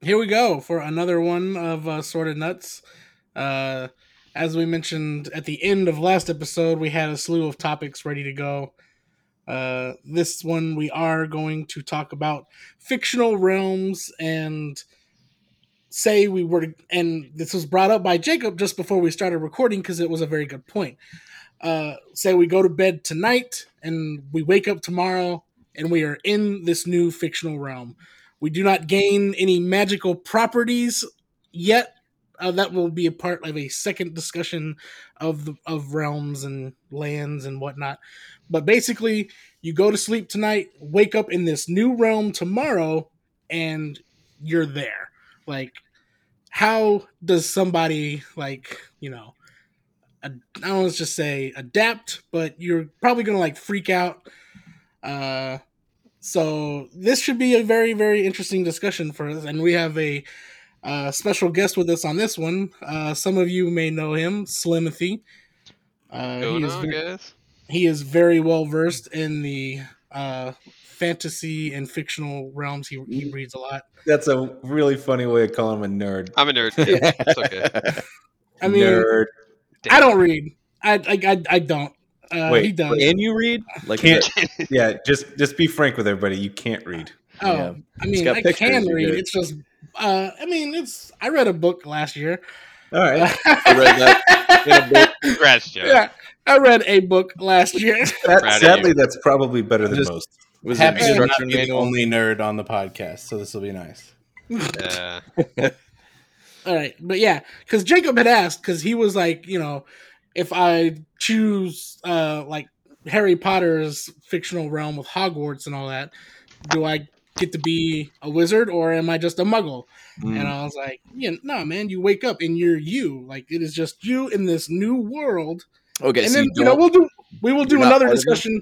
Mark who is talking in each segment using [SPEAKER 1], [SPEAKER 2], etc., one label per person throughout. [SPEAKER 1] here we go for another one of uh, Sorted Nuts. Uh, as we mentioned at the end of last episode, we had a slew of topics ready to go. Uh, this one, we are going to talk about fictional realms and say we were, and this was brought up by Jacob just before we started recording because it was a very good point. Uh, say we go to bed tonight and we wake up tomorrow and we are in this new fictional realm. We do not gain any magical properties yet. Uh, that will be a part of a second discussion of the, of realms and lands and whatnot. But basically, you go to sleep tonight, wake up in this new realm tomorrow, and you're there. Like, how does somebody like you know? I don't want to just say adapt, but you're probably gonna like freak out. Uh, so this should be a very very interesting discussion for us, and we have a uh, special guest with us on this one. Uh, some of you may know him, Slimothy. Uh, he, is
[SPEAKER 2] on,
[SPEAKER 1] very,
[SPEAKER 2] guys?
[SPEAKER 1] he is very well versed in the uh, fantasy and fictional realms. He, he reads a lot.
[SPEAKER 3] That's a really funny way of calling him a nerd.
[SPEAKER 2] I'm a nerd. Kid. it's okay.
[SPEAKER 1] I mean,
[SPEAKER 3] nerd.
[SPEAKER 1] I don't read. I like I, I don't. Uh,
[SPEAKER 3] Wait,
[SPEAKER 1] he does.
[SPEAKER 4] And you read? Like
[SPEAKER 3] Can't- Yeah, just just be frank with everybody. You can't read.
[SPEAKER 1] Oh,
[SPEAKER 4] Yeah.
[SPEAKER 1] I mean,
[SPEAKER 4] got
[SPEAKER 1] I
[SPEAKER 4] pictures,
[SPEAKER 1] can
[SPEAKER 4] you're
[SPEAKER 1] read.
[SPEAKER 4] good.
[SPEAKER 1] It's just, uh, I mean, it's. I read a book last year.
[SPEAKER 3] All right,
[SPEAKER 4] I read that. Yeah, but
[SPEAKER 2] Congrats, Joe.
[SPEAKER 1] yeah, I read a book last year.
[SPEAKER 3] That-
[SPEAKER 2] Proud of
[SPEAKER 3] sadly, that's probably better than
[SPEAKER 5] Just-
[SPEAKER 3] most.
[SPEAKER 4] was it
[SPEAKER 5] Happy to not
[SPEAKER 4] instruction
[SPEAKER 5] be the
[SPEAKER 4] manual?
[SPEAKER 5] only nerd on the podcast, so this will be nice.
[SPEAKER 2] Uh,
[SPEAKER 1] All right, but yeah, because Jacob had asked, because he was like, you know, if I choose uh like Harry Potter's fictional realm with Hogwarts and all that, do I get to be a wizard or am I just a muggle?
[SPEAKER 4] Mm.
[SPEAKER 1] And I was like, yeah, no, man, you wake up and you're you. Like it is just you in this new world.
[SPEAKER 4] Okay,
[SPEAKER 1] and
[SPEAKER 4] so
[SPEAKER 1] then
[SPEAKER 4] you,
[SPEAKER 1] you, know
[SPEAKER 4] don't-
[SPEAKER 1] we'll do we will do
[SPEAKER 4] you're not
[SPEAKER 1] another
[SPEAKER 4] part of it?
[SPEAKER 1] discussion.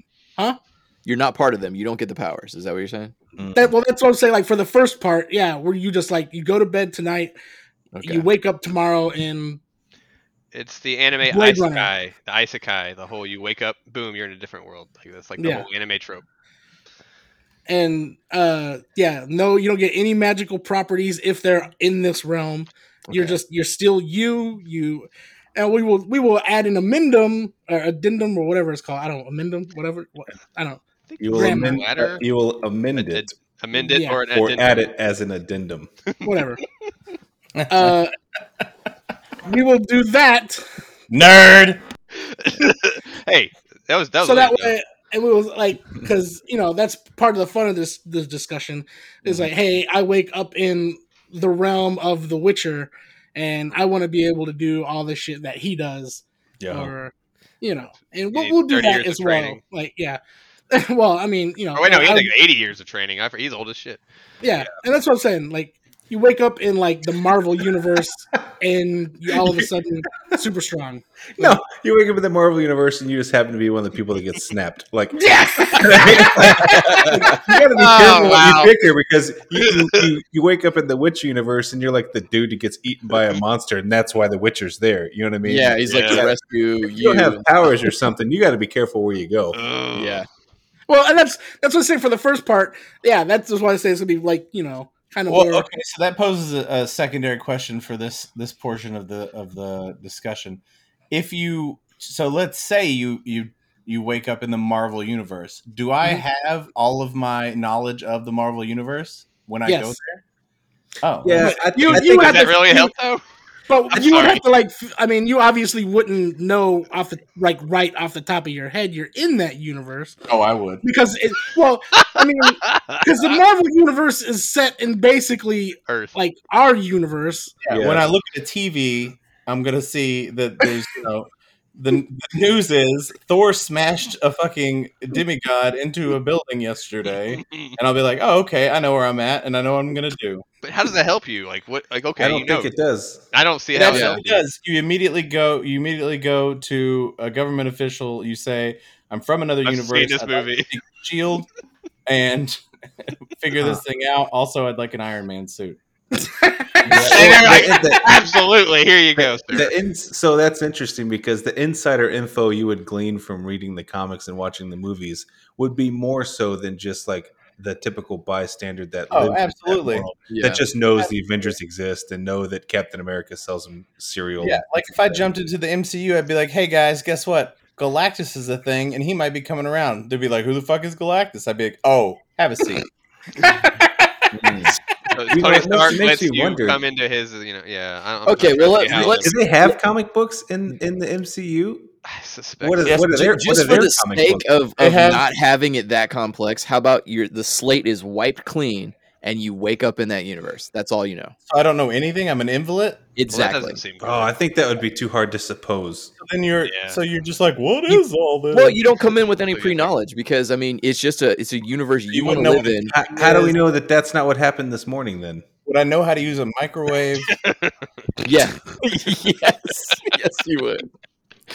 [SPEAKER 4] you're not part of them. You don't get the powers. Is that what you're saying?
[SPEAKER 3] Mm.
[SPEAKER 1] That well, that's what I'm saying. Like for the first part, yeah, where you just like you go to bed tonight,
[SPEAKER 4] Okay.
[SPEAKER 1] you wake up tomorrow and
[SPEAKER 2] it's the anime
[SPEAKER 1] Blade
[SPEAKER 2] isekai.
[SPEAKER 1] Runner.
[SPEAKER 2] The isekai, the whole you wake up, boom, you're in a different world. Like that's like the
[SPEAKER 1] Yeah.
[SPEAKER 2] whole anime trope.
[SPEAKER 1] and uh yeah no you don't get any magical properties if they're in this realm you're
[SPEAKER 4] Okay.
[SPEAKER 1] just you're still you you and we will we will add an amendum or addendum or whatever it's called i don't amendum whatever what, i don't
[SPEAKER 2] I think
[SPEAKER 3] You will
[SPEAKER 1] Grammar.
[SPEAKER 3] amend.
[SPEAKER 2] Letter,
[SPEAKER 3] You will amend
[SPEAKER 2] added-
[SPEAKER 3] it
[SPEAKER 2] amend it
[SPEAKER 1] Yeah.
[SPEAKER 2] or an
[SPEAKER 3] or
[SPEAKER 2] addendum.
[SPEAKER 3] add it as an addendum.
[SPEAKER 1] whatever uh we will do that
[SPEAKER 5] Nerd.
[SPEAKER 2] hey, that was that was
[SPEAKER 1] so that
[SPEAKER 2] lame, though.
[SPEAKER 1] way and we was like because you know that's part of the fun of this this discussion is
[SPEAKER 2] Mm-hmm.
[SPEAKER 1] like hey i wake up in the realm of the witcher and i want to be able to do all the shit that he does
[SPEAKER 3] Yeah.
[SPEAKER 1] or you know, and we'll,
[SPEAKER 2] need
[SPEAKER 1] we'll do
[SPEAKER 2] 30
[SPEAKER 1] that
[SPEAKER 2] years of
[SPEAKER 1] as well.
[SPEAKER 2] training.
[SPEAKER 1] Like, yeah, well, I mean, you know,
[SPEAKER 2] Oh wait, no, he
[SPEAKER 1] I-
[SPEAKER 2] had like 80 years of training. I, for- he's old as shit.
[SPEAKER 1] yeah, and that's what I'm saying. Like, you wake up in like the Marvel universe, and you all of a sudden super strong.
[SPEAKER 3] No, you wake up in the Marvel universe and you just happen to be one of the people that gets snapped. Like, you
[SPEAKER 1] Yes,
[SPEAKER 3] gotta be
[SPEAKER 2] Oh, wow.
[SPEAKER 3] careful what you pick here because you, you- you you wake up in the Witch universe and you're like the dude that gets eaten by a monster, and that's why the Witcher's there. You know what I mean?
[SPEAKER 4] yeah, he's like
[SPEAKER 2] Yeah.
[SPEAKER 4] to rescue you.
[SPEAKER 3] you don't have powers or something. You got to be careful where you go.
[SPEAKER 2] Ugh.
[SPEAKER 4] yeah,
[SPEAKER 1] well, and that's that's what I'm saying for the first part. Yeah, that's just why I say it's gonna be like you know, kind of
[SPEAKER 5] Well,
[SPEAKER 1] more-
[SPEAKER 5] okay, so that poses a, a secondary question for this this portion of the of the discussion. If you so let's say you you you wake up in the Marvel universe, do I
[SPEAKER 1] Mhm.
[SPEAKER 5] have all of my knowledge of the Marvel universe when I go
[SPEAKER 1] yes.
[SPEAKER 5] there? Oh,
[SPEAKER 3] Yeah, I,
[SPEAKER 1] You-
[SPEAKER 3] I
[SPEAKER 1] you
[SPEAKER 3] think
[SPEAKER 1] have-
[SPEAKER 2] Does that
[SPEAKER 1] but
[SPEAKER 2] really
[SPEAKER 1] you-
[SPEAKER 2] help though?
[SPEAKER 1] But
[SPEAKER 2] I'm
[SPEAKER 1] you would
[SPEAKER 2] sorry.
[SPEAKER 1] have to like. f- I mean, you obviously wouldn't know off the like right off the top of your head. You're in that universe
[SPEAKER 5] oh, I would.
[SPEAKER 1] because it. Well, I mean, because the Marvel universe is set in basically
[SPEAKER 2] Earth.
[SPEAKER 1] like our universe.
[SPEAKER 5] Yeah,
[SPEAKER 3] Yeah.
[SPEAKER 5] When I look at a TV, I'm gonna see that there's you know the, the news is Thor smashed a fucking demigod into a building yesterday, and I'll be like, oh okay, I know where I'm at, and I know what I'm gonna do.
[SPEAKER 2] but how does that help you? Like what? Like okay,
[SPEAKER 3] I don't
[SPEAKER 2] you know,
[SPEAKER 3] think it does.
[SPEAKER 2] I don't see
[SPEAKER 5] It
[SPEAKER 2] how it
[SPEAKER 5] actually
[SPEAKER 2] helps you.
[SPEAKER 5] does. You immediately go. You immediately go to a government official. You say, "I'm from another
[SPEAKER 2] I've
[SPEAKER 5] universe.
[SPEAKER 2] seen this
[SPEAKER 5] I'd like
[SPEAKER 2] movie.
[SPEAKER 5] to take the Shield, and figure this
[SPEAKER 4] Uh-huh.
[SPEAKER 5] thing out. Also, I'd like an Iron Man suit.
[SPEAKER 2] And they're like,
[SPEAKER 3] The- the-
[SPEAKER 2] Absolutely. Here you go, sir.
[SPEAKER 3] the ins- so that's interesting because the insider info you would glean from reading the comics and watching the movies would be more so than just like the typical bystander that
[SPEAKER 5] Oh,
[SPEAKER 3] lives in that
[SPEAKER 5] absolutely.
[SPEAKER 3] world,
[SPEAKER 4] Yeah.
[SPEAKER 3] that just knows the Avengers exist and know that Captain America sells them cereal.
[SPEAKER 5] Yeah, like if I jumped into the MCU, I'd be like, "Hey guys, guess what? Galactus is a thing, and he might be coming around." They'd be like, "Who the fuck is Galactus?" I'd be like, "Oh, have a seat."
[SPEAKER 4] Mm.
[SPEAKER 2] So
[SPEAKER 3] You know,
[SPEAKER 2] Tony
[SPEAKER 3] it makes-
[SPEAKER 2] Stark
[SPEAKER 3] makes
[SPEAKER 2] lets
[SPEAKER 3] you
[SPEAKER 2] you,
[SPEAKER 3] wonder.
[SPEAKER 2] come into his, you know, yeah. I don't,
[SPEAKER 4] Okay,
[SPEAKER 2] I'm
[SPEAKER 4] well,
[SPEAKER 2] not
[SPEAKER 4] let-
[SPEAKER 2] sure how
[SPEAKER 4] let's-
[SPEAKER 3] Do
[SPEAKER 2] long-
[SPEAKER 3] they have comic books in in the MCU?
[SPEAKER 2] I suspect.
[SPEAKER 3] What is
[SPEAKER 2] so.
[SPEAKER 5] Yes,
[SPEAKER 3] what are
[SPEAKER 4] Ju-
[SPEAKER 3] their, what
[SPEAKER 4] just
[SPEAKER 3] are
[SPEAKER 4] for
[SPEAKER 3] their
[SPEAKER 4] the
[SPEAKER 3] comic
[SPEAKER 4] sake
[SPEAKER 3] books?
[SPEAKER 4] of,
[SPEAKER 5] They
[SPEAKER 4] of
[SPEAKER 5] have-
[SPEAKER 4] not having it that complex, how about your the slate is wiped clean and you wake up in that universe? That's all you know.
[SPEAKER 5] So I don't know anything. I'm an invalid.
[SPEAKER 2] Well, that
[SPEAKER 4] Exactly.
[SPEAKER 2] doesn't seem good.
[SPEAKER 3] Oh, I think that would be too hard to suppose.
[SPEAKER 5] So then you're
[SPEAKER 2] Yeah.
[SPEAKER 5] so you're just like, "What
[SPEAKER 4] You-
[SPEAKER 5] is all this?"
[SPEAKER 4] well, you don't come in with any
[SPEAKER 2] So you-
[SPEAKER 4] pre knowledge because I mean it's just a it's a universe you, want
[SPEAKER 5] wouldn't
[SPEAKER 4] to
[SPEAKER 5] know
[SPEAKER 4] live
[SPEAKER 5] what it-
[SPEAKER 4] in.
[SPEAKER 3] How, how do we know that that's not what happened this morning? Then
[SPEAKER 5] Would I know how to use a microwave?
[SPEAKER 4] Yeah. yes. Yes, you would.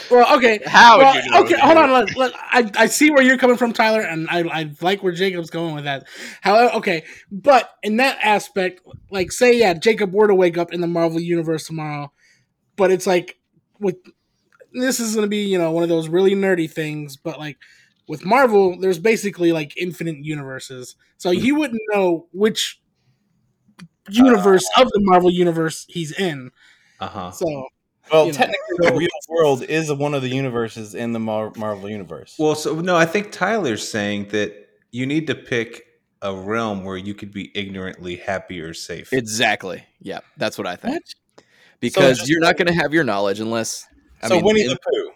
[SPEAKER 1] well, okay.
[SPEAKER 2] How would
[SPEAKER 1] Well,
[SPEAKER 2] you know?
[SPEAKER 1] okay, hold on. Let, let- I, I see where you're coming from, Tyler, and I, I like where Jacob's going with that. However, okay, but in that aspect, like, say, yeah, Jacob were to wake up in the Marvel Universe tomorrow, but it's like, with this is going to be, you know, one of those really nerdy things, but like, with Marvel, there's basically like infinite universes. So he
[SPEAKER 2] Mm-hmm.
[SPEAKER 1] wouldn't know which universe
[SPEAKER 2] Uh.
[SPEAKER 1] of the Marvel Universe he's in.
[SPEAKER 3] uh huh.
[SPEAKER 1] So,
[SPEAKER 5] Well,
[SPEAKER 1] You know.
[SPEAKER 5] technically, the real world is one of the universes in the Mar- Marvel universe.
[SPEAKER 3] Well, so no, I think Tyler's saying that you need to pick a realm where you could be ignorantly happy or safe.
[SPEAKER 4] Exactly. Yeah. That's what I think.
[SPEAKER 5] What?
[SPEAKER 4] Because
[SPEAKER 5] just-
[SPEAKER 4] you're not gonna have your knowledge unless I
[SPEAKER 5] so
[SPEAKER 4] mean,
[SPEAKER 5] Winnie
[SPEAKER 4] in-
[SPEAKER 5] the Pooh.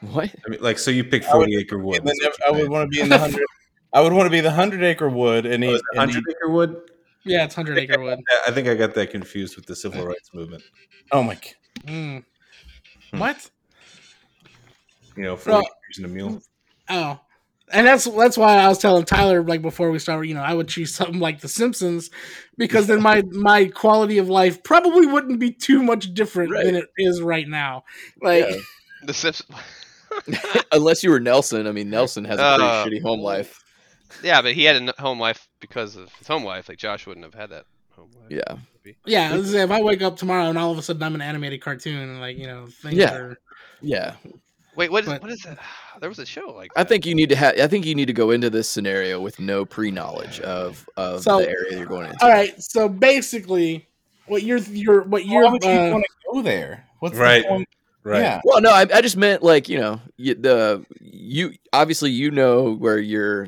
[SPEAKER 4] what?
[SPEAKER 3] I mean, like, so you pick
[SPEAKER 5] I would-
[SPEAKER 3] Forty Acre Wood.
[SPEAKER 5] And then I would want to be in the hundred. I would want to be the hundred acre wood and eat. and
[SPEAKER 3] Hundred
[SPEAKER 5] eat-
[SPEAKER 3] Acre Wood.
[SPEAKER 1] yeah, it's 100 Acre Wood.
[SPEAKER 3] Yeah, I think I got that confused with the Civil Rights Movement.
[SPEAKER 5] Oh my! God.
[SPEAKER 1] Mm.
[SPEAKER 3] Hmm.
[SPEAKER 1] What?
[SPEAKER 3] You know, forty
[SPEAKER 1] Well-
[SPEAKER 3] acres and a mule.
[SPEAKER 1] Oh, and that's that's why I was telling Tyler like before we started, you know, I would choose something like The Simpsons because then my my quality of life probably wouldn't be too much different
[SPEAKER 4] Right.
[SPEAKER 1] than it is right now. Like,
[SPEAKER 4] Yeah.
[SPEAKER 2] The Simpsons.
[SPEAKER 4] unless you were Nelson. I mean Nelson has a
[SPEAKER 2] Uh,
[SPEAKER 4] pretty shitty home life.
[SPEAKER 2] yeah, but he had a n- home life because of his home life. Like Josh wouldn't have had that home life.
[SPEAKER 4] Yeah.
[SPEAKER 1] yeah, this is- if I wake up tomorrow and all of a sudden I'm an animated cartoon, and like you know, things
[SPEAKER 4] Yeah.
[SPEAKER 1] are
[SPEAKER 4] Yeah.
[SPEAKER 2] Wait, what is
[SPEAKER 1] But-
[SPEAKER 2] what is that? There was a show like
[SPEAKER 4] I
[SPEAKER 2] that.
[SPEAKER 4] think you need to have. I think you need to go into this scenario with no pre knowledge of of
[SPEAKER 1] So- uh,
[SPEAKER 4] the area you're going into.
[SPEAKER 1] all right. So basically, what you're you're what
[SPEAKER 5] Why
[SPEAKER 1] you're
[SPEAKER 5] would you
[SPEAKER 1] uh,
[SPEAKER 5] want to go there? What's
[SPEAKER 3] Right.
[SPEAKER 5] The point?
[SPEAKER 3] Right.
[SPEAKER 5] Yeah.
[SPEAKER 4] Well, no, I, I just meant like you know you, the you obviously you know where you're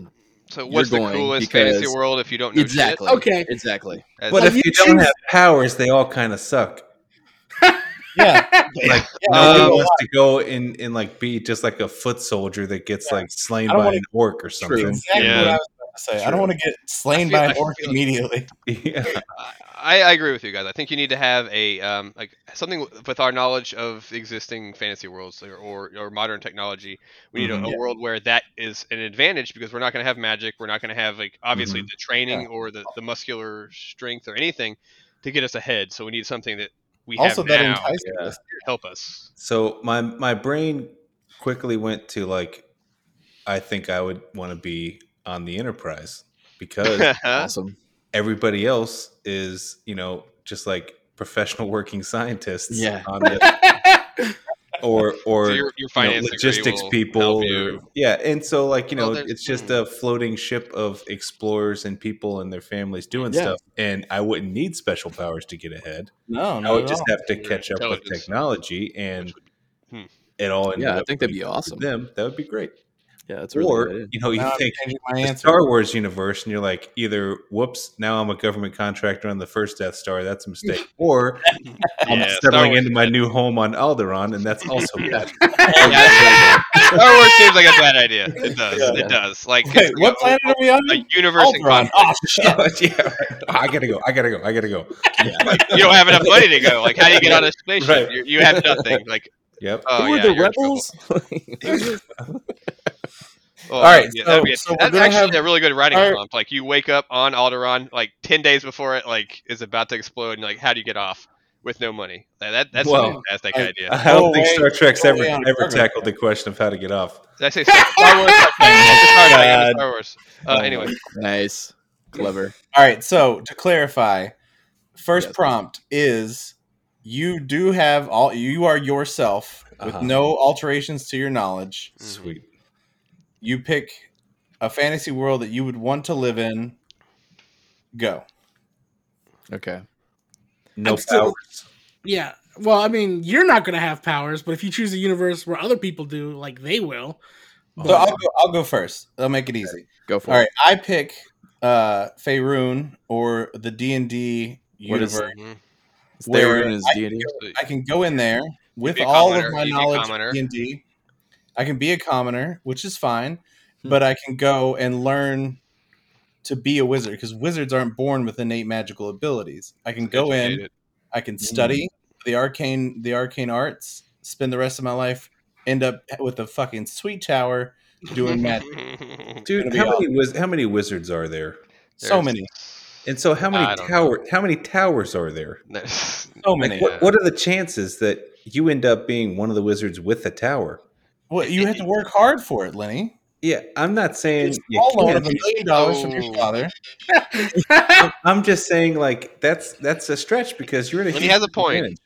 [SPEAKER 2] so. What's the
[SPEAKER 4] you're going
[SPEAKER 2] coolest fantasy
[SPEAKER 4] because-
[SPEAKER 2] world if you don't know
[SPEAKER 4] exactly
[SPEAKER 1] Okay.
[SPEAKER 4] exactly.
[SPEAKER 2] Shit? That's-
[SPEAKER 3] But
[SPEAKER 1] Well,
[SPEAKER 3] if
[SPEAKER 1] you
[SPEAKER 3] you, don't
[SPEAKER 1] choose-
[SPEAKER 3] have powers, they all kind of suck.
[SPEAKER 5] Yeah.
[SPEAKER 3] Like
[SPEAKER 5] I
[SPEAKER 3] no
[SPEAKER 5] don't
[SPEAKER 3] one
[SPEAKER 5] know
[SPEAKER 3] wants to go and and like be just like a foot soldier that gets
[SPEAKER 5] Yeah.
[SPEAKER 3] like slain
[SPEAKER 5] I don't
[SPEAKER 3] by
[SPEAKER 5] wanna-
[SPEAKER 3] an orc or
[SPEAKER 5] That's
[SPEAKER 3] something.
[SPEAKER 5] exactly
[SPEAKER 2] Yeah.
[SPEAKER 5] what I was about to say. I
[SPEAKER 3] True.
[SPEAKER 5] don't want to get
[SPEAKER 2] I
[SPEAKER 5] slain
[SPEAKER 2] feel-
[SPEAKER 5] by
[SPEAKER 2] I
[SPEAKER 5] an orc
[SPEAKER 2] feel-
[SPEAKER 5] immediately.
[SPEAKER 3] Yeah.
[SPEAKER 2] I, I agree with you guys. I think you need to have a um like something with- with our knowledge of existing fantasy worlds or or, or modern technology. We need
[SPEAKER 3] Mhm.
[SPEAKER 2] a, a world where that is an advantage because we're not going to have magic. We're not going to have like obviously
[SPEAKER 3] Mm-hmm.
[SPEAKER 2] the training or the, the muscular strength or anything to get us ahead. So we need something that we
[SPEAKER 5] Also,
[SPEAKER 2] have
[SPEAKER 5] that
[SPEAKER 2] now
[SPEAKER 5] entices
[SPEAKER 3] yeah.
[SPEAKER 5] us.
[SPEAKER 2] to help us.
[SPEAKER 3] So my my brain quickly went to like, I think I would want to be on the Enterprise because
[SPEAKER 4] Awesome.
[SPEAKER 3] everybody else is you know just like professional working scientists.
[SPEAKER 4] Yeah.
[SPEAKER 3] On the, or or.
[SPEAKER 2] so your, your
[SPEAKER 3] you know,
[SPEAKER 2] finance degree
[SPEAKER 3] logistics
[SPEAKER 2] will
[SPEAKER 3] people,
[SPEAKER 2] help
[SPEAKER 3] or-
[SPEAKER 2] you.
[SPEAKER 3] yeah, and so like you
[SPEAKER 2] Well,
[SPEAKER 3] know,
[SPEAKER 2] there's-
[SPEAKER 3] it's just
[SPEAKER 2] hmm.
[SPEAKER 3] a floating ship of explorers and people and their families doing
[SPEAKER 4] Yeah.
[SPEAKER 3] stuff, and I wouldn't need special powers to get ahead.
[SPEAKER 5] No,
[SPEAKER 3] I
[SPEAKER 5] no.
[SPEAKER 3] would just have to
[SPEAKER 2] Your
[SPEAKER 3] catch up with
[SPEAKER 2] intelligence.
[SPEAKER 3] technology and
[SPEAKER 2] Which hmm.
[SPEAKER 3] it all. ended
[SPEAKER 4] Yeah, I
[SPEAKER 3] up
[SPEAKER 4] think that'd
[SPEAKER 3] being
[SPEAKER 4] be
[SPEAKER 3] with
[SPEAKER 4] awesome.
[SPEAKER 3] Them, that would be great.
[SPEAKER 4] Yeah, that's
[SPEAKER 3] or
[SPEAKER 4] really
[SPEAKER 3] you know, you
[SPEAKER 5] I'm
[SPEAKER 3] think
[SPEAKER 5] changing my
[SPEAKER 3] the
[SPEAKER 5] answer.
[SPEAKER 3] Star Wars universe, and you're like, either whoops, now I'm a government contractor on the first Death Star. That's a mistake. Or I'm
[SPEAKER 2] Yeah, Star
[SPEAKER 3] settling
[SPEAKER 2] Wars
[SPEAKER 3] into
[SPEAKER 2] is
[SPEAKER 3] my
[SPEAKER 2] bad.
[SPEAKER 3] new home on Alderaan, and that's also bad.
[SPEAKER 2] Yeah, that's really bad. Star Wars seems like a bad idea. It does.
[SPEAKER 4] Yeah.
[SPEAKER 2] It does. Like
[SPEAKER 5] Wait,
[SPEAKER 2] it's like
[SPEAKER 5] what
[SPEAKER 2] a-
[SPEAKER 5] planet are we on?
[SPEAKER 2] A universe in
[SPEAKER 5] Alderaan.
[SPEAKER 2] conflict.
[SPEAKER 5] Oh shit!
[SPEAKER 3] yeah, I gotta go. I gotta go. I gotta go.
[SPEAKER 2] you don't have enough money to go. Like, how do you get on a spaceship?
[SPEAKER 3] Right.
[SPEAKER 2] You, you have nothing. Like,
[SPEAKER 3] Yep.
[SPEAKER 2] oh,
[SPEAKER 4] Who are
[SPEAKER 2] yeah,
[SPEAKER 4] the
[SPEAKER 2] you're in trouble.
[SPEAKER 4] rebels?
[SPEAKER 2] Well,
[SPEAKER 5] All right,
[SPEAKER 2] Oh, yeah,
[SPEAKER 5] so-
[SPEAKER 2] that'd be a-
[SPEAKER 5] so we're
[SPEAKER 2] that's
[SPEAKER 5] gonna
[SPEAKER 2] actually
[SPEAKER 5] have-
[SPEAKER 2] a really good writing
[SPEAKER 5] all right.
[SPEAKER 2] prompt. Like, you wake up on Alderaan, like ten days before it, like is about to explode, and you're like, how do you get off with no money? That, that- that's a
[SPEAKER 3] Well,
[SPEAKER 2] fantastic
[SPEAKER 5] I-
[SPEAKER 2] idea.
[SPEAKER 3] I don't
[SPEAKER 5] Go
[SPEAKER 3] think
[SPEAKER 5] away.
[SPEAKER 3] Star Trek's
[SPEAKER 5] Go
[SPEAKER 3] ever
[SPEAKER 5] away on
[SPEAKER 3] ever
[SPEAKER 5] Argon.
[SPEAKER 3] tackled the question of how to get off.
[SPEAKER 2] Did I say Star Star Wars? Star Trek. It's Star Trek, it's
[SPEAKER 5] God. Oh,
[SPEAKER 2] Star Wars. Uh, anyway,
[SPEAKER 4] nice, clever.
[SPEAKER 5] All right. So to clarify, first
[SPEAKER 4] Yes.
[SPEAKER 5] prompt is you do have all you are yourself with
[SPEAKER 3] Uh-huh.
[SPEAKER 2] Mm-hmm.
[SPEAKER 5] no alterations to your knowledge.
[SPEAKER 3] Sweet.
[SPEAKER 5] You pick a fantasy world that you would want to live in, go.
[SPEAKER 4] Okay.
[SPEAKER 3] No
[SPEAKER 1] I'm still-
[SPEAKER 3] powers.
[SPEAKER 1] Yeah. Well, I mean, you're not going to have powers, but if you choose a universe where other people do, like they will.
[SPEAKER 5] So I'll go, I'll go first. I'll make it easy.
[SPEAKER 4] Go for
[SPEAKER 5] All
[SPEAKER 4] it.
[SPEAKER 5] right, I pick uh Faerun or the D and D
[SPEAKER 4] What is-
[SPEAKER 5] universe.
[SPEAKER 2] Mm-hmm.
[SPEAKER 4] It's
[SPEAKER 5] where
[SPEAKER 4] Theron is
[SPEAKER 5] I
[SPEAKER 4] D&D.
[SPEAKER 5] I can go in there with
[SPEAKER 2] be a
[SPEAKER 5] all of
[SPEAKER 2] commoner. You
[SPEAKER 5] my
[SPEAKER 2] be a
[SPEAKER 5] knowledge
[SPEAKER 2] commoner.
[SPEAKER 5] D and D. I can be a commoner, which is fine,
[SPEAKER 3] Hmm.
[SPEAKER 5] but I can go and learn to be a wizard because wizards aren't born with innate magical abilities. I can go in, I can
[SPEAKER 3] Hmm.
[SPEAKER 5] study the arcane the arcane arts, spend the rest of my life, end up with a fucking sweet tower doing magic.
[SPEAKER 2] magic.
[SPEAKER 3] Dude,
[SPEAKER 5] be
[SPEAKER 3] how
[SPEAKER 5] awesome.
[SPEAKER 3] many wiz- how many wizards are there?
[SPEAKER 5] so many,
[SPEAKER 3] And so how many
[SPEAKER 2] I don't
[SPEAKER 3] tower how many towers are there?
[SPEAKER 5] so
[SPEAKER 3] Like
[SPEAKER 5] many.
[SPEAKER 2] Yeah.
[SPEAKER 3] what, what are the chances that you end up being one of the wizards with a tower?
[SPEAKER 5] Well, you have to work hard for it, Lenny.
[SPEAKER 3] Yeah, I'm not saying
[SPEAKER 5] It's
[SPEAKER 3] you
[SPEAKER 5] all loan
[SPEAKER 3] can't.
[SPEAKER 5] of a million dollars from your
[SPEAKER 2] Oh.
[SPEAKER 5] father.
[SPEAKER 3] I'm just saying like that's that's a stretch because you're in a
[SPEAKER 2] Lenny
[SPEAKER 3] huge
[SPEAKER 2] has a point.
[SPEAKER 3] advantage.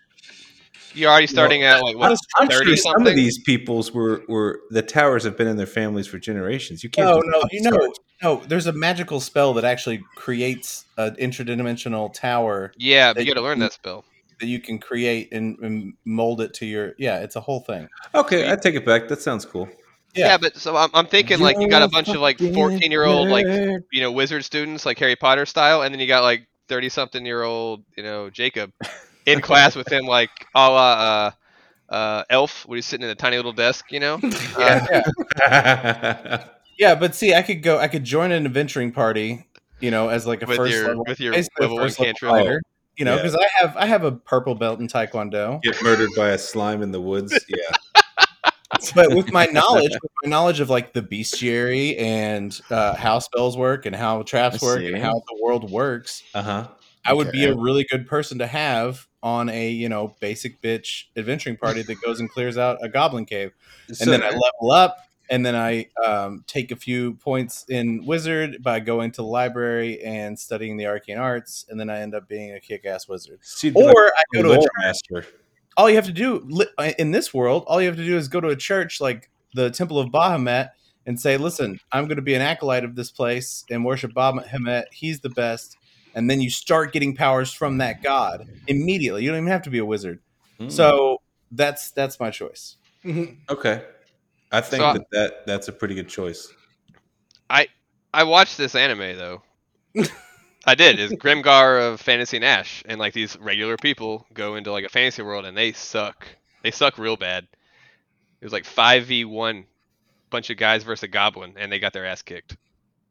[SPEAKER 2] You're already starting at like what?
[SPEAKER 3] I'm, I'm
[SPEAKER 2] 30
[SPEAKER 3] sure some
[SPEAKER 2] something?
[SPEAKER 3] of these peoples were were the towers have been in their families for generations. You can't.
[SPEAKER 5] No,
[SPEAKER 3] just
[SPEAKER 5] no,
[SPEAKER 3] fucking
[SPEAKER 5] you know,
[SPEAKER 3] start.
[SPEAKER 5] no. There's a magical spell that actually creates an interdimensional tower
[SPEAKER 2] Yeah, but
[SPEAKER 5] They-
[SPEAKER 2] you got to learn that spell.
[SPEAKER 5] that you can create and, and mold it to your. Yeah, it's a whole thing.
[SPEAKER 3] Okay, I take it back. That sounds cool.
[SPEAKER 5] Yeah.
[SPEAKER 2] Yeah, but so I'm, I'm thinking like you got a bunch of like 14 year old like you know wizard students like Harry Potter style, and then you got like 30 something year old you know Jacob in class with him like a la uh, uh, elf when he's sitting in a tiny little desk, you know. Uh,
[SPEAKER 5] yeah, yeah. But see, I could go. I could join an adventuring party. You know, as like a
[SPEAKER 2] with
[SPEAKER 5] first
[SPEAKER 2] your
[SPEAKER 5] level,
[SPEAKER 2] with your
[SPEAKER 5] basically a
[SPEAKER 2] level one
[SPEAKER 5] first level
[SPEAKER 2] cantrip.
[SPEAKER 5] fighter, You know,
[SPEAKER 3] Yeah.
[SPEAKER 5] because I have I have a purple belt in Taekwondo.
[SPEAKER 3] Get murdered by a slime in the woods. Yeah,
[SPEAKER 5] but with my knowledge, with my knowledge of like the bestiary and uh, how spells work and how traps
[SPEAKER 4] I
[SPEAKER 5] work
[SPEAKER 4] see.
[SPEAKER 5] and how the world works,
[SPEAKER 3] uh huh.
[SPEAKER 5] I would be a really good person to have on a you know basic bitch adventuring party that goes and clears out a goblin cave, and
[SPEAKER 3] So
[SPEAKER 5] then I level up. And then I um, take a few points in wizard by going to the library and studying the arcane arts, and then I end up being a kick-ass wizard.
[SPEAKER 3] she'd be
[SPEAKER 5] Or
[SPEAKER 3] like
[SPEAKER 5] I
[SPEAKER 3] a
[SPEAKER 5] go to a
[SPEAKER 3] lore master.
[SPEAKER 5] all you have to do li- uh, in this world, all you have to do is go to a church like the Temple of Bahamut and say, "Listen, I'm going to be an acolyte of this place and worship Bahamut. He's the best." And then you start getting powers from that god immediately. You don't even have to be a wizard.
[SPEAKER 2] Mm.
[SPEAKER 5] So that's that's my choice.
[SPEAKER 1] Mhm.
[SPEAKER 3] okay, I think
[SPEAKER 2] So I-
[SPEAKER 3] that, that that's a pretty good choice.
[SPEAKER 2] I watched this anime though. I did. It's Grimgar of Fantasy and Ash, and like these regular people go into like a fantasy world and they suck. They suck real bad. It was like five v one, bunch of guys versus a goblin, and they got their ass kicked.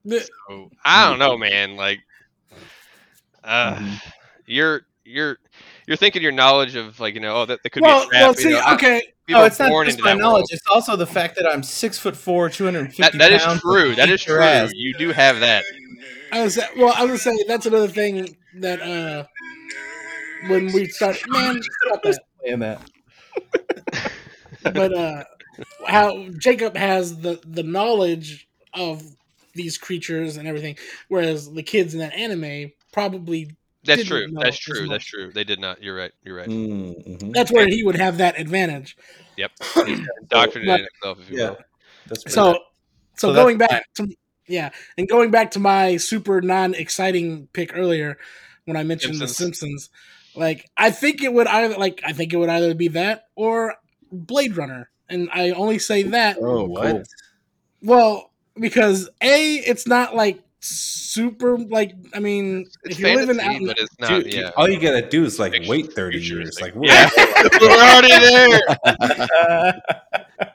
[SPEAKER 1] The-
[SPEAKER 2] So, I don't know, man. Like, uh, you're you're you're thinking your knowledge of like you know oh that, that could be
[SPEAKER 1] well,
[SPEAKER 2] a trap.
[SPEAKER 1] well,
[SPEAKER 2] you
[SPEAKER 1] see,
[SPEAKER 2] know, I-
[SPEAKER 1] okay,
[SPEAKER 2] people
[SPEAKER 5] no,
[SPEAKER 2] are
[SPEAKER 5] Oh, it's not
[SPEAKER 2] born
[SPEAKER 5] just
[SPEAKER 2] into
[SPEAKER 5] my
[SPEAKER 2] that
[SPEAKER 5] knowledge.
[SPEAKER 2] world.
[SPEAKER 5] It's also the fact that I'm six foot four, two hundred and
[SPEAKER 2] That,
[SPEAKER 5] fifty.
[SPEAKER 2] that is true. That is true. You do have that.
[SPEAKER 1] I was well, I was saying that's another thing that uh when we start, man, stop that.
[SPEAKER 5] Saying that.
[SPEAKER 1] but uh how Jacob has the the knowledge of these creatures and everything, whereas the kids in that anime probably
[SPEAKER 2] That's
[SPEAKER 1] didn't
[SPEAKER 2] true.
[SPEAKER 1] know
[SPEAKER 2] That's
[SPEAKER 1] as
[SPEAKER 2] true.
[SPEAKER 1] much.
[SPEAKER 2] That's true. They did not. You're right. You're right.
[SPEAKER 3] Mm-hmm.
[SPEAKER 1] that's where he would have that advantage.
[SPEAKER 2] Yep.
[SPEAKER 3] So,
[SPEAKER 2] Indoctrinated
[SPEAKER 1] But-
[SPEAKER 2] in itself, if you
[SPEAKER 3] yeah,
[SPEAKER 2] will.
[SPEAKER 3] that's pretty
[SPEAKER 1] So, so,
[SPEAKER 5] So that's
[SPEAKER 1] going back to yeah, and going back to my super non-exciting pick earlier when I mentioned The
[SPEAKER 2] Simpsons.
[SPEAKER 1] Simpsons, like I think it would either like I think it would either be that or Blade Runner, and I only say that
[SPEAKER 4] Oh, what?
[SPEAKER 3] cool.
[SPEAKER 1] well because a it's not like super like I mean
[SPEAKER 2] It's
[SPEAKER 1] if you live in out
[SPEAKER 2] fantasy,
[SPEAKER 1] in-
[SPEAKER 2] but it's not.
[SPEAKER 3] Dude,
[SPEAKER 2] yeah.
[SPEAKER 3] all you gotta do is like
[SPEAKER 2] Fiction-
[SPEAKER 3] wait thirty years.
[SPEAKER 2] futuristic.
[SPEAKER 3] Like we're
[SPEAKER 2] yeah. we're already there.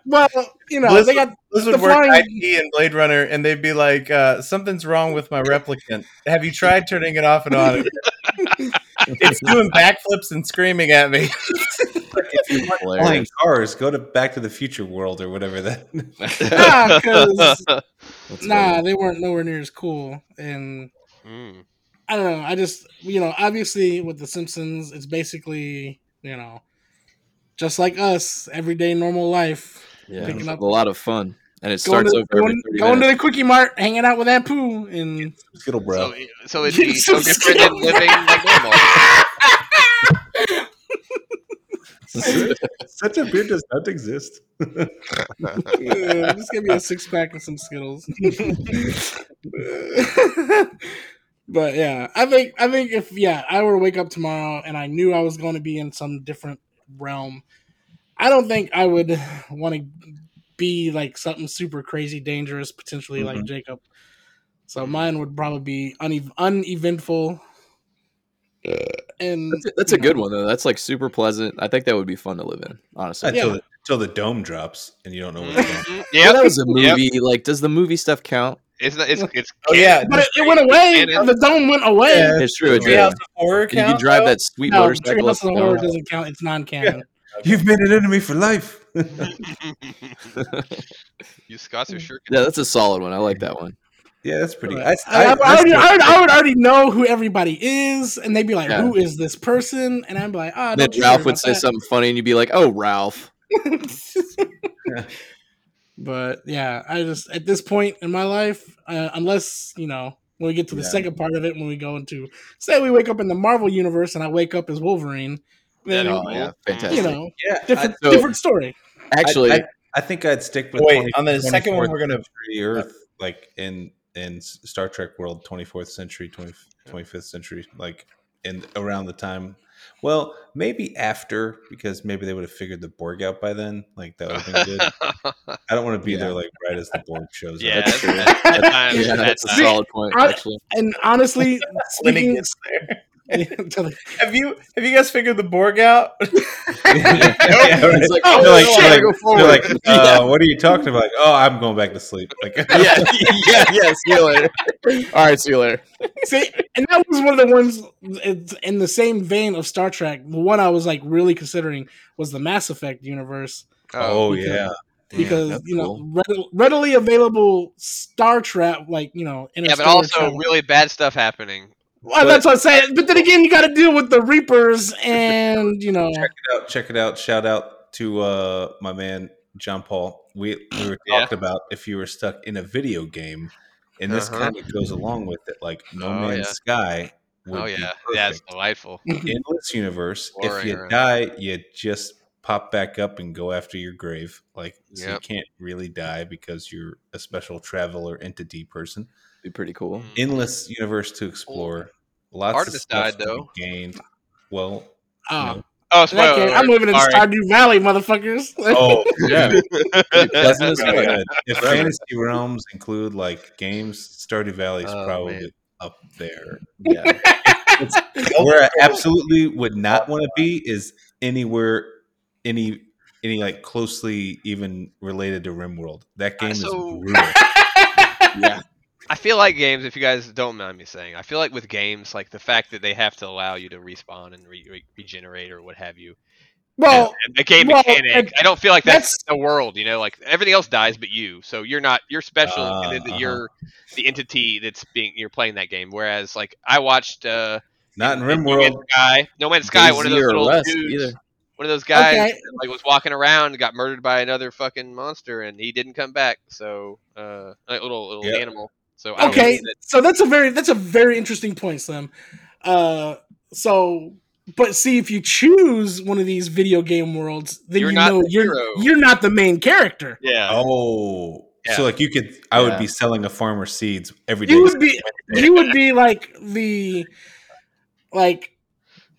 [SPEAKER 1] well you know
[SPEAKER 5] Blizzard-
[SPEAKER 1] they got
[SPEAKER 5] This
[SPEAKER 1] The
[SPEAKER 5] would work
[SPEAKER 1] flying-
[SPEAKER 5] IT and Blade Runner, and they'd be like, uh, "Something's wrong with my replicant. Have you tried turning it off and on? it's doing backflips and screaming at me."
[SPEAKER 3] flying
[SPEAKER 4] Hilarious.
[SPEAKER 3] cars. Go to Back to the Future world or whatever that.
[SPEAKER 1] Nah, 'cause-
[SPEAKER 4] That's
[SPEAKER 1] nah
[SPEAKER 4] hilarious.
[SPEAKER 1] they weren't nowhere near as cool and
[SPEAKER 2] Mm.
[SPEAKER 1] I don't know. I just you know, obviously with the Simpsons, it's basically you know, just like us, everyday normal life.
[SPEAKER 4] Yeah,
[SPEAKER 1] picking up-
[SPEAKER 4] a lot of fun, and it
[SPEAKER 1] Going
[SPEAKER 4] starts
[SPEAKER 1] to,
[SPEAKER 4] over every
[SPEAKER 1] going,
[SPEAKER 4] 30
[SPEAKER 1] going to
[SPEAKER 4] minutes.
[SPEAKER 1] the quickie mart, hanging out with that poo, and
[SPEAKER 3] Skittle
[SPEAKER 2] So,
[SPEAKER 3] bro.
[SPEAKER 2] it- so it'd
[SPEAKER 1] Get
[SPEAKER 2] be
[SPEAKER 1] some
[SPEAKER 2] so different than
[SPEAKER 1] skill.
[SPEAKER 3] Oh
[SPEAKER 2] living like normal.
[SPEAKER 3] Simpsons Such a beer does not exist.
[SPEAKER 1] Uh, just give me a six pack and some Skittles. but yeah, I think I think if yeah, I were to wake up tomorrow and I knew I was going to be in some different realm, I don't think I would want to be like something super crazy dangerous potentially like
[SPEAKER 3] Mhm.
[SPEAKER 1] Jacob. So mine would probably be une- uneventful. And
[SPEAKER 4] That's a, that's a
[SPEAKER 1] you
[SPEAKER 4] good
[SPEAKER 1] know,
[SPEAKER 4] one though. That's like super pleasant. I think that would be fun to live in. Honestly,
[SPEAKER 3] Until,
[SPEAKER 1] Yeah.
[SPEAKER 3] the, until the dome drops and you don't know what's going on.
[SPEAKER 2] Mhm.
[SPEAKER 4] Well,
[SPEAKER 2] Yep.
[SPEAKER 4] that was a
[SPEAKER 2] Yep.
[SPEAKER 4] movie. Like, does the movie stuff count?
[SPEAKER 2] It's not, it's it's
[SPEAKER 5] Oh yeah,
[SPEAKER 1] But it, it went away.
[SPEAKER 2] And it-
[SPEAKER 1] The dome went away.
[SPEAKER 5] Yeah.
[SPEAKER 4] It's true. It
[SPEAKER 5] Treehouse
[SPEAKER 4] did.
[SPEAKER 5] of Horror.
[SPEAKER 4] You can
[SPEAKER 5] count,
[SPEAKER 4] drive
[SPEAKER 5] though?
[SPEAKER 4] that sweet
[SPEAKER 1] No,
[SPEAKER 4] motorcycle. up
[SPEAKER 1] Treehouse of
[SPEAKER 4] and
[SPEAKER 1] the Horror
[SPEAKER 4] down.
[SPEAKER 1] doesn't count. It's non-canon.
[SPEAKER 3] You've been an enemy for life.
[SPEAKER 2] you Scots are sure.
[SPEAKER 4] Yeah, that's a solid one. I like that one.
[SPEAKER 3] yeah, that's pretty.
[SPEAKER 1] I, I, I, already, I, would, I would already know who everybody is, and they'd be like,
[SPEAKER 4] Yeah.
[SPEAKER 1] "Who is this person?" And I'd be like, "Ah, oh,
[SPEAKER 4] And then Ralph would say something funny, and you'd be like, "Oh, Ralph."
[SPEAKER 1] something." but yeah, I just at this point in my life, uh, unless you know when we get to the
[SPEAKER 3] Yeah.
[SPEAKER 1] second part of it, when we go into say we wake up in the Marvel universe, and I wake up as Wolverine, then
[SPEAKER 2] That'd
[SPEAKER 4] Oh,
[SPEAKER 2] be
[SPEAKER 4] yeah,
[SPEAKER 2] cool.
[SPEAKER 4] fantastic.
[SPEAKER 1] you know,
[SPEAKER 3] yeah,
[SPEAKER 1] different
[SPEAKER 4] so-
[SPEAKER 1] different story.
[SPEAKER 4] Actually,
[SPEAKER 3] I, I, I think I'd stick with.
[SPEAKER 5] Oh, Wait, on the second one,
[SPEAKER 3] 24th
[SPEAKER 5] we're gonna-
[SPEAKER 3] century Earth, like in in S- Star Trek world, twenty fourth century, 20, 25th century, like in around the time. Well, maybe after because maybe they would have figured the Borg out by then. Like that would have been good. I don't want to be there like right as the Borg shows
[SPEAKER 2] yeah,
[SPEAKER 3] up.
[SPEAKER 2] that's,
[SPEAKER 4] true.
[SPEAKER 2] that's, that's, time-
[SPEAKER 4] yeah,
[SPEAKER 2] that's
[SPEAKER 4] that's a
[SPEAKER 2] time.
[SPEAKER 4] solid point.
[SPEAKER 1] I-
[SPEAKER 4] Actually,
[SPEAKER 1] And honestly,
[SPEAKER 5] When it
[SPEAKER 1] speaking.
[SPEAKER 5] gets there.
[SPEAKER 1] Until the-
[SPEAKER 5] Have you have you guys figured the Borg out?
[SPEAKER 3] Yeah, right.
[SPEAKER 4] It's like,
[SPEAKER 1] Oh,
[SPEAKER 3] They're like-
[SPEAKER 1] shit,
[SPEAKER 3] they're
[SPEAKER 4] I go
[SPEAKER 3] like- they're like,
[SPEAKER 4] forward.
[SPEAKER 3] uh, what are you talking about? Like, oh, I'm going back to sleep. Like,
[SPEAKER 4] yeah, yeah, yeah. See you later. All right, see you later.
[SPEAKER 1] See, and that was one of the ones it's in the same vein of Star Trek. The one I was like really considering was the Mass Effect universe
[SPEAKER 3] oh
[SPEAKER 1] because-
[SPEAKER 3] yeah,
[SPEAKER 1] because
[SPEAKER 4] that's
[SPEAKER 1] you know
[SPEAKER 4] cool.
[SPEAKER 1] readily, readily available Star Trek, like you know,
[SPEAKER 2] yeah, but
[SPEAKER 1] interstellar
[SPEAKER 2] also
[SPEAKER 1] travel.
[SPEAKER 2] really bad stuff happening.
[SPEAKER 1] well, that's what I'm saying. But then again, you got to deal with the Reapers, and you know,
[SPEAKER 3] check it out. Check it out. Shout out to uh, my man John Paul. We we were
[SPEAKER 2] Yeah.
[SPEAKER 3] talking about if you were stuck in a video game, and this
[SPEAKER 2] Uh-huh.
[SPEAKER 3] kind of goes along with it. Like No
[SPEAKER 2] Oh,
[SPEAKER 3] Man's
[SPEAKER 2] yeah.
[SPEAKER 3] Sky. Would
[SPEAKER 2] Oh
[SPEAKER 3] be
[SPEAKER 2] yeah,
[SPEAKER 3] perfect.
[SPEAKER 2] that's delightful.
[SPEAKER 3] endless universe. if
[SPEAKER 2] Boring,
[SPEAKER 3] you
[SPEAKER 2] right?
[SPEAKER 3] die, you just pop back up and go after your grave. Like so you
[SPEAKER 2] Yep.
[SPEAKER 3] can't really die because you're a special traveler entity person.
[SPEAKER 4] Be pretty
[SPEAKER 2] Mm.
[SPEAKER 4] cool.
[SPEAKER 3] Endless universe to explore. Lots
[SPEAKER 2] Artemis
[SPEAKER 3] of stuff
[SPEAKER 2] died,
[SPEAKER 3] to be
[SPEAKER 2] though.
[SPEAKER 3] gained. Well,
[SPEAKER 1] ah,
[SPEAKER 3] no.
[SPEAKER 1] in
[SPEAKER 2] Oh,
[SPEAKER 1] that
[SPEAKER 2] spoiler!
[SPEAKER 1] case, I'm
[SPEAKER 2] alert.
[SPEAKER 1] moving into
[SPEAKER 2] Sorry.
[SPEAKER 1] Stardew Valley, motherfuckers.
[SPEAKER 3] oh yeah,
[SPEAKER 4] That's
[SPEAKER 3] That's
[SPEAKER 4] good.
[SPEAKER 3] good. If
[SPEAKER 2] Right.
[SPEAKER 3] fantasy realms include like games, Stardew Valley is
[SPEAKER 2] Oh,
[SPEAKER 3] probably
[SPEAKER 2] man.
[SPEAKER 3] up there. Yeah. Where I absolutely would not want to be is anywhere any any like closely even related to RimWorld. That
[SPEAKER 2] Uh,
[SPEAKER 3] game is
[SPEAKER 2] so-
[SPEAKER 3] brutal.
[SPEAKER 4] Yeah,
[SPEAKER 2] I feel like games, if you guys don't mind me saying, I feel like with games, like the fact that they have to allow you to respawn and re- re- regenerate or what have you,
[SPEAKER 1] well,
[SPEAKER 2] and a game
[SPEAKER 1] Oh, well,
[SPEAKER 2] mechanic.
[SPEAKER 1] and
[SPEAKER 2] I don't feel like that's,
[SPEAKER 1] that's-
[SPEAKER 2] the world, you know. Like everything else dies, but you. So you're not you're special,
[SPEAKER 3] Ah,
[SPEAKER 2] and then the-
[SPEAKER 3] uh-huh.
[SPEAKER 2] you're the entity that's being you're playing that game. Whereas, like I watched uh,
[SPEAKER 3] Not in
[SPEAKER 2] No Man's
[SPEAKER 3] RimWorld.
[SPEAKER 2] Sky, No Man's Sky, one of
[SPEAKER 4] Daisy
[SPEAKER 2] those
[SPEAKER 4] or
[SPEAKER 2] little
[SPEAKER 4] Rust,
[SPEAKER 2] dudes,
[SPEAKER 4] either.
[SPEAKER 2] one of those guys,
[SPEAKER 1] Okay.
[SPEAKER 2] that, like was walking around, got murdered by another fucking monster, and he didn't come back. So uh, like little little
[SPEAKER 3] Yeah.
[SPEAKER 2] animal. So I don't know.
[SPEAKER 1] okay so that's a very that's a very interesting point slim uh so but see if you choose one of these video game worlds then
[SPEAKER 2] You're
[SPEAKER 1] you
[SPEAKER 2] not
[SPEAKER 1] know
[SPEAKER 2] the
[SPEAKER 1] you're
[SPEAKER 2] hero.
[SPEAKER 1] you're not the main character
[SPEAKER 2] Yeah.
[SPEAKER 3] Oh.
[SPEAKER 2] Yeah.
[SPEAKER 3] So like you could I would
[SPEAKER 4] Yeah.
[SPEAKER 3] be selling a farmer seeds every day.
[SPEAKER 1] you would be you would be like the like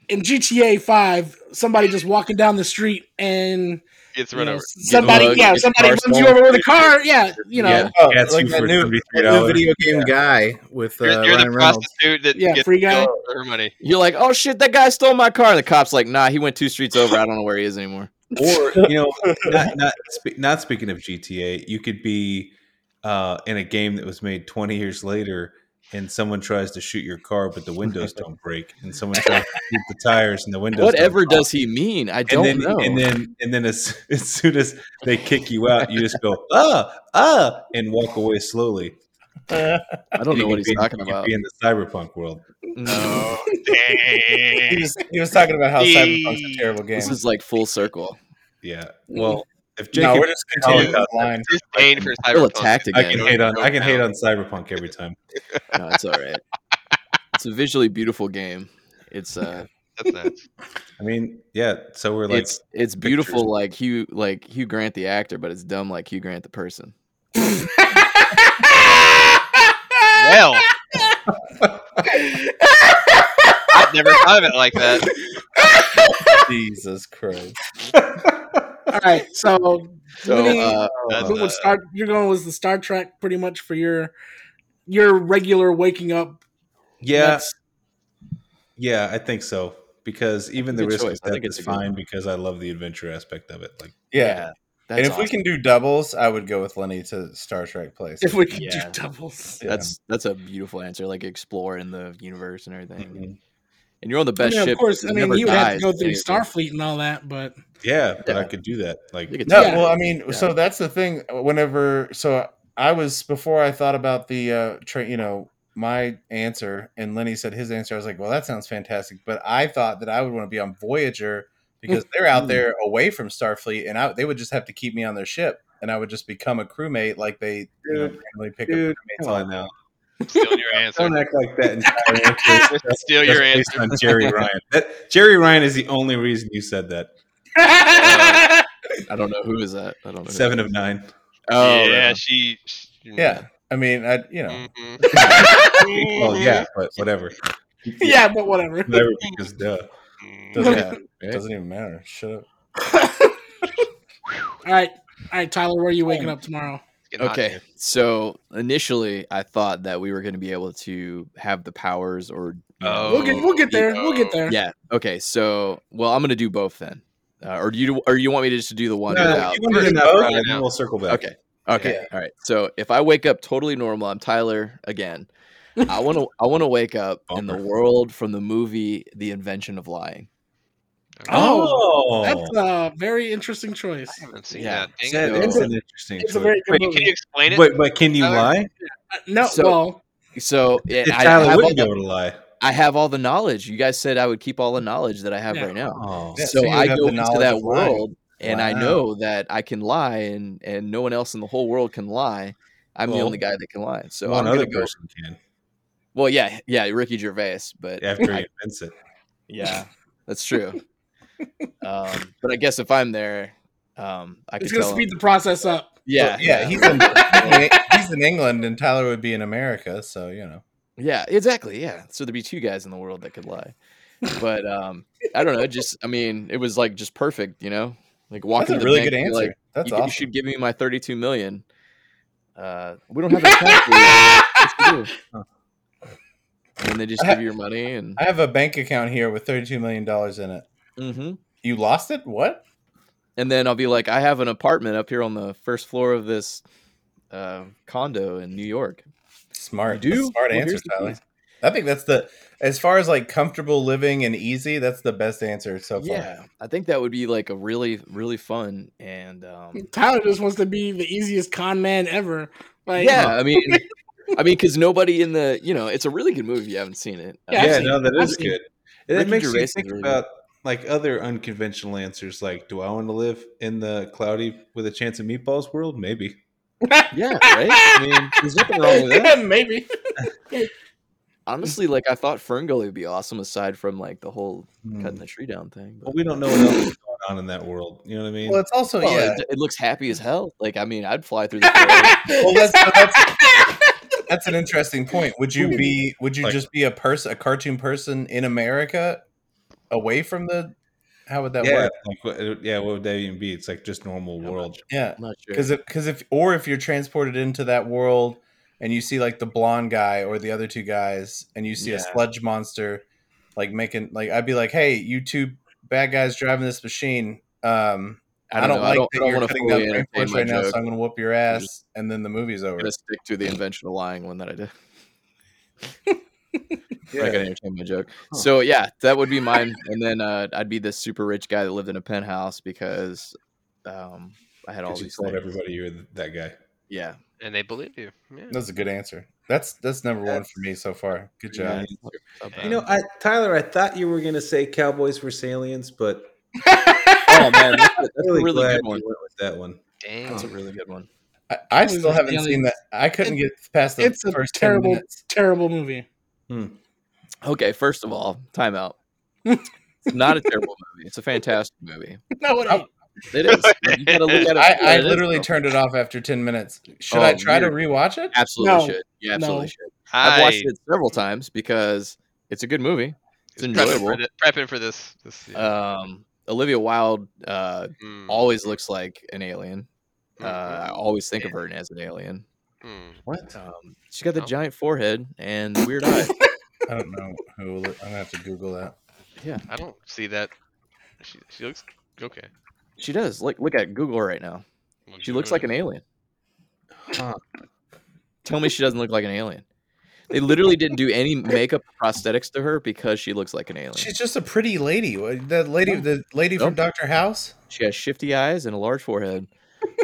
[SPEAKER 1] in GTA 5 somebody just walking down the street and
[SPEAKER 2] Gets
[SPEAKER 1] you
[SPEAKER 2] run
[SPEAKER 1] know,
[SPEAKER 2] over.
[SPEAKER 1] somebody
[SPEAKER 4] mugged,
[SPEAKER 1] yeah
[SPEAKER 4] gets
[SPEAKER 1] somebody
[SPEAKER 4] car
[SPEAKER 1] runs you
[SPEAKER 4] stolen.
[SPEAKER 1] over with a car yeah you know
[SPEAKER 4] Yeah.
[SPEAKER 5] Oh,
[SPEAKER 3] Cats
[SPEAKER 5] like
[SPEAKER 3] you
[SPEAKER 5] that
[SPEAKER 3] for
[SPEAKER 5] new, that new
[SPEAKER 3] $33.
[SPEAKER 5] video game guy with uh,
[SPEAKER 2] You're, you're the
[SPEAKER 5] Ryan Reynolds.
[SPEAKER 2] prostitute that
[SPEAKER 1] Yeah,
[SPEAKER 2] gets
[SPEAKER 1] free guy.
[SPEAKER 2] killed for her money.
[SPEAKER 4] you're like, oh shit, that guy stole my car. And the cop's like, nah, he went two streets over. I don't know where he is anymore.
[SPEAKER 3] or you know not not, spe- not speaking of gta you could be uh, in a game that was made 20 years later and someone tries to shoot your car but the windows don't break and someone tries to shoot the tires and the windows don't
[SPEAKER 4] Whatever
[SPEAKER 3] pop.
[SPEAKER 4] does he mean? I
[SPEAKER 3] and
[SPEAKER 4] don't
[SPEAKER 3] then
[SPEAKER 4] know.
[SPEAKER 3] and then and then as, as soon as they kick you out you just go ah ah and walk away slowly
[SPEAKER 5] Uh,
[SPEAKER 4] I
[SPEAKER 3] And
[SPEAKER 4] don't know
[SPEAKER 3] you
[SPEAKER 4] what
[SPEAKER 3] could
[SPEAKER 4] he's
[SPEAKER 3] be-
[SPEAKER 4] talking
[SPEAKER 3] you could
[SPEAKER 4] about.
[SPEAKER 3] be in the cyberpunk world
[SPEAKER 4] No,
[SPEAKER 3] Oh,
[SPEAKER 5] he was he was talking about how
[SPEAKER 2] The-
[SPEAKER 5] Cyberpunk's a terrible game.
[SPEAKER 4] this is like full circle.
[SPEAKER 3] yeah
[SPEAKER 4] Mm-hmm.
[SPEAKER 3] well if
[SPEAKER 5] no,
[SPEAKER 3] jacob
[SPEAKER 5] we're just continuing
[SPEAKER 3] Holocaust
[SPEAKER 5] the line.
[SPEAKER 2] Disdain for
[SPEAKER 4] Still a
[SPEAKER 2] Cyberpunk.
[SPEAKER 4] tactic.
[SPEAKER 3] i can
[SPEAKER 4] No,
[SPEAKER 3] hate on i can hate on cyberpunk every time
[SPEAKER 4] it's all right. It's a visually beautiful game. It's uh,
[SPEAKER 2] That's nuts.
[SPEAKER 3] I mean, yeah. So we're like,
[SPEAKER 4] it's it's beautiful like Hugh like Hugh Grant the actor, but it's dumb like Hugh Grant the person.
[SPEAKER 2] Well, I've never thought of it like that.
[SPEAKER 5] Jesus Christ.
[SPEAKER 1] All right, so
[SPEAKER 4] So
[SPEAKER 1] Mini-
[SPEAKER 4] uh,
[SPEAKER 2] That's,
[SPEAKER 1] what
[SPEAKER 2] uh,
[SPEAKER 1] would Star, you're going with the Star Trek pretty much for your your regular waking up.
[SPEAKER 3] yeah,
[SPEAKER 1] That's-
[SPEAKER 3] yeah. I think so because even the
[SPEAKER 4] Good
[SPEAKER 3] risk
[SPEAKER 4] choice. I
[SPEAKER 3] of death
[SPEAKER 4] think it's
[SPEAKER 3] is
[SPEAKER 4] a good
[SPEAKER 3] fine because I love the adventure aspect of it. Like,
[SPEAKER 5] Yeah.
[SPEAKER 4] that's
[SPEAKER 5] and if we
[SPEAKER 4] awesome.
[SPEAKER 5] can do doubles, I would go with Lenny to Star Trek Place.
[SPEAKER 1] if we could
[SPEAKER 2] Yeah.
[SPEAKER 1] do doubles.
[SPEAKER 5] Yeah.
[SPEAKER 4] that's that's a beautiful answer. Like explore in the universe and everything, and you're on the
[SPEAKER 1] I
[SPEAKER 4] best
[SPEAKER 1] mean,
[SPEAKER 4] ship.
[SPEAKER 1] of course,
[SPEAKER 4] that
[SPEAKER 1] I mean,
[SPEAKER 4] never
[SPEAKER 1] you would have to
[SPEAKER 4] dies
[SPEAKER 1] go through
[SPEAKER 4] anyway.
[SPEAKER 1] Starfleet and all that, but
[SPEAKER 3] yeah, but I
[SPEAKER 4] Yeah.
[SPEAKER 3] could do that. Like,
[SPEAKER 4] You could
[SPEAKER 5] No,
[SPEAKER 1] Yeah.
[SPEAKER 5] well, I mean,
[SPEAKER 4] Yeah.
[SPEAKER 5] so that's the thing. Whenever, so I was before I thought about the uh, tra- you know, my answer, and Lenny said his answer. I was like, well, that sounds fantastic, but I thought that I would want to be on
[SPEAKER 1] Mm.
[SPEAKER 5] Voyager because they're
[SPEAKER 4] Mm.
[SPEAKER 5] out there away from Starfleet, and I, they would just have to keep me on their ship, and I would just become a crewmate, like they you know,
[SPEAKER 3] Dude,
[SPEAKER 5] randomly pick
[SPEAKER 3] dude,
[SPEAKER 5] up crewmates.
[SPEAKER 3] come on now.
[SPEAKER 2] steal your answer.
[SPEAKER 3] Don't act like that entire answer. is
[SPEAKER 2] Steal
[SPEAKER 3] just
[SPEAKER 2] your
[SPEAKER 3] based
[SPEAKER 2] answer.
[SPEAKER 3] on Jerry Ryan. That, Jerry Ryan is the only reason you said that.
[SPEAKER 4] I don't know who is that. I don't know. who-
[SPEAKER 3] Seven of nine.
[SPEAKER 4] Oh,
[SPEAKER 2] yeah,
[SPEAKER 4] yeah.
[SPEAKER 2] she. she
[SPEAKER 5] Yeah, I mean, I you
[SPEAKER 4] Mm.
[SPEAKER 5] know,
[SPEAKER 2] mhm. mm-hmm.
[SPEAKER 3] Well,
[SPEAKER 1] Mm-hmm.
[SPEAKER 3] yeah, but whatever.
[SPEAKER 1] yeah, but whatever.
[SPEAKER 3] Whatever, because duh.
[SPEAKER 2] Mhm.
[SPEAKER 5] doesn't, matter.
[SPEAKER 3] Right?
[SPEAKER 5] doesn't even matter. Shut up.
[SPEAKER 1] All right, all right, Tyler, where are you
[SPEAKER 4] Oh.
[SPEAKER 1] waking up tomorrow?
[SPEAKER 2] Getting hot
[SPEAKER 4] Okay.
[SPEAKER 2] here.
[SPEAKER 4] So initially, I thought that we were going to be able to have the powers or. you know,
[SPEAKER 2] Oh,
[SPEAKER 1] We'll get we'll get there. We'll get there.
[SPEAKER 4] Yeah. Okay. So, well, I'm going to do both then. Uh, or do you or you want me to just do the one
[SPEAKER 3] No,
[SPEAKER 4] without?
[SPEAKER 3] you wanna do
[SPEAKER 5] First
[SPEAKER 3] that,
[SPEAKER 5] vote?
[SPEAKER 3] Ryan, and then we'll circle back.
[SPEAKER 4] Okay. Okay.
[SPEAKER 5] Yeah.
[SPEAKER 4] All right. So if I wake up totally normal, I'm Tyler again. I want to. I want to wake up in the
[SPEAKER 3] Bummer.
[SPEAKER 4] world from the movie The Invention of Lying.
[SPEAKER 1] Oh,
[SPEAKER 3] Oh,
[SPEAKER 1] that's a very interesting choice. Uh,
[SPEAKER 2] I haven't seen
[SPEAKER 4] Yeah.
[SPEAKER 2] that. Dang
[SPEAKER 3] That
[SPEAKER 2] it.
[SPEAKER 4] So-
[SPEAKER 3] is an interesting.
[SPEAKER 1] It's a
[SPEAKER 3] choice.
[SPEAKER 1] very good
[SPEAKER 3] Wait,
[SPEAKER 1] movie.
[SPEAKER 2] Can you explain it?
[SPEAKER 3] But, but can you
[SPEAKER 2] Tyler?
[SPEAKER 3] lie?
[SPEAKER 1] Uh, No,
[SPEAKER 4] So-
[SPEAKER 1] well,
[SPEAKER 4] So yeah,
[SPEAKER 3] If
[SPEAKER 4] I,
[SPEAKER 3] Tyler
[SPEAKER 4] have all
[SPEAKER 3] wouldn't be
[SPEAKER 4] the,
[SPEAKER 3] able to lie.
[SPEAKER 4] I have all the knowledge. You guys said I would keep all the knowledge that I have
[SPEAKER 1] Yeah.
[SPEAKER 4] right now.
[SPEAKER 3] Oh,
[SPEAKER 5] Yeah, so
[SPEAKER 4] so
[SPEAKER 5] you would
[SPEAKER 4] I
[SPEAKER 5] have
[SPEAKER 4] go
[SPEAKER 5] the
[SPEAKER 4] into
[SPEAKER 5] knowledge
[SPEAKER 4] that
[SPEAKER 5] of lying.
[SPEAKER 4] world and I
[SPEAKER 5] Wow.
[SPEAKER 4] know that I can lie and and no one else in the whole world can lie. I'm the
[SPEAKER 3] Well,
[SPEAKER 4] only guy that can lie. So
[SPEAKER 3] one
[SPEAKER 4] I'm
[SPEAKER 3] other
[SPEAKER 4] gonna go.
[SPEAKER 3] person can
[SPEAKER 4] Well, yeah, yeah, Ricky Gervais, but
[SPEAKER 3] after he invents it.
[SPEAKER 4] yeah, that's true. um, but I guess if I'm there, um, I could
[SPEAKER 1] it's gonna
[SPEAKER 4] tell.
[SPEAKER 1] speed
[SPEAKER 4] Him,
[SPEAKER 1] the process up.
[SPEAKER 4] yeah,
[SPEAKER 5] yeah, he's in he's in England, and Tyler would be in America, so you know.
[SPEAKER 4] Yeah, exactly. Yeah. So there'd be two guys in the world that could lie. But um I don't know, just I mean, it was like just perfect, you know? Like walking
[SPEAKER 5] That's
[SPEAKER 4] to
[SPEAKER 5] a
[SPEAKER 4] the
[SPEAKER 5] really
[SPEAKER 4] bank
[SPEAKER 5] good
[SPEAKER 4] and be
[SPEAKER 5] answer.
[SPEAKER 4] like,
[SPEAKER 5] That's
[SPEAKER 4] you, you
[SPEAKER 5] awesome.
[SPEAKER 4] should give me my 32 million. Uh we don't have an account for you. What you do? And then they just give you your money and
[SPEAKER 5] I have a bank account here with thirty-two million dollars in it.
[SPEAKER 4] Mhm.
[SPEAKER 5] You lost it? What?
[SPEAKER 4] and then I'll be like, I have an apartment up here on the first floor of this uh, condo in New York.
[SPEAKER 5] Smart.
[SPEAKER 4] You
[SPEAKER 5] That's
[SPEAKER 4] do?
[SPEAKER 5] a Smart
[SPEAKER 4] Well,
[SPEAKER 5] answer,
[SPEAKER 4] here's the
[SPEAKER 5] Tyler.
[SPEAKER 4] keys.
[SPEAKER 5] I think that's the as far as like comfortable living and easy. That's the best answer so far.
[SPEAKER 4] Yeah. I think that would be like a really, really fun and um
[SPEAKER 1] Tyler just wants to be the easiest con man ever. Like,
[SPEAKER 4] yeah, I mean, I mean, because nobody in the you know, it's a really good movie. If you haven't seen it. I
[SPEAKER 1] Yeah,
[SPEAKER 4] mean,
[SPEAKER 1] I've
[SPEAKER 3] yeah,
[SPEAKER 1] seen
[SPEAKER 3] no, that
[SPEAKER 1] I've
[SPEAKER 3] is
[SPEAKER 1] seen
[SPEAKER 3] good. And it
[SPEAKER 4] Ricky
[SPEAKER 3] makes
[SPEAKER 4] Gervais
[SPEAKER 3] you
[SPEAKER 4] is
[SPEAKER 3] think
[SPEAKER 4] really good.
[SPEAKER 3] about like other unconventional answers. Like, do I want to live in the cloudy with a chance of meatballs world? Maybe.
[SPEAKER 4] yeah, right. I mean, there's nothing wrong with that.
[SPEAKER 1] yeah, maybe.
[SPEAKER 4] Honestly, like I thought Ferngully would be awesome, aside from like the whole cutting
[SPEAKER 5] Mm.
[SPEAKER 4] the tree down thing.
[SPEAKER 3] But
[SPEAKER 4] But
[SPEAKER 3] we don't know what else is going on in that world. You know what I mean?
[SPEAKER 5] Well, it's also
[SPEAKER 4] Well,
[SPEAKER 5] yeah.
[SPEAKER 4] Oh, it, it looks happy as hell. Like I mean, I'd fly through the forest.
[SPEAKER 5] Well, that's,
[SPEAKER 4] uh,
[SPEAKER 5] that's that's an interesting point. Would you be? Would you
[SPEAKER 3] Like-
[SPEAKER 5] just be a person, a cartoon person in America, away from the? How would that
[SPEAKER 3] yeah,
[SPEAKER 5] work?
[SPEAKER 3] like, what, uh, yeah. What would that even be? It's like just normal
[SPEAKER 4] not
[SPEAKER 3] world.
[SPEAKER 5] Yeah.
[SPEAKER 4] I'm not sure.
[SPEAKER 5] because if because if or if you're transported into that world and you see like the blonde guy or the other two guys and you see a
[SPEAKER 4] Yeah.
[SPEAKER 5] sludge monster like making like i'd be like hey you two bad guys driving this machine um i don't,
[SPEAKER 4] know.
[SPEAKER 5] like
[SPEAKER 4] I don't,
[SPEAKER 5] that
[SPEAKER 4] I don't
[SPEAKER 5] you're
[SPEAKER 4] want to
[SPEAKER 5] cutting down
[SPEAKER 4] fully
[SPEAKER 5] brain
[SPEAKER 4] entertain
[SPEAKER 5] force
[SPEAKER 4] my
[SPEAKER 5] right now
[SPEAKER 4] joke.
[SPEAKER 5] so i'm gonna whoop your ass and then the movie's
[SPEAKER 4] I'm
[SPEAKER 5] over
[SPEAKER 4] gonna stick to the invention of lying one that I did.
[SPEAKER 3] Yeah.
[SPEAKER 4] I can entertain my joke. So yeah, that would be mine. And then uh, I'd be this super rich guy that lived in a penthouse because um, I had all
[SPEAKER 3] 'Cause you
[SPEAKER 4] these
[SPEAKER 3] told
[SPEAKER 4] things.
[SPEAKER 3] everybody you were th- that guy.
[SPEAKER 4] Yeah,
[SPEAKER 2] And they believe you. Yeah.
[SPEAKER 5] that's a good answer that's that's number one
[SPEAKER 3] That's-
[SPEAKER 5] for me so far good
[SPEAKER 3] Yeah.
[SPEAKER 5] job
[SPEAKER 4] Not- not
[SPEAKER 2] You
[SPEAKER 4] bad.
[SPEAKER 3] You know, I, Tyler, I thought you were going to say cowboys versus aliens, but
[SPEAKER 4] oh man, that's, a- that's
[SPEAKER 3] really,
[SPEAKER 4] a really
[SPEAKER 3] glad
[SPEAKER 4] good one.
[SPEAKER 3] you went with that one.
[SPEAKER 2] Dang.
[SPEAKER 4] That's a really good one.
[SPEAKER 5] i, I
[SPEAKER 1] Those
[SPEAKER 5] still
[SPEAKER 1] are
[SPEAKER 5] haven't seen
[SPEAKER 1] aliens.
[SPEAKER 5] that i couldn't
[SPEAKER 1] It-
[SPEAKER 5] get past the
[SPEAKER 1] it's a
[SPEAKER 5] first 10
[SPEAKER 1] terrible-
[SPEAKER 5] minutes.
[SPEAKER 1] Terrible movie.
[SPEAKER 4] Okay, first of all, timeout. It's not a terrible movie. It's a fantastic movie.
[SPEAKER 1] No, it
[SPEAKER 4] Oh.
[SPEAKER 1] ain't.
[SPEAKER 4] It is. You gotta look at it
[SPEAKER 5] I,
[SPEAKER 4] for what
[SPEAKER 5] I
[SPEAKER 4] it is,
[SPEAKER 5] literally
[SPEAKER 4] though.
[SPEAKER 5] turned it off after 10 minutes. Should
[SPEAKER 4] Oh,
[SPEAKER 5] I try to
[SPEAKER 4] weird.
[SPEAKER 5] rewatch it?
[SPEAKER 4] absolutely
[SPEAKER 1] No.
[SPEAKER 4] should. You
[SPEAKER 1] No.
[SPEAKER 4] absolutely should.
[SPEAKER 2] I
[SPEAKER 4] I've watched it several times because it's a good movie. It's
[SPEAKER 2] was prepping for
[SPEAKER 4] enjoyable.
[SPEAKER 2] thi- Prepping for this. this yeah.
[SPEAKER 4] Um, Olivia Wilde uh,
[SPEAKER 2] Mm,
[SPEAKER 4] always looks like an alien.
[SPEAKER 2] mm,
[SPEAKER 4] Uh, I always think of her as an alien.
[SPEAKER 2] mm, mm.
[SPEAKER 3] What?
[SPEAKER 4] Um, she got the
[SPEAKER 2] Oh.
[SPEAKER 4] giant forehead and the weird eye.
[SPEAKER 5] I don't know who. I'm gonna have to Google that.
[SPEAKER 2] I don't see that. She, she looks okay.
[SPEAKER 4] She does. Look, look at Google right now.
[SPEAKER 2] Well,
[SPEAKER 4] She looks like an alien. Tell me she doesn't look like an alien. They literally didn't do any makeup or prosthetics to her because she looks like an alien.
[SPEAKER 5] She's just a pretty lady. What- That lady, the lady from Doctor House.
[SPEAKER 4] She has shifty eyes and a large forehead.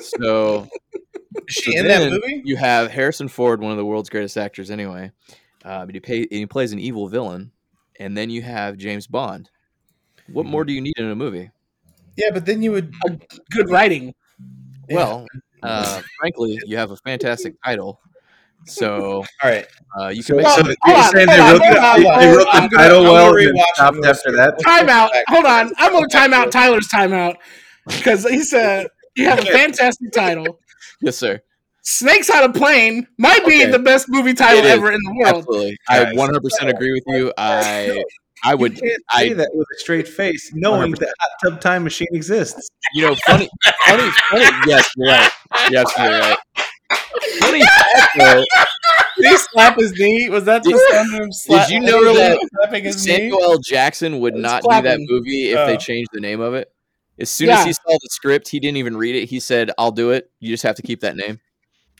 [SPEAKER 4] So
[SPEAKER 5] Is she
[SPEAKER 4] So
[SPEAKER 5] in that
[SPEAKER 4] then
[SPEAKER 5] movie?
[SPEAKER 4] You have Harrison Ford, one of the world's greatest actors, anyway. Uh, but he, pay, and he plays an evil villain, and then you have James Bond. What more do you need in a movie?
[SPEAKER 5] Yeah, but then you would.
[SPEAKER 1] Good writing.
[SPEAKER 5] Yeah.
[SPEAKER 4] Well, uh, frankly, you have a fantastic title, so
[SPEAKER 5] All right,
[SPEAKER 4] uh, you
[SPEAKER 3] So,
[SPEAKER 4] can make.
[SPEAKER 1] Well,
[SPEAKER 3] so
[SPEAKER 1] hold
[SPEAKER 3] you're
[SPEAKER 1] on,
[SPEAKER 3] saying they
[SPEAKER 1] hold
[SPEAKER 3] wrote,
[SPEAKER 1] on, hold
[SPEAKER 3] the,
[SPEAKER 1] on,
[SPEAKER 3] they wrote the
[SPEAKER 1] hold on.
[SPEAKER 3] title
[SPEAKER 5] I'm gonna
[SPEAKER 3] well and then
[SPEAKER 5] rewatch it
[SPEAKER 3] stopped
[SPEAKER 5] real
[SPEAKER 3] after
[SPEAKER 5] quick.
[SPEAKER 3] that?
[SPEAKER 1] Timeout. Hold on. I'm gonna time out Tyler's timeout because he said you have a fantastic title.
[SPEAKER 4] yes, sir.
[SPEAKER 1] Snakes on a Plane might be
[SPEAKER 4] Okay.
[SPEAKER 1] the best movie title
[SPEAKER 4] It is.
[SPEAKER 1] ever in the world.
[SPEAKER 4] Absolutely, I
[SPEAKER 3] Guys,
[SPEAKER 4] 100 percent agree with you. I I
[SPEAKER 3] You
[SPEAKER 4] would.
[SPEAKER 3] can't
[SPEAKER 4] I-
[SPEAKER 3] say that with a straight face, knowing that Hot Tub Time Machine exists.
[SPEAKER 4] You know, funny, funny, funny. Yes, you're right. You're absolutely right. Funny fact, though,
[SPEAKER 5] did he slap his knee? Was that
[SPEAKER 4] Did-
[SPEAKER 5] the sound of him slap-
[SPEAKER 4] you know
[SPEAKER 5] literally
[SPEAKER 4] that
[SPEAKER 5] slapping his
[SPEAKER 4] Samuel
[SPEAKER 5] knee?
[SPEAKER 4] L. Jackson would
[SPEAKER 1] It's
[SPEAKER 4] not do that
[SPEAKER 1] clapping.
[SPEAKER 4] movie if they
[SPEAKER 5] Oh.
[SPEAKER 4] changed the name of it. As soon as
[SPEAKER 1] Yeah.
[SPEAKER 4] he saw the script, he didn't even read it. He said, "I'll do it. You just have to keep that name."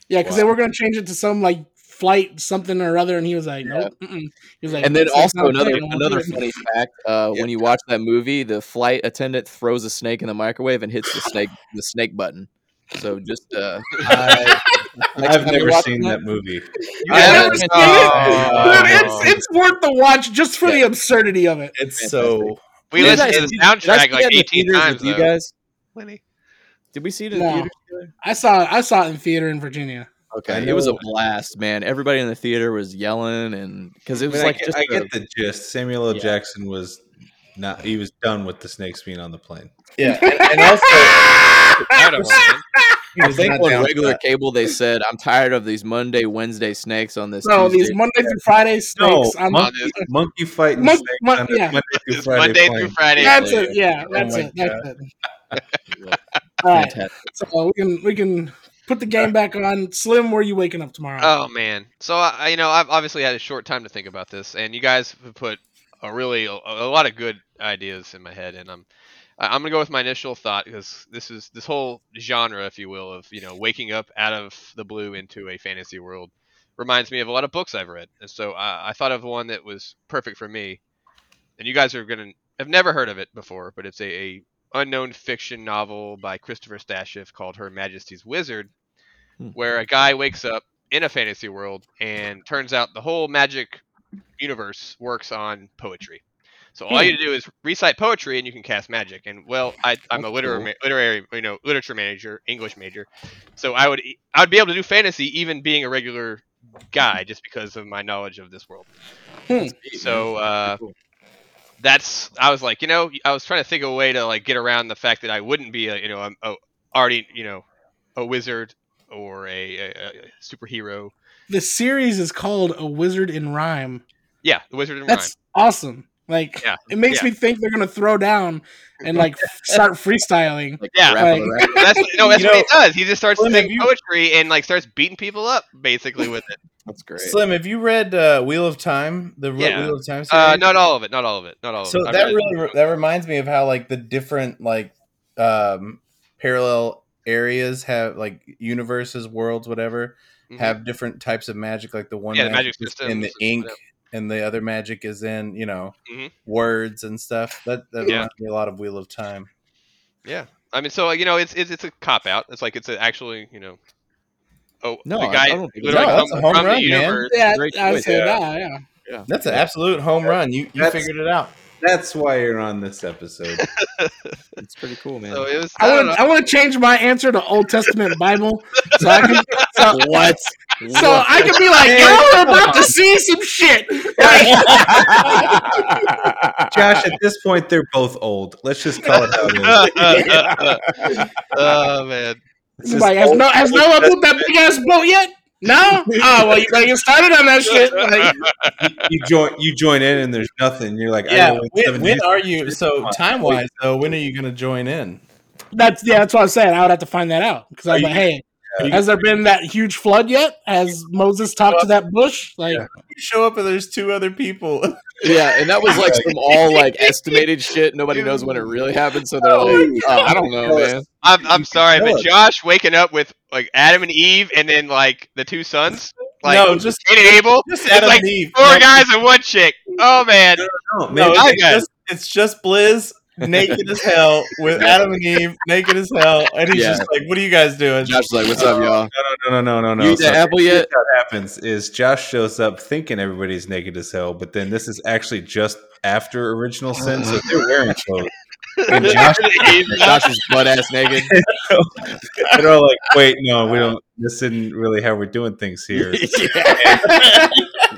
[SPEAKER 1] Yeah, because they were gonna change it to some like flight something or other, and he was like,
[SPEAKER 4] Yeah.
[SPEAKER 1] nope. mm-mm. He was like,
[SPEAKER 4] And then
[SPEAKER 1] "Snakes on
[SPEAKER 4] also
[SPEAKER 1] a Plane,
[SPEAKER 4] another
[SPEAKER 1] I won't do
[SPEAKER 4] another
[SPEAKER 1] it."
[SPEAKER 4] funny fact: uh, when you watch that movie, the flight attendant throws a snake in the microwave and hits the snake the snake button. So just uh,
[SPEAKER 3] I,
[SPEAKER 4] next
[SPEAKER 3] have
[SPEAKER 4] time you
[SPEAKER 3] never
[SPEAKER 4] watch
[SPEAKER 3] seen that movie.
[SPEAKER 1] I
[SPEAKER 4] Yeah,
[SPEAKER 1] never
[SPEAKER 4] that's-
[SPEAKER 1] seen it.
[SPEAKER 4] uh,
[SPEAKER 2] Oh.
[SPEAKER 1] Dude, it's it's worth the watch just for the absurdity of it.
[SPEAKER 5] It's
[SPEAKER 4] Fantastic.
[SPEAKER 5] so.
[SPEAKER 2] We
[SPEAKER 4] Did I-
[SPEAKER 2] listened to the
[SPEAKER 4] did- did I see
[SPEAKER 2] soundtrack
[SPEAKER 4] that in
[SPEAKER 2] like
[SPEAKER 4] the
[SPEAKER 2] 18
[SPEAKER 4] theaters
[SPEAKER 2] times
[SPEAKER 4] with you
[SPEAKER 2] though.
[SPEAKER 4] guys.
[SPEAKER 2] Lenny.
[SPEAKER 4] Did we see it in
[SPEAKER 1] No.
[SPEAKER 4] the theaters? together?
[SPEAKER 1] I saw I saw it in theater in Virginia.
[SPEAKER 4] Okay,
[SPEAKER 3] I
[SPEAKER 4] it was a
[SPEAKER 3] know.
[SPEAKER 4] blast, man. Everybody in the theater was yelling, and because it
[SPEAKER 3] I,
[SPEAKER 4] was
[SPEAKER 3] mean,
[SPEAKER 4] like
[SPEAKER 3] I, get,
[SPEAKER 4] just
[SPEAKER 3] I
[SPEAKER 4] a-
[SPEAKER 3] get the gist. Samuel L.
[SPEAKER 4] Yeah.
[SPEAKER 3] Jackson was not. He was done with the snakes being on the plane.
[SPEAKER 5] Yeah, and, and also
[SPEAKER 2] Out of one, man.
[SPEAKER 5] he
[SPEAKER 4] I
[SPEAKER 5] was
[SPEAKER 4] think
[SPEAKER 5] not
[SPEAKER 4] on
[SPEAKER 5] down for
[SPEAKER 4] regular
[SPEAKER 5] that.
[SPEAKER 4] cable they said, "I'm tired of these Monday, Wednesday snakes on this."
[SPEAKER 1] So
[SPEAKER 4] Tuesday."
[SPEAKER 1] these Monday through Friday snakes.
[SPEAKER 3] no,
[SPEAKER 1] I'm,
[SPEAKER 3] monkey,
[SPEAKER 2] on
[SPEAKER 3] monkey fighting
[SPEAKER 1] Monk-
[SPEAKER 3] snakes
[SPEAKER 1] mon-
[SPEAKER 3] on the
[SPEAKER 1] yeah.
[SPEAKER 3] Monday through
[SPEAKER 2] It's
[SPEAKER 3] Friday
[SPEAKER 2] Monday
[SPEAKER 3] plane.
[SPEAKER 2] through Friday.
[SPEAKER 1] that's
[SPEAKER 2] plane.
[SPEAKER 1] it. Yeah, that's
[SPEAKER 5] my
[SPEAKER 1] it. That's it. All right.
[SPEAKER 4] Fantastic.
[SPEAKER 1] So we can we can put the game back on. Slim, where you waking up tomorrow?
[SPEAKER 2] Oh man. So I, I- you know, I've obviously had a short time to think about this, and you guys have put a really a, a lot of good ideas in my head, and I'm I- I'm gonna go with my initial thought because this is this whole genre, if you will, of you know waking up out of the blue into a fantasy world reminds me of a lot of books I've read, and so I, I thought of one that was perfect for me, and you guys are gonna have never heard of it before, but it's a, a unknown fiction novel by Christopher Stashiff called Her Majesty's Wizard,
[SPEAKER 4] Hmm.
[SPEAKER 2] where a guy wakes up in a fantasy world and turns out the whole magic universe works on poetry. So all
[SPEAKER 4] Hmm.
[SPEAKER 2] you do is recite poetry and you can cast magic. And well, I, I'm a
[SPEAKER 4] That's
[SPEAKER 2] literary,
[SPEAKER 4] cool.
[SPEAKER 2] literary, you know, literature manager, English major, so I would e- I would be able to do fantasy even being a regular guy just because of my knowledge of this world.
[SPEAKER 1] Hmm.
[SPEAKER 2] So uh,
[SPEAKER 4] Cool.
[SPEAKER 2] that's I was like, you know, I was trying to think of a way to like get around the fact that I wouldn't be a you know a, a already you know a wizard or a, a, a superhero.
[SPEAKER 1] The series is called A Wizard in Rhyme.
[SPEAKER 2] Yeah, the wizard in
[SPEAKER 1] That's awesome. Like
[SPEAKER 2] Yeah,
[SPEAKER 1] it makes
[SPEAKER 2] yeah.
[SPEAKER 1] me think they're gonna throw down and like f- start freestyling.
[SPEAKER 4] Like,
[SPEAKER 2] Yeah.
[SPEAKER 4] rap on
[SPEAKER 1] Like-
[SPEAKER 4] the rap.
[SPEAKER 2] rhyme. That's no, that's
[SPEAKER 5] You
[SPEAKER 2] what
[SPEAKER 5] know,
[SPEAKER 2] he does. He just starts
[SPEAKER 5] Slim,
[SPEAKER 2] doing
[SPEAKER 5] have you-
[SPEAKER 2] poetry and like starts beating people up basically with it.
[SPEAKER 4] That's great.
[SPEAKER 5] Slim, have you read uh, Wheel of Time? The Re-
[SPEAKER 2] Yeah.
[SPEAKER 5] Wheel of Time series.
[SPEAKER 2] Uh, not all of it. Not all of it. Not
[SPEAKER 3] Oh,
[SPEAKER 2] all of
[SPEAKER 5] so
[SPEAKER 2] it. I
[SPEAKER 5] that
[SPEAKER 2] read it.
[SPEAKER 5] really re- that reminds me of how like the different like um parallel areas have like universes worlds whatever
[SPEAKER 2] Mhm.
[SPEAKER 5] have different types of magic like the one
[SPEAKER 2] Yeah, the magic
[SPEAKER 5] is in
[SPEAKER 2] systems
[SPEAKER 5] the
[SPEAKER 2] and
[SPEAKER 5] ink
[SPEAKER 2] whatever.
[SPEAKER 5] and the other magic is in you know
[SPEAKER 2] Mhm.
[SPEAKER 5] words and stuff that that
[SPEAKER 2] Yeah.
[SPEAKER 5] reminds me a lot of wheel of time
[SPEAKER 2] Yeah, I mean, so you know, it's it's, it's a cop out. It's like it's a actually, you know, oh,
[SPEAKER 4] No,
[SPEAKER 2] the
[SPEAKER 4] I-
[SPEAKER 2] guy
[SPEAKER 4] I don't think
[SPEAKER 2] literally
[SPEAKER 5] so. No,
[SPEAKER 2] comes
[SPEAKER 5] that's a home
[SPEAKER 2] from
[SPEAKER 5] run,
[SPEAKER 2] the
[SPEAKER 5] man.
[SPEAKER 2] universe.
[SPEAKER 1] Yeah,
[SPEAKER 4] Great
[SPEAKER 1] I would
[SPEAKER 4] choice.
[SPEAKER 1] say
[SPEAKER 3] Yeah.
[SPEAKER 1] that. Yeah.
[SPEAKER 5] that's an absolute home run you you
[SPEAKER 3] That's-
[SPEAKER 5] figured it out
[SPEAKER 3] That's why you're on this episode.
[SPEAKER 4] It's pretty cool, man.
[SPEAKER 2] So it was. I
[SPEAKER 1] I
[SPEAKER 2] don't know.
[SPEAKER 1] want I want to change my answer to Old Testament Bible so I can so,
[SPEAKER 4] what?
[SPEAKER 1] so I can be like y'all are about to see some shit. Like,
[SPEAKER 3] Josh, at this point, they're both old. Let's just call it how it is.
[SPEAKER 2] oh man.
[SPEAKER 3] It's just
[SPEAKER 1] Like, has
[SPEAKER 3] old-
[SPEAKER 1] no, has no one built that big ass boat yet? No? Oh, well, you better get started on that shit. Like,
[SPEAKER 3] you join, you join in, and there's nothing. You're like, I
[SPEAKER 5] yeah.
[SPEAKER 3] don't know,
[SPEAKER 5] When,
[SPEAKER 3] seven
[SPEAKER 5] when
[SPEAKER 3] years-
[SPEAKER 5] are you? So time wise, though, when are you going to join in?
[SPEAKER 1] that's, yeah, that's what I'm saying. I would have to find that out. Because
[SPEAKER 5] Are
[SPEAKER 1] I'm
[SPEAKER 5] you-
[SPEAKER 1] like, hey,
[SPEAKER 5] Are you-
[SPEAKER 1] has there been that huge flood yet? Has Moses talked to that bush? Like,
[SPEAKER 5] you show up and there's two other people.
[SPEAKER 4] Yeah, and that was like some all like estimated shit. Nobody knows when it really happened, so they're like, oh, I don't know, man.
[SPEAKER 2] I'm I'm sorry,
[SPEAKER 3] tell
[SPEAKER 2] but
[SPEAKER 3] us.
[SPEAKER 2] Josh waking up with like Adam and Eve and then like the two sons. Like
[SPEAKER 5] no, just
[SPEAKER 2] Cain and Abel.
[SPEAKER 5] just Adam
[SPEAKER 2] like
[SPEAKER 5] and Eve.
[SPEAKER 2] Four
[SPEAKER 5] No,
[SPEAKER 2] guys and one chick. Oh man.
[SPEAKER 3] No,
[SPEAKER 5] No,
[SPEAKER 2] I
[SPEAKER 3] man,
[SPEAKER 5] it's,
[SPEAKER 2] got it.
[SPEAKER 5] just, it's just Blizz naked as hell with Adam and Eve naked as hell, and he's
[SPEAKER 4] Yeah.
[SPEAKER 5] just like, "What are you guys doing?"
[SPEAKER 4] Josh is like, what's up, y'all?
[SPEAKER 3] no, no, no, no, no.
[SPEAKER 4] you
[SPEAKER 3] no.
[SPEAKER 4] eat that
[SPEAKER 3] So
[SPEAKER 4] apple yet?
[SPEAKER 3] what happens is Josh shows up thinking everybody's naked as hell, but then this is actually just after original sin, so they're wearing clothes.
[SPEAKER 4] And Josh, Josh is butt ass naked.
[SPEAKER 3] They're all like, "Wait, no, we don't. This isn't really how we're doing things here."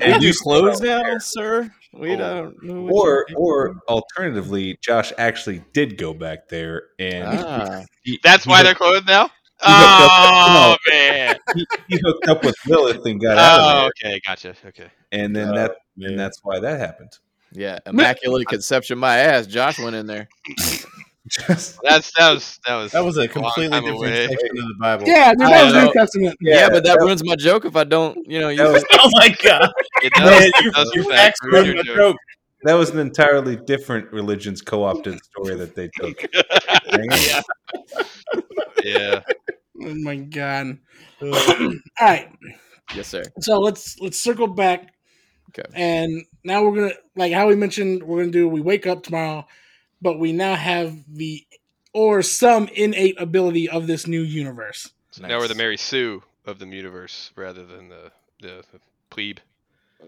[SPEAKER 4] And
[SPEAKER 3] you
[SPEAKER 4] you clothes now, sir? We don't know. what
[SPEAKER 3] Or,
[SPEAKER 4] you-
[SPEAKER 3] or alternatively, Josh actually did go back there, and
[SPEAKER 4] Ah.
[SPEAKER 3] he-
[SPEAKER 2] That's
[SPEAKER 3] he
[SPEAKER 2] why
[SPEAKER 3] hooked-
[SPEAKER 2] they're clothed now?
[SPEAKER 3] No,
[SPEAKER 2] Oh man.
[SPEAKER 3] he hooked up with Lilith and got out of
[SPEAKER 2] Oh
[SPEAKER 3] there,
[SPEAKER 2] okay, gotcha. Okay.
[SPEAKER 3] and
[SPEAKER 4] Oh,
[SPEAKER 3] then that and that's why that happened.
[SPEAKER 4] yeah, immaculate conception. My ass. Josh went in there.
[SPEAKER 3] Just
[SPEAKER 2] That's that was that was
[SPEAKER 5] That was a
[SPEAKER 2] long
[SPEAKER 5] completely
[SPEAKER 2] time
[SPEAKER 5] different
[SPEAKER 2] away.
[SPEAKER 5] section of the Bible.
[SPEAKER 1] yeah, dude, that was
[SPEAKER 4] Oh,
[SPEAKER 1] New Testament.
[SPEAKER 4] Yeah, but that ruins my joke if I don't. You know, you
[SPEAKER 3] that was
[SPEAKER 5] Oh my god!
[SPEAKER 2] It
[SPEAKER 5] Man,
[SPEAKER 2] does, it
[SPEAKER 5] you,
[SPEAKER 2] does in
[SPEAKER 5] you
[SPEAKER 2] fact
[SPEAKER 5] axed
[SPEAKER 2] ruin
[SPEAKER 5] my
[SPEAKER 2] your joke.
[SPEAKER 5] joke.
[SPEAKER 3] that was an entirely different religion's co-opted story that they took. Dang it.
[SPEAKER 2] Yeah.
[SPEAKER 1] Oh, my God. All right.
[SPEAKER 4] yes, sir.
[SPEAKER 1] so let's let's circle back
[SPEAKER 4] Okay.
[SPEAKER 1] and now we're gonna like how we mentioned we're gonna do we wake up tomorrow but we now have the or some innate ability of this new universe
[SPEAKER 2] So now we're the
[SPEAKER 4] Nice.
[SPEAKER 2] Mary Sue of the universe rather than the the, the plebe.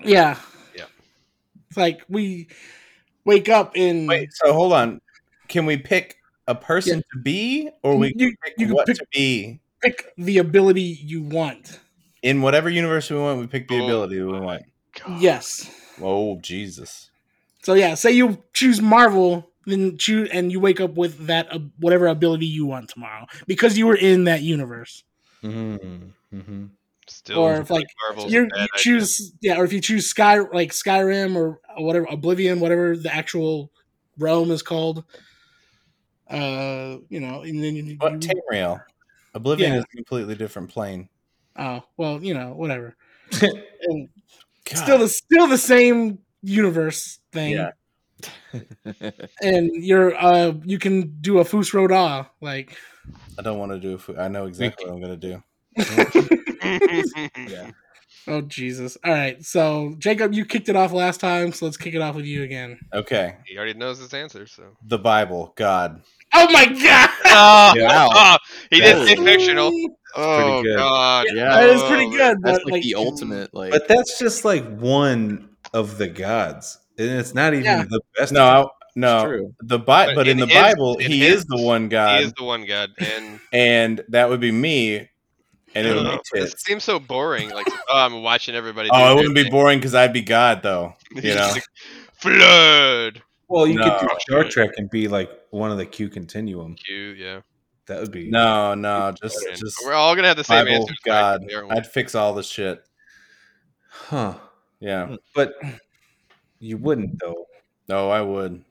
[SPEAKER 1] yeah
[SPEAKER 2] Yeah.
[SPEAKER 1] it's like we wake up in
[SPEAKER 5] Wait, so hold on. Can we pick a person to be, or we
[SPEAKER 1] you,
[SPEAKER 5] pick
[SPEAKER 1] you can
[SPEAKER 5] what
[SPEAKER 1] pick,
[SPEAKER 5] to be
[SPEAKER 1] pick the ability you want
[SPEAKER 5] in whatever universe we want? We pick the
[SPEAKER 2] Oh.
[SPEAKER 5] ability we want.
[SPEAKER 2] God.
[SPEAKER 1] yes
[SPEAKER 5] Oh Jesus!
[SPEAKER 1] so yeah say you choose marvel then choose and you wake up with that uh, whatever ability you want tomorrow because you were in that universe
[SPEAKER 3] Mhm, mhm.
[SPEAKER 2] Still
[SPEAKER 1] or if, like,
[SPEAKER 2] Marvel's a
[SPEAKER 1] you
[SPEAKER 2] bad
[SPEAKER 1] you
[SPEAKER 2] idea.
[SPEAKER 1] choose yeah or if you choose sky like skyrim or whatever oblivion whatever the actual realm is called uh you know and then you,
[SPEAKER 5] What
[SPEAKER 1] you-
[SPEAKER 5] Tamriel? Oblivion
[SPEAKER 1] Yeah.
[SPEAKER 5] is a completely different plane.
[SPEAKER 1] oh well you know whatever and
[SPEAKER 5] God.
[SPEAKER 1] still the still the same universe thing
[SPEAKER 5] Yeah.
[SPEAKER 1] and you're uh you can do a fus roda like
[SPEAKER 5] I don't want to do. If I know exactly what I'm going to do.
[SPEAKER 1] oh jesus all right so jacob you kicked it off last time so let's kick it off with you again
[SPEAKER 5] Okay,
[SPEAKER 2] He already knows his answer, so.
[SPEAKER 5] the Bible, God.
[SPEAKER 1] oh my god
[SPEAKER 2] Oh,
[SPEAKER 4] Yeah.
[SPEAKER 2] he
[SPEAKER 3] That
[SPEAKER 2] did say
[SPEAKER 3] is-
[SPEAKER 2] fictional.
[SPEAKER 3] pretty
[SPEAKER 2] Oh
[SPEAKER 3] good.
[SPEAKER 2] God,
[SPEAKER 4] Yeah.
[SPEAKER 1] that is
[SPEAKER 2] Oh,
[SPEAKER 1] pretty
[SPEAKER 2] man.
[SPEAKER 1] good
[SPEAKER 4] That's
[SPEAKER 1] but,
[SPEAKER 4] like, the ultimate. Like,
[SPEAKER 3] But that's just like one of the gods, and it's not even
[SPEAKER 1] Yeah.
[SPEAKER 3] the best.
[SPEAKER 5] No, I,
[SPEAKER 4] it's
[SPEAKER 5] no.
[SPEAKER 4] true.
[SPEAKER 5] The Bi-
[SPEAKER 2] But
[SPEAKER 5] but in the
[SPEAKER 2] in his-
[SPEAKER 5] Bible,
[SPEAKER 2] in
[SPEAKER 5] he
[SPEAKER 2] his-
[SPEAKER 5] is the one God,
[SPEAKER 2] He is the one God, and
[SPEAKER 5] and that would be me, and it
[SPEAKER 2] I
[SPEAKER 5] would
[SPEAKER 2] don't
[SPEAKER 5] be
[SPEAKER 2] know. It
[SPEAKER 5] tits.
[SPEAKER 2] seems so boring. Like, oh, I'm watching everybody. do
[SPEAKER 5] Oh,
[SPEAKER 2] their
[SPEAKER 5] it wouldn't be
[SPEAKER 2] thing.
[SPEAKER 5] boring because I'd be God, though. You know,
[SPEAKER 2] Like, Flood.
[SPEAKER 3] Well, you could do
[SPEAKER 5] No.
[SPEAKER 3] Star Trek and be like one of the Q continuum.
[SPEAKER 2] Cute, yeah.
[SPEAKER 3] That would be
[SPEAKER 5] no, no, just,
[SPEAKER 2] Boring.
[SPEAKER 5] just
[SPEAKER 2] We're all gonna have the same
[SPEAKER 5] Bible,
[SPEAKER 2] answer.
[SPEAKER 5] God. I'd fix all the shit.
[SPEAKER 3] huh?
[SPEAKER 2] Hmm.
[SPEAKER 5] Yeah.
[SPEAKER 3] But you wouldn't though.
[SPEAKER 5] No, I would.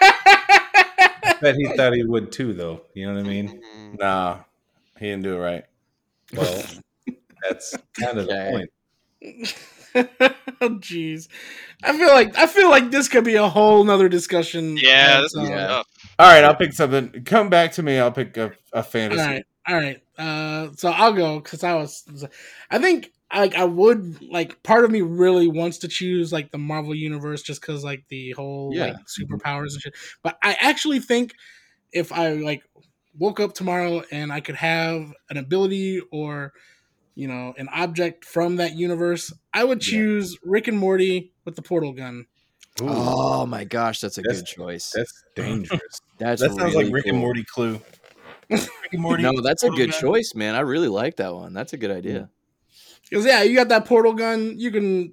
[SPEAKER 3] I bet he thought he would too, though. You know what I mean?
[SPEAKER 2] Mm-hmm.
[SPEAKER 5] Nah, he didn't do it right.
[SPEAKER 3] Well, that's kind of
[SPEAKER 4] Okay.
[SPEAKER 3] the point.
[SPEAKER 1] oh jeez i feel like i feel like this could be a whole nother discussion
[SPEAKER 2] Yeah,
[SPEAKER 1] on
[SPEAKER 2] this
[SPEAKER 1] its
[SPEAKER 2] is
[SPEAKER 1] own.
[SPEAKER 4] Yeah.
[SPEAKER 2] tough.
[SPEAKER 5] All right, I'll pick something. Come back to me. I'll pick a, a fantasy.
[SPEAKER 1] all right all right uh so i'll go because i was i think like i would like part of me really wants to choose like the marvel universe just because like the whole
[SPEAKER 4] Yeah.
[SPEAKER 1] like superpowers and shit but i actually think if i like woke up tomorrow and i could have an ability or you know an object from that universe i would
[SPEAKER 4] Yeah.
[SPEAKER 1] choose rick and morty with the portal gun
[SPEAKER 3] Ooh,
[SPEAKER 5] Uh,
[SPEAKER 4] Oh my gosh, that's a
[SPEAKER 3] That's-
[SPEAKER 4] good choice.
[SPEAKER 3] that's dangerous.
[SPEAKER 4] That's
[SPEAKER 5] that sounds
[SPEAKER 4] really
[SPEAKER 5] like Rick and
[SPEAKER 4] cool.
[SPEAKER 5] Morty Clue. Rick and Morty.
[SPEAKER 4] No, that's a good
[SPEAKER 5] Okay.
[SPEAKER 4] choice, man. I really like that one. That's a good idea.
[SPEAKER 1] Because yeah, you got that portal gun. You can,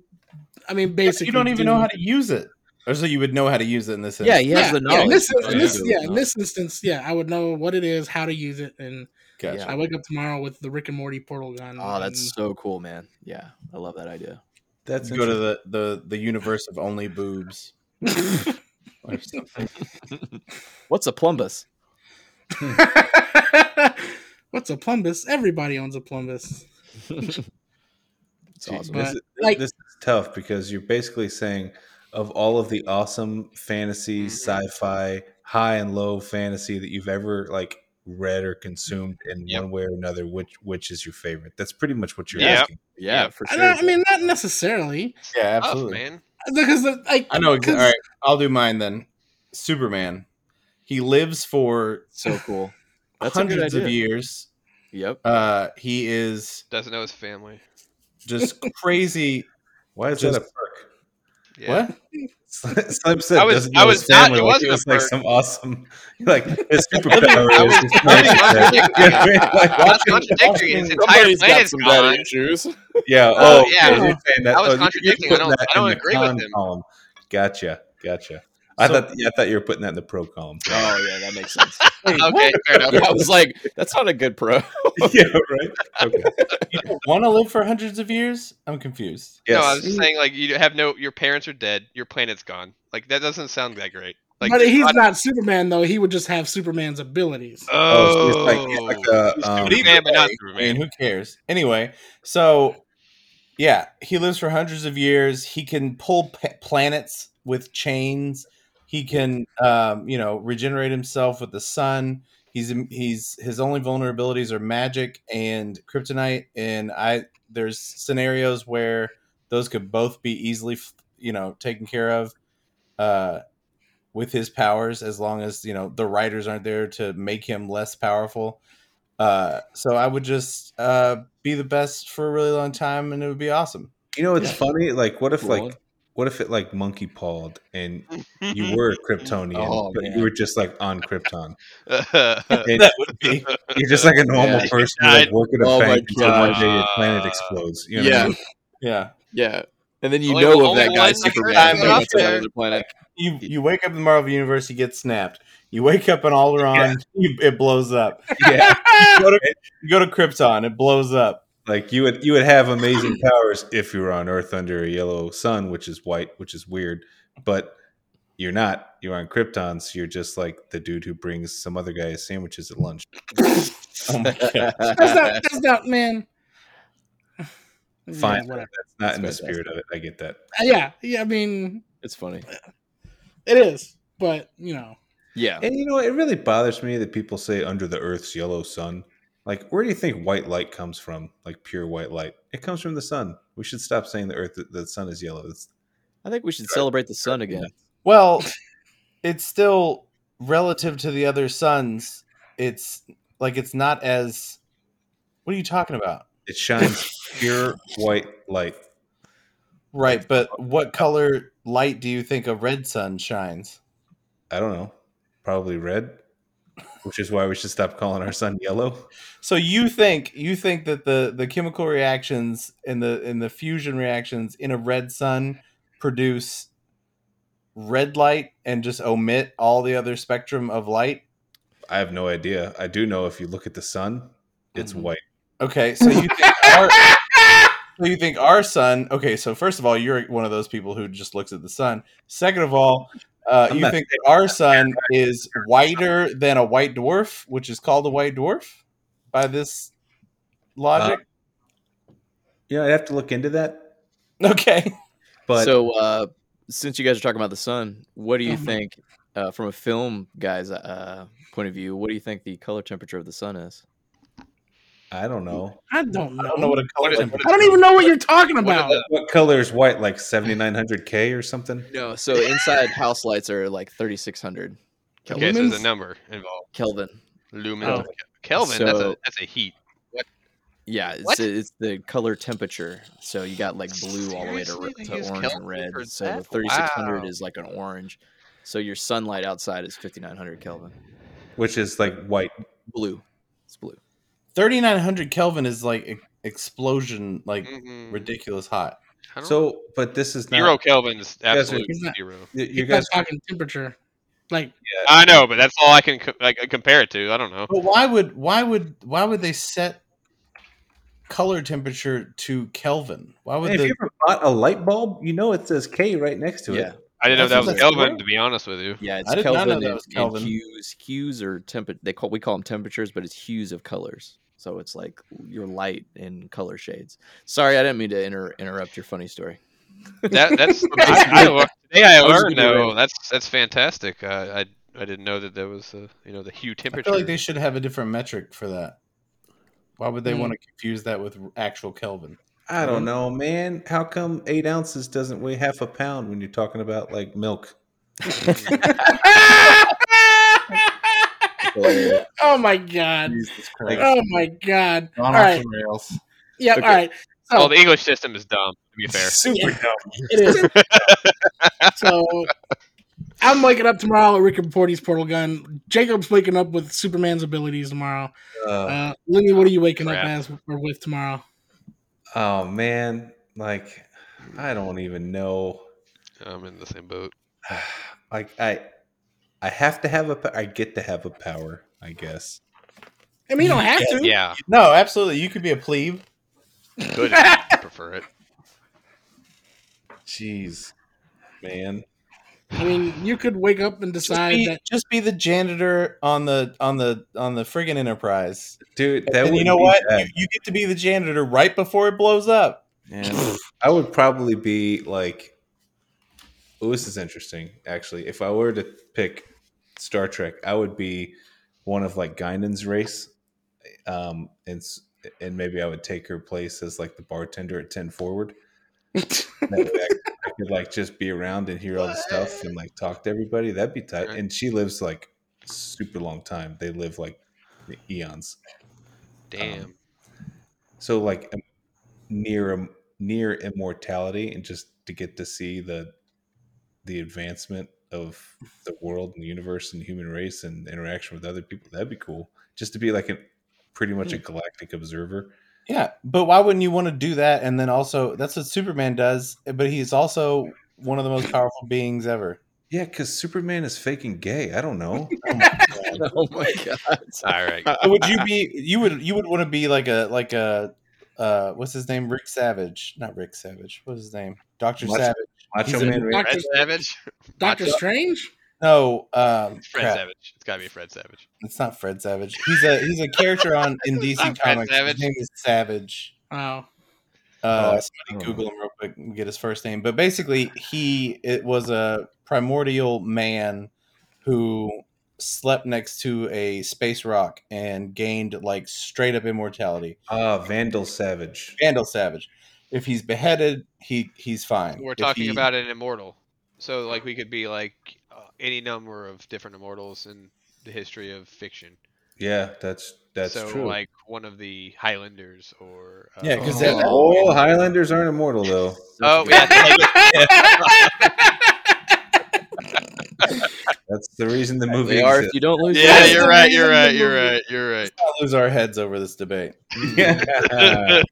[SPEAKER 1] I mean, basically,
[SPEAKER 5] you don't even
[SPEAKER 1] do-
[SPEAKER 5] know how to use it. Or so you would know how to use it in this.
[SPEAKER 4] Yeah, he
[SPEAKER 1] Yeah,
[SPEAKER 4] has the
[SPEAKER 1] yeah, in
[SPEAKER 4] knowledge.
[SPEAKER 1] this, in this,
[SPEAKER 4] Yeah.
[SPEAKER 1] yeah, in this instance, yeah, I would know what it is, how to use it, and
[SPEAKER 5] Gotcha.
[SPEAKER 4] Yeah.
[SPEAKER 1] I wake up tomorrow with the Rick and Morty portal gun.
[SPEAKER 4] Oh, that's
[SPEAKER 1] and-
[SPEAKER 4] so cool, man. Yeah, I love that idea.
[SPEAKER 3] That's
[SPEAKER 5] go to the, the the universe of only boobs. Or something.
[SPEAKER 4] What's a plumbus?
[SPEAKER 1] What's a plumbus? Everybody owns a plumbus.
[SPEAKER 4] It's
[SPEAKER 1] but-
[SPEAKER 4] awesome.
[SPEAKER 3] This, is,
[SPEAKER 1] like-
[SPEAKER 3] this is tough because you're basically saying of all of the awesome fantasy,
[SPEAKER 2] Mm-hmm.
[SPEAKER 3] sci-fi, high and low fantasy that you've ever like read or consumed in
[SPEAKER 2] Yep.
[SPEAKER 3] one way or another, which which is your favorite? That's pretty much what you're
[SPEAKER 2] Yeah.
[SPEAKER 3] asking.
[SPEAKER 4] yeah,
[SPEAKER 2] Yeah.
[SPEAKER 4] for
[SPEAKER 1] I,
[SPEAKER 4] sure.
[SPEAKER 1] don't, I mean, not necessarily,
[SPEAKER 5] yeah,
[SPEAKER 2] Tough,
[SPEAKER 5] absolutely.
[SPEAKER 2] man.
[SPEAKER 1] because the, like
[SPEAKER 5] I know. Exa-
[SPEAKER 1] 'cause-
[SPEAKER 5] all right, I'll do mine then. Superman. He lives for
[SPEAKER 4] so cool. That's a good
[SPEAKER 5] hundreds of
[SPEAKER 4] idea.
[SPEAKER 5] years.
[SPEAKER 4] Yep.
[SPEAKER 5] Uh, he is
[SPEAKER 2] Doesn't know his family.
[SPEAKER 5] just crazy.
[SPEAKER 3] Why is
[SPEAKER 5] Just-
[SPEAKER 3] that a perk?
[SPEAKER 2] Yeah.
[SPEAKER 5] What?
[SPEAKER 3] Slim- Slim said
[SPEAKER 2] I was-
[SPEAKER 3] doesn't
[SPEAKER 2] I
[SPEAKER 3] know
[SPEAKER 2] was
[SPEAKER 3] his
[SPEAKER 2] not-
[SPEAKER 3] family,
[SPEAKER 2] it
[SPEAKER 3] like,
[SPEAKER 2] wasn't a
[SPEAKER 3] was like
[SPEAKER 2] perk.
[SPEAKER 3] some awesome like his superpower
[SPEAKER 2] I
[SPEAKER 3] is
[SPEAKER 2] was-
[SPEAKER 3] just
[SPEAKER 2] I was contradicting
[SPEAKER 3] magic. You know what I mean? Like,
[SPEAKER 2] That's contradicting. His entire
[SPEAKER 6] Somebody's got
[SPEAKER 2] planet's
[SPEAKER 6] some
[SPEAKER 2] gone.
[SPEAKER 6] daddy issues.
[SPEAKER 3] yeah.
[SPEAKER 2] Oh,
[SPEAKER 3] Oh,
[SPEAKER 2] yeah.
[SPEAKER 3] you're saying that.
[SPEAKER 2] I was
[SPEAKER 3] Oh, you're
[SPEAKER 2] contradicting.
[SPEAKER 3] putting
[SPEAKER 2] I don't-
[SPEAKER 3] that
[SPEAKER 2] I don't
[SPEAKER 3] in the
[SPEAKER 2] agree with
[SPEAKER 3] con
[SPEAKER 2] him.
[SPEAKER 3] Column. Gotcha. Gotcha. I
[SPEAKER 5] So-
[SPEAKER 3] thought yeah, I thought you were putting that in the pro column.
[SPEAKER 4] Oh yeah, that makes sense.
[SPEAKER 2] Okay, fair enough.
[SPEAKER 4] yeah, I was like, that's not a good pro.
[SPEAKER 3] yeah, right. Okay.
[SPEAKER 5] You don't want to live for hundreds of years? I'm confused.
[SPEAKER 3] Yes.
[SPEAKER 2] No, I was just saying like you have no. Your parents are dead. Your planet's gone. Like that doesn't sound that great. Like
[SPEAKER 1] but he's
[SPEAKER 2] I-
[SPEAKER 1] not Superman though. He would just have Superman's abilities.
[SPEAKER 3] Oh, so
[SPEAKER 2] Oh,
[SPEAKER 3] it's like- it's like a, um,
[SPEAKER 5] But either
[SPEAKER 2] Superman, but not
[SPEAKER 5] way, I mean,
[SPEAKER 2] Superman.
[SPEAKER 5] who cares? Anyway, so yeah, he lives for hundreds of years. He can pull p- planets with chains. He can, um, you know, regenerate himself with the sun. He's um, he's his only vulnerabilities are magic and kryptonite. And I there's scenarios where those could both be easily, f- you know, taken care of. Uh, with his powers, as long as you know the writers aren't there to make him less powerful, uh, so I would just uh, be the best for a really long time, and it would be awesome.
[SPEAKER 3] you know, it's funny. Like, what if
[SPEAKER 4] Cool.
[SPEAKER 3] like what if it like monkey pawed and you were a Kryptonian,
[SPEAKER 4] Oh,
[SPEAKER 3] but
[SPEAKER 4] man.
[SPEAKER 3] you were just like on Krypton.
[SPEAKER 2] were.
[SPEAKER 3] And
[SPEAKER 5] That would be
[SPEAKER 3] you're just like a normal
[SPEAKER 4] Yeah.
[SPEAKER 3] person, you, like working a
[SPEAKER 6] Oh, my
[SPEAKER 3] bank until one
[SPEAKER 2] gosh.
[SPEAKER 3] day your planet explodes. You know what I
[SPEAKER 6] Yeah,
[SPEAKER 3] mean?
[SPEAKER 5] yeah.
[SPEAKER 4] yeah. And then you
[SPEAKER 2] Only-
[SPEAKER 4] know of
[SPEAKER 2] only
[SPEAKER 4] that guy
[SPEAKER 2] one
[SPEAKER 4] Superman
[SPEAKER 5] person
[SPEAKER 4] who
[SPEAKER 5] out
[SPEAKER 4] went to
[SPEAKER 2] there.
[SPEAKER 4] another planet.
[SPEAKER 5] You you wake up in the Marvel universe, you get snapped. You wake up in Alderaan, you, it blows up.
[SPEAKER 3] yeah.
[SPEAKER 5] You go, to, you go to Krypton, it blows up.
[SPEAKER 3] Like you would you would have amazing powers if you were on Earth under a yellow sun, which is white, which is weird, but you're not. You're on Krypton, so you're just like the dude who brings some other guy his sandwiches at lunch.
[SPEAKER 5] Oh my God.
[SPEAKER 1] That's not. That's not man.
[SPEAKER 3] Fine,
[SPEAKER 1] Yeah, whatever.
[SPEAKER 3] that's not in the
[SPEAKER 4] That's
[SPEAKER 3] spirit of it. I get that.
[SPEAKER 1] Uh, yeah, yeah. I mean,
[SPEAKER 4] It's funny.
[SPEAKER 1] it is, but you know,
[SPEAKER 4] Yeah.
[SPEAKER 3] And you know, it really bothers me that people say under the Earth's yellow sun. Like, where do you think white light comes from? Like pure white light. It comes from the sun. We should stop saying the Earth. The, the sun is yellow. It's,
[SPEAKER 4] I think we should celebrate the sun again.
[SPEAKER 5] Well, it's still relative to the other suns. It's like it's not as. What are you talking about?
[SPEAKER 3] it shines pure white light.
[SPEAKER 5] Right, but what color light do you think a red sun shines?
[SPEAKER 3] I don't know. Probably red, which is why we should stop calling our sun yellow.
[SPEAKER 5] So you think you think that the the chemical reactions and the and the fusion reactions in a red sun produce red light and just omit all the other spectrum of light?
[SPEAKER 3] I have no idea. I do know if you look at the sun, it's
[SPEAKER 5] Mhm.
[SPEAKER 3] white.
[SPEAKER 5] Okay, so you think our so you think our sun? Okay, so first of all, you're one of those people who just looks at the sun. Second of all, uh,
[SPEAKER 3] I'm
[SPEAKER 5] you
[SPEAKER 3] not-
[SPEAKER 5] think that our sun is whiter than a white dwarf, which is called a white dwarf by this logic.
[SPEAKER 3] You know, I'd have to look into that.
[SPEAKER 5] okay.
[SPEAKER 3] But
[SPEAKER 4] so, uh, since you guys are talking about the sun, what do you
[SPEAKER 1] Mhm.
[SPEAKER 2] Mm-hmm.
[SPEAKER 4] think, uh, from a film guy's uh, point of view, what do you think the color temperature of the sun is?
[SPEAKER 3] I don't know.
[SPEAKER 1] I don't know.
[SPEAKER 5] I don't know what a color
[SPEAKER 2] What is-
[SPEAKER 5] temperature.
[SPEAKER 1] I don't even know what you're talking
[SPEAKER 2] What
[SPEAKER 1] about.
[SPEAKER 2] are
[SPEAKER 3] What color is white? Like 7900K or something?
[SPEAKER 4] No, so inside house lights are like 3600
[SPEAKER 2] the-
[SPEAKER 4] Kelvin.
[SPEAKER 2] Okay, so there's a
[SPEAKER 1] lumens?
[SPEAKER 2] number involved.
[SPEAKER 4] Kelvin.
[SPEAKER 2] Lumen.
[SPEAKER 1] Oh.
[SPEAKER 2] Kelvin. that's a
[SPEAKER 4] So-
[SPEAKER 2] that's a heat.
[SPEAKER 4] Yeah, it's,
[SPEAKER 2] What?
[SPEAKER 4] it's the color temperature. So you got like blue all the way to,
[SPEAKER 2] Seriously?
[SPEAKER 4] re-
[SPEAKER 2] They
[SPEAKER 4] to
[SPEAKER 2] use
[SPEAKER 4] orange
[SPEAKER 2] Kelvin
[SPEAKER 4] and red.
[SPEAKER 2] for
[SPEAKER 4] So the
[SPEAKER 2] that?
[SPEAKER 4] 3600
[SPEAKER 2] Wow.
[SPEAKER 4] is like an orange. So your sunlight outside is 5900 Kelvin.
[SPEAKER 3] Which is like white.
[SPEAKER 4] Blue. It's blue.
[SPEAKER 5] 3900 Kelvin is like e- explosion, like
[SPEAKER 2] Mhm.
[SPEAKER 3] Mm-hmm.
[SPEAKER 5] ridiculous hot.
[SPEAKER 2] I don't
[SPEAKER 3] So, but this is not.
[SPEAKER 2] Zero Kelvin's
[SPEAKER 3] are-
[SPEAKER 2] absolute
[SPEAKER 1] He's not-
[SPEAKER 2] zero.
[SPEAKER 3] You you
[SPEAKER 1] He's not
[SPEAKER 3] guys,
[SPEAKER 1] talking temperature. Like
[SPEAKER 2] I know, but that's all I can co- like compare it to. I don't know.
[SPEAKER 5] But why would why would why would they set color temperature to Kelvin? Why would
[SPEAKER 3] if
[SPEAKER 5] they?
[SPEAKER 3] you ever bought a light bulb, you know it says K right next to
[SPEAKER 4] Yeah.
[SPEAKER 3] it.
[SPEAKER 2] I didn't know that
[SPEAKER 5] That's
[SPEAKER 2] was
[SPEAKER 5] what that's
[SPEAKER 2] Kelvin.
[SPEAKER 5] for.
[SPEAKER 2] To be honest with you,
[SPEAKER 4] Yeah, it's
[SPEAKER 5] I did not know
[SPEAKER 4] Kelvin,
[SPEAKER 5] that
[SPEAKER 4] and,
[SPEAKER 5] was
[SPEAKER 4] and
[SPEAKER 5] Kelvin.
[SPEAKER 4] hues. Hues are temp. They call we call them temperatures, but it's hues of colors. So it's like your light and color shades. Sorry, I didn't mean to inter- interrupt your funny story.
[SPEAKER 2] that that's I, I, lear- today I
[SPEAKER 4] was
[SPEAKER 2] learned
[SPEAKER 4] gonna
[SPEAKER 2] though. That's that's fantastic. I I, I didn't know that there was uh you know the hue
[SPEAKER 5] I
[SPEAKER 2] temperature.
[SPEAKER 5] feel like they should have a different metric for that. Why would they
[SPEAKER 1] Hmm.
[SPEAKER 5] want to confuse that with actual Kelvin?
[SPEAKER 3] I
[SPEAKER 1] Mm-hmm.
[SPEAKER 3] don't know, man. How come eight ounces doesn't weigh half a pound when you're talking about like milk?
[SPEAKER 4] hilarious.
[SPEAKER 1] oh my god.
[SPEAKER 5] Jesus
[SPEAKER 3] Christ.
[SPEAKER 1] Oh my god.
[SPEAKER 5] Gone
[SPEAKER 1] All
[SPEAKER 5] off
[SPEAKER 1] right.
[SPEAKER 5] the rails.
[SPEAKER 1] Yeah.
[SPEAKER 4] Okay.
[SPEAKER 1] All right. So
[SPEAKER 2] well, the English system is dumb. To be fair,
[SPEAKER 3] Super dumb.
[SPEAKER 1] it is. so I'm waking up tomorrow with Rick and Porty's portal gun. Jacob's waking up with Superman's abilities tomorrow.
[SPEAKER 3] Uh,
[SPEAKER 1] Uh, Lenny, what are you waking
[SPEAKER 2] Crap.
[SPEAKER 1] up as or with tomorrow?
[SPEAKER 3] oh man, like I don't even know.
[SPEAKER 2] I'm in the same boat.
[SPEAKER 3] Like I, I have to have a. p- I get to have a power. I guess.
[SPEAKER 1] I mean, you don't have to.
[SPEAKER 2] Yeah,
[SPEAKER 5] No, absolutely. You could be a plebe.
[SPEAKER 2] good. if you prefer it.
[SPEAKER 3] Jeez, man.
[SPEAKER 1] I mean, you could wake up and
[SPEAKER 5] Just
[SPEAKER 1] decide
[SPEAKER 5] be,
[SPEAKER 1] that.
[SPEAKER 5] just be the janitor on the on the on the friggin' Enterprise.
[SPEAKER 3] Dude, that
[SPEAKER 5] And
[SPEAKER 3] would
[SPEAKER 5] you know
[SPEAKER 3] be
[SPEAKER 5] what?
[SPEAKER 3] bad.
[SPEAKER 5] You, you get to be the janitor right before it blows up.
[SPEAKER 3] Yeah. I would probably be like, oh, this is interesting, actually. If I were to pick Star Trek, I would be one of like Guinan's race. Um, and, s- and maybe I would take her place as like the bartender at 10 forward. That way I, I could like just be around and hear all the stuff and like talk to everybody. That'd be tight.
[SPEAKER 2] Right.
[SPEAKER 3] And she lives like super long time. They live like e-, eons.
[SPEAKER 2] Damn.
[SPEAKER 3] so like um, near im- near immortality and just to get to see the the advancement of the world and the universe and the human race and interaction with other people that'd be cool just to be like a pretty much a galactic observer
[SPEAKER 5] Yeah, but why wouldn't you want to do that? And then also, that's what Superman does. But he's also one of the most powerful beings ever.
[SPEAKER 3] yeah because superman is faking gay i don't know
[SPEAKER 4] oh my god!
[SPEAKER 2] All right.
[SPEAKER 5] So would you be? You would. You would want to be like a like a. Uh, what's his name? Rick Savage, not Rick Savage. What's his name? Doctor
[SPEAKER 3] Macho-
[SPEAKER 5] Savage.
[SPEAKER 3] macho
[SPEAKER 5] He's a-
[SPEAKER 3] man Randy.
[SPEAKER 1] Doc-
[SPEAKER 2] Fred Savage.
[SPEAKER 1] Doctor
[SPEAKER 2] Macho-
[SPEAKER 1] Strange?
[SPEAKER 5] No, um,
[SPEAKER 2] It's Fred
[SPEAKER 5] crap.
[SPEAKER 2] Savage. It's gotta be Fred Savage.
[SPEAKER 5] It's not Fred Savage. He's a he's a character on in DC
[SPEAKER 2] Not Fred
[SPEAKER 5] Comics.
[SPEAKER 2] Savage.
[SPEAKER 5] His name is Savage.
[SPEAKER 1] Oh.
[SPEAKER 5] Uh,
[SPEAKER 3] I don't know.
[SPEAKER 5] Google him real quick and get his first name. But basically, he it was a primordial man who slept next to a space rock and gained like straight up immortality.
[SPEAKER 3] ah vandal savage
[SPEAKER 5] Vandal Savage. If he's beheaded, he he's fine.
[SPEAKER 2] We're
[SPEAKER 5] If
[SPEAKER 2] talking
[SPEAKER 5] he-
[SPEAKER 2] about an immortal, so like we could be like uh, any number of different immortals in the history of fiction.
[SPEAKER 3] yeah that's that's
[SPEAKER 2] so
[SPEAKER 3] true
[SPEAKER 2] like one of the Highlanders or uh,
[SPEAKER 5] Yeah, 'cause that-
[SPEAKER 3] oh highlanders aren't immortal though
[SPEAKER 2] oh yeah, like,
[SPEAKER 3] that's the reason the movie
[SPEAKER 4] They are. If
[SPEAKER 3] exists.
[SPEAKER 4] you don't lose,
[SPEAKER 2] yeah,
[SPEAKER 4] weight.
[SPEAKER 2] you're right, you're right, you're right, you're right.
[SPEAKER 5] Let's not lose our heads over this debate.
[SPEAKER 3] Yeah.
[SPEAKER 5] Uh,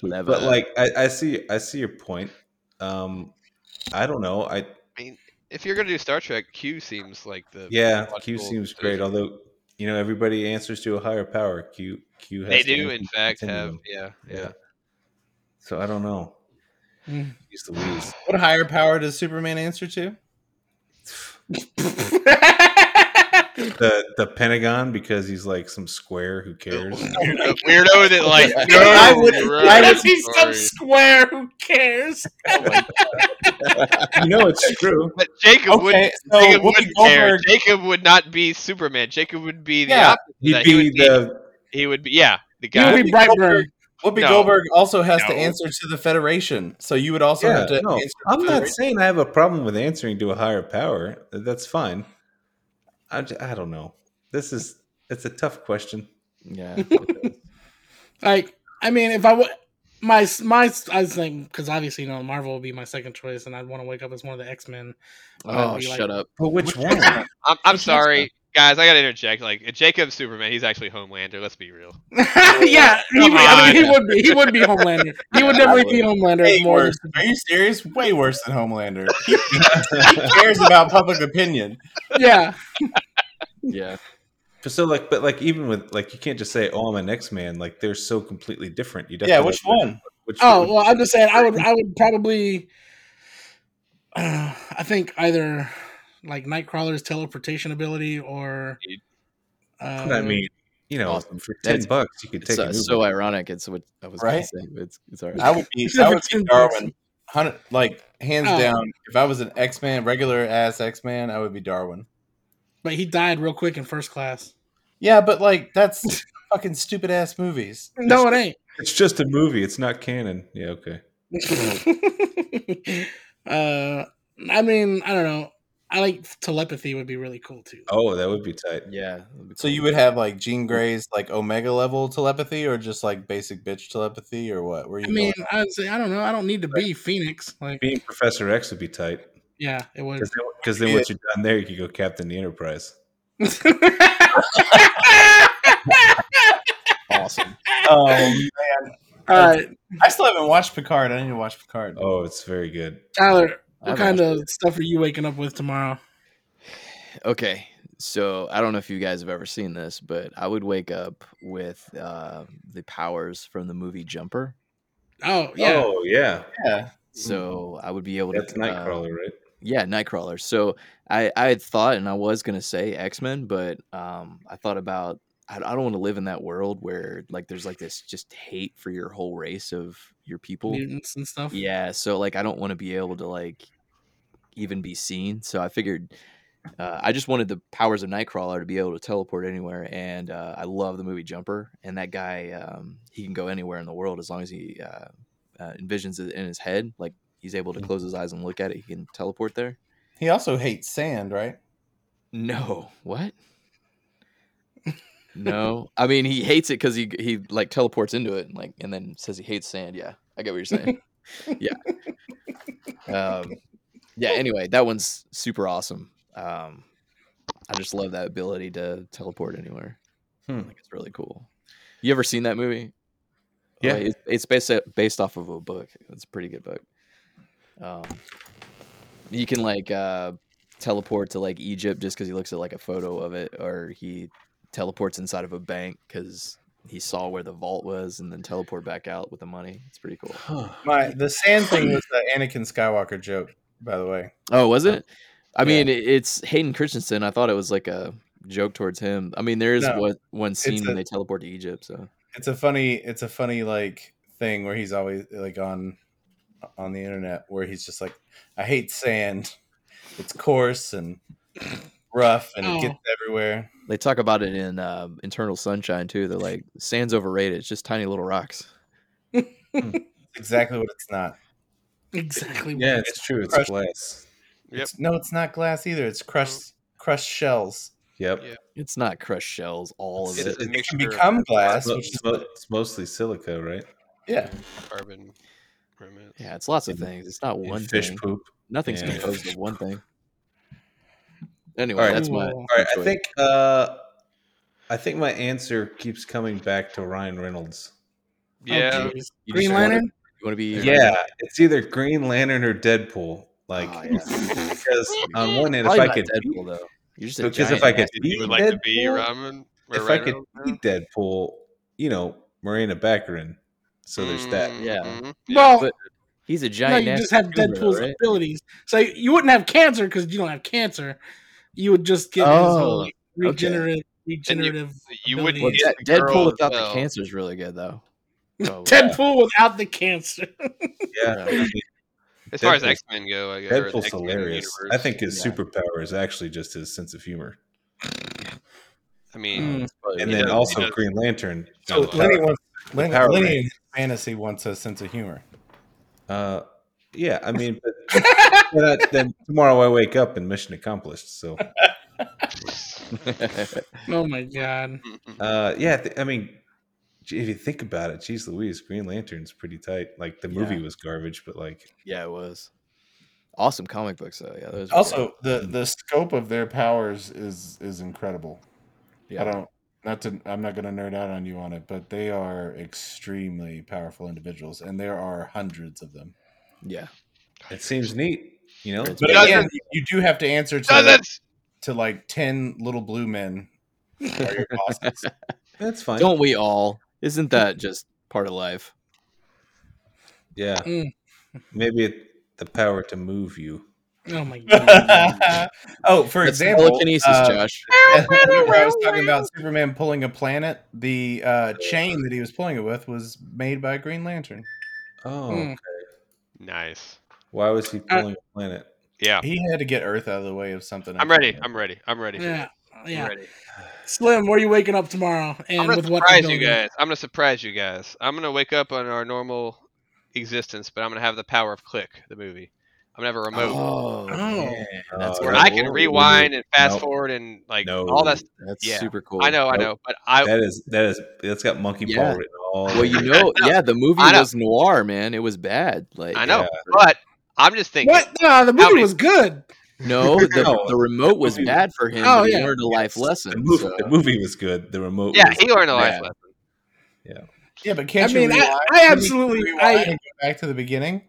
[SPEAKER 4] Clever.
[SPEAKER 3] but like I, I see i see your point um i don't know i
[SPEAKER 2] if you're gonna do Star Trek, Q seems like the
[SPEAKER 3] yeah q
[SPEAKER 2] logical
[SPEAKER 3] seems
[SPEAKER 2] solution.
[SPEAKER 3] great although you know everybody answers to a higher power q q has
[SPEAKER 2] They
[SPEAKER 3] to
[SPEAKER 2] do
[SPEAKER 3] answer
[SPEAKER 2] in
[SPEAKER 3] to
[SPEAKER 2] fact have yeah
[SPEAKER 3] continuum. Yeah.
[SPEAKER 2] yeah.
[SPEAKER 3] so i don't know
[SPEAKER 1] Mm.
[SPEAKER 3] Jeez Louise.
[SPEAKER 5] What higher power does Superman answer to?
[SPEAKER 3] the the pentagon because he's like some square
[SPEAKER 2] Oh.
[SPEAKER 3] who cares
[SPEAKER 2] The weirdo that like no,
[SPEAKER 5] I would- I would
[SPEAKER 1] Because he's some square. Who cares?
[SPEAKER 3] you know it's true
[SPEAKER 2] But Jacob
[SPEAKER 5] Okay,
[SPEAKER 2] wouldn't.
[SPEAKER 5] so
[SPEAKER 2] Jacob
[SPEAKER 5] Whoopi
[SPEAKER 2] wouldn't care.
[SPEAKER 5] Goldberg-
[SPEAKER 2] Jacob would not be Superman. Jacob would be the
[SPEAKER 5] Yeah,
[SPEAKER 2] opposite. of
[SPEAKER 3] he'd
[SPEAKER 2] that.
[SPEAKER 3] be
[SPEAKER 2] he would be, He
[SPEAKER 3] the
[SPEAKER 2] would be. Yeah, the
[SPEAKER 1] You
[SPEAKER 2] guy.
[SPEAKER 1] would be Brightburn.
[SPEAKER 5] Whoopi
[SPEAKER 2] No.
[SPEAKER 5] Goldberg also has to
[SPEAKER 2] No.
[SPEAKER 5] answer to the Federation, so you would also
[SPEAKER 3] yeah,
[SPEAKER 5] have to.
[SPEAKER 3] no,
[SPEAKER 5] answer to
[SPEAKER 3] i'm
[SPEAKER 5] the
[SPEAKER 3] not
[SPEAKER 5] Federation.
[SPEAKER 3] saying i have a problem with answering to a higher power that's fine i, j- I don't know this is it's a tough question
[SPEAKER 4] yeah.
[SPEAKER 1] Like, I mean, if I would, my my, I was thinking because obviously, you know, Marvel would be my second choice, and I'd want to wake up as one of the X Men.
[SPEAKER 4] Oh,
[SPEAKER 1] be like-
[SPEAKER 4] shut up.
[SPEAKER 3] but which one
[SPEAKER 2] I'm, I'm sorry. guys, I gotta interject. Like Jacob Superman, he's actually Homelander. Let's be real.
[SPEAKER 1] yeah, he, would, I mean, he would be. He would be Homelander. He would definitely be Homelander.
[SPEAKER 5] Way
[SPEAKER 1] more
[SPEAKER 5] worse. Are you serious? Way worse than Homelander. He, he cares about public opinion.
[SPEAKER 1] yeah,
[SPEAKER 4] Yeah.
[SPEAKER 3] So like, but like, even with like, you can't just say, "Oh, I'm an X Man." Like, they're so completely different. You
[SPEAKER 5] Yeah, which one?
[SPEAKER 3] Which
[SPEAKER 1] Oh well, I'm just saying. I would. I would probably. Uh, I think either like Nightcrawler's teleportation ability or. Uh,
[SPEAKER 3] I mean, you know,
[SPEAKER 4] um, Awesome.
[SPEAKER 3] for ten
[SPEAKER 4] That's-
[SPEAKER 3] bucks, you could
[SPEAKER 4] It's
[SPEAKER 3] take
[SPEAKER 4] uh,
[SPEAKER 3] a new
[SPEAKER 4] so
[SPEAKER 3] one.
[SPEAKER 4] ironic. It's what I was
[SPEAKER 5] Right? Uh,
[SPEAKER 4] going to say. It's, it's all right.
[SPEAKER 5] I would be. I would be Darwin. Hundred, like hands
[SPEAKER 1] Oh.
[SPEAKER 5] down. If I was an X Man, regular ass X Man, I would be Darwin.
[SPEAKER 1] But he died real quick in first class.
[SPEAKER 5] Yeah, but like that's fucking stupid ass movies.
[SPEAKER 1] No, it ain't.
[SPEAKER 3] It's just a movie. It's not canon. Yeah, okay.
[SPEAKER 1] uh, I mean, I don't know. I like telepathy would be really cool too.
[SPEAKER 3] Oh, that would be tight.
[SPEAKER 4] yeah. that would be
[SPEAKER 5] So
[SPEAKER 4] cool.
[SPEAKER 5] you would have like Jean Grey's like Omega level telepathy, or just like basic bitch telepathy, or what? Where you?
[SPEAKER 1] I mean,
[SPEAKER 5] going?
[SPEAKER 1] I'd say I don't know. I don't need to be Phoenix. Like,
[SPEAKER 3] Being Professor X would be tight
[SPEAKER 1] yeah, it
[SPEAKER 4] Hmm.
[SPEAKER 1] would.
[SPEAKER 3] because then, 'cause then once you're done there, you could go Captain the Enterprise.
[SPEAKER 4] awesome.
[SPEAKER 5] Oh, man.
[SPEAKER 1] All right,
[SPEAKER 5] I still haven't watched Picard. I need to watch Picard.
[SPEAKER 3] Oh, it's very good.
[SPEAKER 1] Tyler.
[SPEAKER 4] I've
[SPEAKER 1] What kind of stuff are you waking up with tomorrow?
[SPEAKER 4] Okay. So I don't know if you guys have ever seen this, but I would wake up with uh, the powers from the movie Jumper.
[SPEAKER 1] Oh yeah,
[SPEAKER 3] Oh yeah,
[SPEAKER 5] Yeah,
[SPEAKER 4] So I would be able
[SPEAKER 3] Mm-hmm. that's
[SPEAKER 4] to. uh,
[SPEAKER 3] Nightcrawler, right?
[SPEAKER 4] yeah, Nightcrawler. So I, I had thought, and I was gonna say X Men, but um, I thought about I, I don't want to live in that world where like there's like this just hate for your whole race of your people.
[SPEAKER 1] mutants and stuff.
[SPEAKER 4] Yeah, so like I don't want to be able to like even be seen. So I figured uh, I just wanted the powers of Nightcrawler to be able to teleport anywhere. And uh, I love the movie Jumper, and that guy um, he can go anywhere in the world as long as he uh, uh, envisions it in his head. Like he's able to close his eyes and look at it. He can teleport there.
[SPEAKER 5] he also hates sand, right?
[SPEAKER 4] No, what? No, I mean he hates it because he he like teleports into it and like and then says he hates sand. Yeah, I get what you're saying. yeah, um, yeah. Anyway, that one's super awesome. Um, I just love that ability to teleport anywhere.
[SPEAKER 3] Hmm.
[SPEAKER 4] Like it's really cool. You ever seen that movie?
[SPEAKER 3] Yeah.
[SPEAKER 4] Uh, it's, it's based based off of a book. It's a pretty good book. Um, you can like uh, teleport to like Egypt just because he looks at like a photo of it, or he teleports inside of a bank because he saw where the vault was and then teleport back out with the money. It's pretty cool.
[SPEAKER 5] My the sand thing was the Anakin Skywalker joke, by the way.
[SPEAKER 4] Oh, was it? I
[SPEAKER 5] Yeah.
[SPEAKER 4] mean, it- it's Hayden Christensen. I thought it was like a joke towards him. I mean, there is
[SPEAKER 5] No,
[SPEAKER 4] one, one scene
[SPEAKER 5] a-
[SPEAKER 4] when they teleport to Egypt. So
[SPEAKER 5] It's a funny, it's a funny like thing where he's always like on on the internet where he's just like, I hate sand. It's coarse and rough and
[SPEAKER 1] Oh.
[SPEAKER 5] it gets everywhere.
[SPEAKER 4] they talk about it in um Internal Sunshine too. They're like, "Sand's overrated. It's just tiny little rocks."
[SPEAKER 5] It's exactly what it's not.
[SPEAKER 1] Exactly.
[SPEAKER 3] Yeah, it's true. It's
[SPEAKER 5] Crush-
[SPEAKER 3] glass.
[SPEAKER 2] Yep.
[SPEAKER 5] It's, no, it's not glass either. It's crushed crushed shells.
[SPEAKER 3] Yep.
[SPEAKER 2] Yeah.
[SPEAKER 4] It's not crushed shells. All of
[SPEAKER 2] It
[SPEAKER 4] it.
[SPEAKER 2] is a
[SPEAKER 5] It
[SPEAKER 2] mixture
[SPEAKER 5] can become glass,
[SPEAKER 3] It's, mo-
[SPEAKER 5] which is
[SPEAKER 3] it's mo- it's mostly silica, right?
[SPEAKER 5] yeah.
[SPEAKER 2] of carbon remnants.
[SPEAKER 4] Yeah, it's lots of
[SPEAKER 3] And-
[SPEAKER 4] things. It's not
[SPEAKER 3] And
[SPEAKER 4] one
[SPEAKER 3] fish
[SPEAKER 4] thing.
[SPEAKER 3] poop.
[SPEAKER 4] Nothing's
[SPEAKER 3] Yeah.
[SPEAKER 4] composed of one thing. Anyway,
[SPEAKER 3] Alright.
[SPEAKER 4] that's my.
[SPEAKER 1] Cool.
[SPEAKER 3] All right, I
[SPEAKER 4] choice.
[SPEAKER 3] think uh, I think my answer keeps coming back to Ryan Reynolds.
[SPEAKER 1] Oh,
[SPEAKER 2] Yeah.
[SPEAKER 1] geez.
[SPEAKER 4] You
[SPEAKER 1] Green
[SPEAKER 4] just wanna-
[SPEAKER 1] Lantern.
[SPEAKER 4] You want to be?
[SPEAKER 3] Yeah, it's either Green Lantern or Deadpool. Like
[SPEAKER 2] Oh,
[SPEAKER 4] Ah, yeah.
[SPEAKER 3] because on one hand, if
[SPEAKER 4] Probably
[SPEAKER 3] I
[SPEAKER 4] not
[SPEAKER 3] could beat-
[SPEAKER 4] Deadpool though. You're just a
[SPEAKER 3] because if
[SPEAKER 4] giant
[SPEAKER 3] I could
[SPEAKER 4] ass-
[SPEAKER 3] beat
[SPEAKER 2] you would like to be
[SPEAKER 3] Deadpool,
[SPEAKER 2] ramen.
[SPEAKER 3] if I could beat Deadpool, you know Marina Baccarin. So there's
[SPEAKER 2] Mm,
[SPEAKER 3] that.
[SPEAKER 4] Yeah.
[SPEAKER 2] Mm-hmm.
[SPEAKER 1] well,
[SPEAKER 4] but he's a
[SPEAKER 1] no,
[SPEAKER 4] giant.
[SPEAKER 1] you
[SPEAKER 4] ass
[SPEAKER 1] just have
[SPEAKER 4] tumor,
[SPEAKER 1] Deadpool's
[SPEAKER 4] right?
[SPEAKER 1] abilities. So you wouldn't have cancer because you don't have cancer. You would just get his whole
[SPEAKER 4] Oh,
[SPEAKER 1] like, regenerative, regenerative.
[SPEAKER 2] You
[SPEAKER 1] ability.
[SPEAKER 2] wouldn't
[SPEAKER 4] Well,
[SPEAKER 2] get
[SPEAKER 4] De-
[SPEAKER 2] the girl
[SPEAKER 4] Deadpool without the
[SPEAKER 2] though.
[SPEAKER 4] cancer is really good though. So, uh,
[SPEAKER 1] Deadpool without the cancer.
[SPEAKER 3] Yeah,
[SPEAKER 2] As far as
[SPEAKER 3] Deadpool's-
[SPEAKER 2] X Men go, I guess. or the
[SPEAKER 3] Deadpool's
[SPEAKER 2] X-Men
[SPEAKER 3] hilarious.
[SPEAKER 2] universe.
[SPEAKER 3] I think his
[SPEAKER 4] Yeah.
[SPEAKER 3] superpower is actually just his sense of humor,
[SPEAKER 2] I mean,
[SPEAKER 4] it's probably-
[SPEAKER 3] and
[SPEAKER 2] He
[SPEAKER 3] then
[SPEAKER 2] does- he
[SPEAKER 3] also
[SPEAKER 2] does.
[SPEAKER 3] Green Lantern.
[SPEAKER 2] So
[SPEAKER 3] uh,
[SPEAKER 5] Lenny wants Lenny,
[SPEAKER 3] Power
[SPEAKER 5] Lenny
[SPEAKER 3] Rangers.
[SPEAKER 5] in fantasy wants a sense of humor.
[SPEAKER 3] uh, yeah, I mean, but, but I- then tomorrow I wake up and mission accomplished. So.
[SPEAKER 1] oh my god.
[SPEAKER 2] mm-hmm.
[SPEAKER 3] Uh, yeah, th- I mean, gee, if you think about it, geez, Louise, Green Lantern's pretty tight. Like the movie was garbage, but like
[SPEAKER 4] yeah, it was. Awesome comic books though. Yeah. Those are
[SPEAKER 5] Also, the the scope of their powers is is incredible.
[SPEAKER 4] Yeah.
[SPEAKER 5] I don't not to I'm not going to nerd out on you on it, but they are extremely powerful individuals, and there are hundreds of them.
[SPEAKER 4] yeah.
[SPEAKER 3] It seems neat, you know.
[SPEAKER 5] But
[SPEAKER 2] Doesn't-
[SPEAKER 5] again, you do have to answer to
[SPEAKER 2] Doesn't
[SPEAKER 5] to like ten little blue men. Are your bosses.
[SPEAKER 3] That's fine.
[SPEAKER 4] Don't we all? Isn't that just part of life?
[SPEAKER 3] Yeah,
[SPEAKER 1] Mm.
[SPEAKER 3] maybe it, the power to move you.
[SPEAKER 1] Oh my god.
[SPEAKER 5] oh, for
[SPEAKER 4] That's
[SPEAKER 5] example,
[SPEAKER 4] telekinesis,
[SPEAKER 5] uh,
[SPEAKER 4] Josh.
[SPEAKER 5] when I was talking about Superman pulling a planet. The uh, chain that he was pulling it with was made by Green Lantern.
[SPEAKER 3] Oh,
[SPEAKER 1] Mm.
[SPEAKER 2] nice.
[SPEAKER 3] why was
[SPEAKER 2] Uh,
[SPEAKER 3] he pulling a planet?
[SPEAKER 2] Yeah,
[SPEAKER 5] He had to get Earth out of the way of something.
[SPEAKER 2] I'm ready. I'm ready. I'm ready.
[SPEAKER 1] yeah.
[SPEAKER 2] I'm
[SPEAKER 1] Yeah.
[SPEAKER 2] ready.
[SPEAKER 1] Slim, where you waking up tomorrow?
[SPEAKER 2] I'm
[SPEAKER 1] And
[SPEAKER 2] gonna
[SPEAKER 1] with what
[SPEAKER 2] surprise you
[SPEAKER 1] ability?
[SPEAKER 2] guys. I'm gonna surprise you guys. I'm gonna wake up on our normal existence, but I'm gonna have the power of Click, the movie. I'm gonna have a remote.
[SPEAKER 4] Oh,
[SPEAKER 1] Oh.
[SPEAKER 4] man, that's
[SPEAKER 3] Oh,
[SPEAKER 2] where
[SPEAKER 4] cool.
[SPEAKER 2] I can
[SPEAKER 3] Ooh.
[SPEAKER 2] rewind and fast
[SPEAKER 3] No.
[SPEAKER 2] forward and like
[SPEAKER 3] No.
[SPEAKER 2] all that. stuff.
[SPEAKER 4] That's
[SPEAKER 2] Yeah.
[SPEAKER 4] super cool.
[SPEAKER 2] I know, I
[SPEAKER 3] Nope.
[SPEAKER 2] know, but I
[SPEAKER 3] That is that is that's got monkey
[SPEAKER 4] Yeah.
[SPEAKER 3] paw written all.
[SPEAKER 4] Well, you
[SPEAKER 3] over it.
[SPEAKER 4] know, yeah, the movie
[SPEAKER 2] I know.
[SPEAKER 4] was noir, man. It was bad. Like
[SPEAKER 2] I know,
[SPEAKER 3] Yeah.
[SPEAKER 2] but I'm just thinking.
[SPEAKER 1] What? No, the movie
[SPEAKER 2] Howdy.
[SPEAKER 1] was good.
[SPEAKER 4] No, the,
[SPEAKER 3] No,
[SPEAKER 4] the remote was
[SPEAKER 3] movie-
[SPEAKER 4] bad for him.
[SPEAKER 1] Oh,
[SPEAKER 4] but he
[SPEAKER 1] yeah.
[SPEAKER 4] learned a life lesson.
[SPEAKER 3] the movie,
[SPEAKER 4] so-
[SPEAKER 3] the movie was good. The remote.
[SPEAKER 2] uh, Yeah,
[SPEAKER 3] was,
[SPEAKER 2] he learned a life
[SPEAKER 4] Yeah.
[SPEAKER 2] lesson.
[SPEAKER 5] Yeah, but
[SPEAKER 1] I
[SPEAKER 5] can't you?
[SPEAKER 1] mean, I,
[SPEAKER 5] rewind?
[SPEAKER 1] I
[SPEAKER 5] Can you
[SPEAKER 1] absolutely,
[SPEAKER 5] rewind and
[SPEAKER 1] I
[SPEAKER 5] go back to the beginning.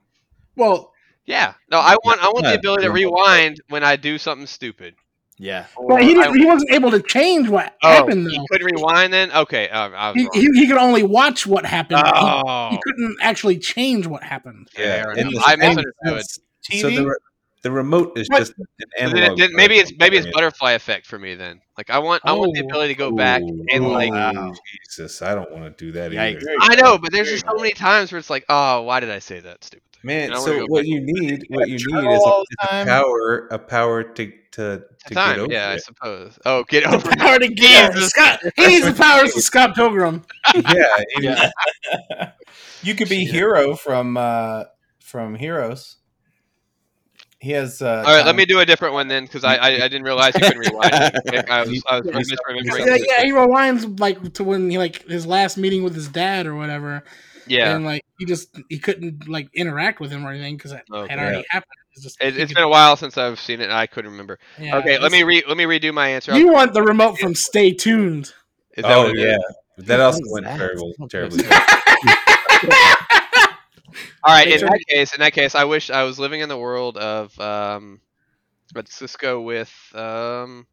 [SPEAKER 1] well,
[SPEAKER 2] Yeah. No, I want I want
[SPEAKER 3] Yeah.
[SPEAKER 2] the ability to rewind when I do something stupid.
[SPEAKER 4] yeah,
[SPEAKER 1] but he
[SPEAKER 2] Or
[SPEAKER 1] didn't,
[SPEAKER 2] I-
[SPEAKER 1] he wasn't able to change what
[SPEAKER 2] Oh,
[SPEAKER 1] happened
[SPEAKER 2] He
[SPEAKER 1] though.
[SPEAKER 2] couldn't rewind then. Okay, uh, I was
[SPEAKER 1] He,
[SPEAKER 2] wrong.
[SPEAKER 1] he, he could only watch what happened. He-
[SPEAKER 2] oh,
[SPEAKER 1] he couldn't actually change what happened.
[SPEAKER 2] fair
[SPEAKER 3] Yeah, in
[SPEAKER 2] enough.
[SPEAKER 3] the
[SPEAKER 2] I
[SPEAKER 3] same
[SPEAKER 2] misunderstood.
[SPEAKER 3] sense,
[SPEAKER 5] TV.
[SPEAKER 3] So the, re- the remote is
[SPEAKER 1] What?
[SPEAKER 3] just an
[SPEAKER 2] But then-
[SPEAKER 3] analog.
[SPEAKER 2] then maybe it's maybe it's
[SPEAKER 3] Yeah.
[SPEAKER 2] butterfly effect for me then. Like I want I want the
[SPEAKER 1] Oh.
[SPEAKER 2] ability to go back
[SPEAKER 3] Ooh.
[SPEAKER 2] and like
[SPEAKER 4] Wow.
[SPEAKER 3] Oh, Jesus, I don't want to do that
[SPEAKER 4] Yikes.
[SPEAKER 3] either.
[SPEAKER 2] I know, but there's just so many times where it's like, oh, why did I say that stupid thing?
[SPEAKER 3] Man,
[SPEAKER 2] I wanna
[SPEAKER 3] so
[SPEAKER 2] go
[SPEAKER 3] what
[SPEAKER 2] back.
[SPEAKER 3] you need, what you need is a,
[SPEAKER 5] all the
[SPEAKER 3] is a
[SPEAKER 5] time.
[SPEAKER 3] power, a power to to,
[SPEAKER 2] It's
[SPEAKER 3] to
[SPEAKER 2] time,
[SPEAKER 3] get over
[SPEAKER 2] yeah, I
[SPEAKER 3] it.
[SPEAKER 2] suppose. Oh, get over it.
[SPEAKER 1] Power to get
[SPEAKER 2] Jesus.
[SPEAKER 1] Scott. He needs the powers of Scott Pilgrim.
[SPEAKER 3] Yeah, it-
[SPEAKER 4] yeah.
[SPEAKER 5] you could be Hero from uh from Heroes. He has. Uh,
[SPEAKER 2] All right, let me do a different one then, because I, I I didn't realize you couldn't rewind. it. I was I was
[SPEAKER 3] You- you-
[SPEAKER 2] misremembering.
[SPEAKER 1] Yeah, yeah, he rewinds like to when he like his last meeting with his dad or whatever,
[SPEAKER 2] Yeah,
[SPEAKER 1] and like he just he couldn't like interact with him or anything because it
[SPEAKER 2] Okay.
[SPEAKER 1] had already happened. It's just,
[SPEAKER 2] Oh, it,
[SPEAKER 1] he
[SPEAKER 2] it's
[SPEAKER 1] could-
[SPEAKER 2] been a while since I've seen it. and I couldn't remember.
[SPEAKER 1] yeah,
[SPEAKER 2] Okay,
[SPEAKER 1] it's-
[SPEAKER 2] let me re let me redo my answer.
[SPEAKER 1] You want the remote from Stay Tuned?
[SPEAKER 2] Is that
[SPEAKER 3] oh
[SPEAKER 2] what it is?
[SPEAKER 3] yeah, that also
[SPEAKER 4] is
[SPEAKER 3] went
[SPEAKER 4] that?
[SPEAKER 3] terrible,
[SPEAKER 4] What
[SPEAKER 3] terribly.
[SPEAKER 4] is
[SPEAKER 2] All right.
[SPEAKER 1] They
[SPEAKER 2] In
[SPEAKER 1] turn-
[SPEAKER 2] that case, in that case, I wish I was living in the world of. Um, let's just go with um,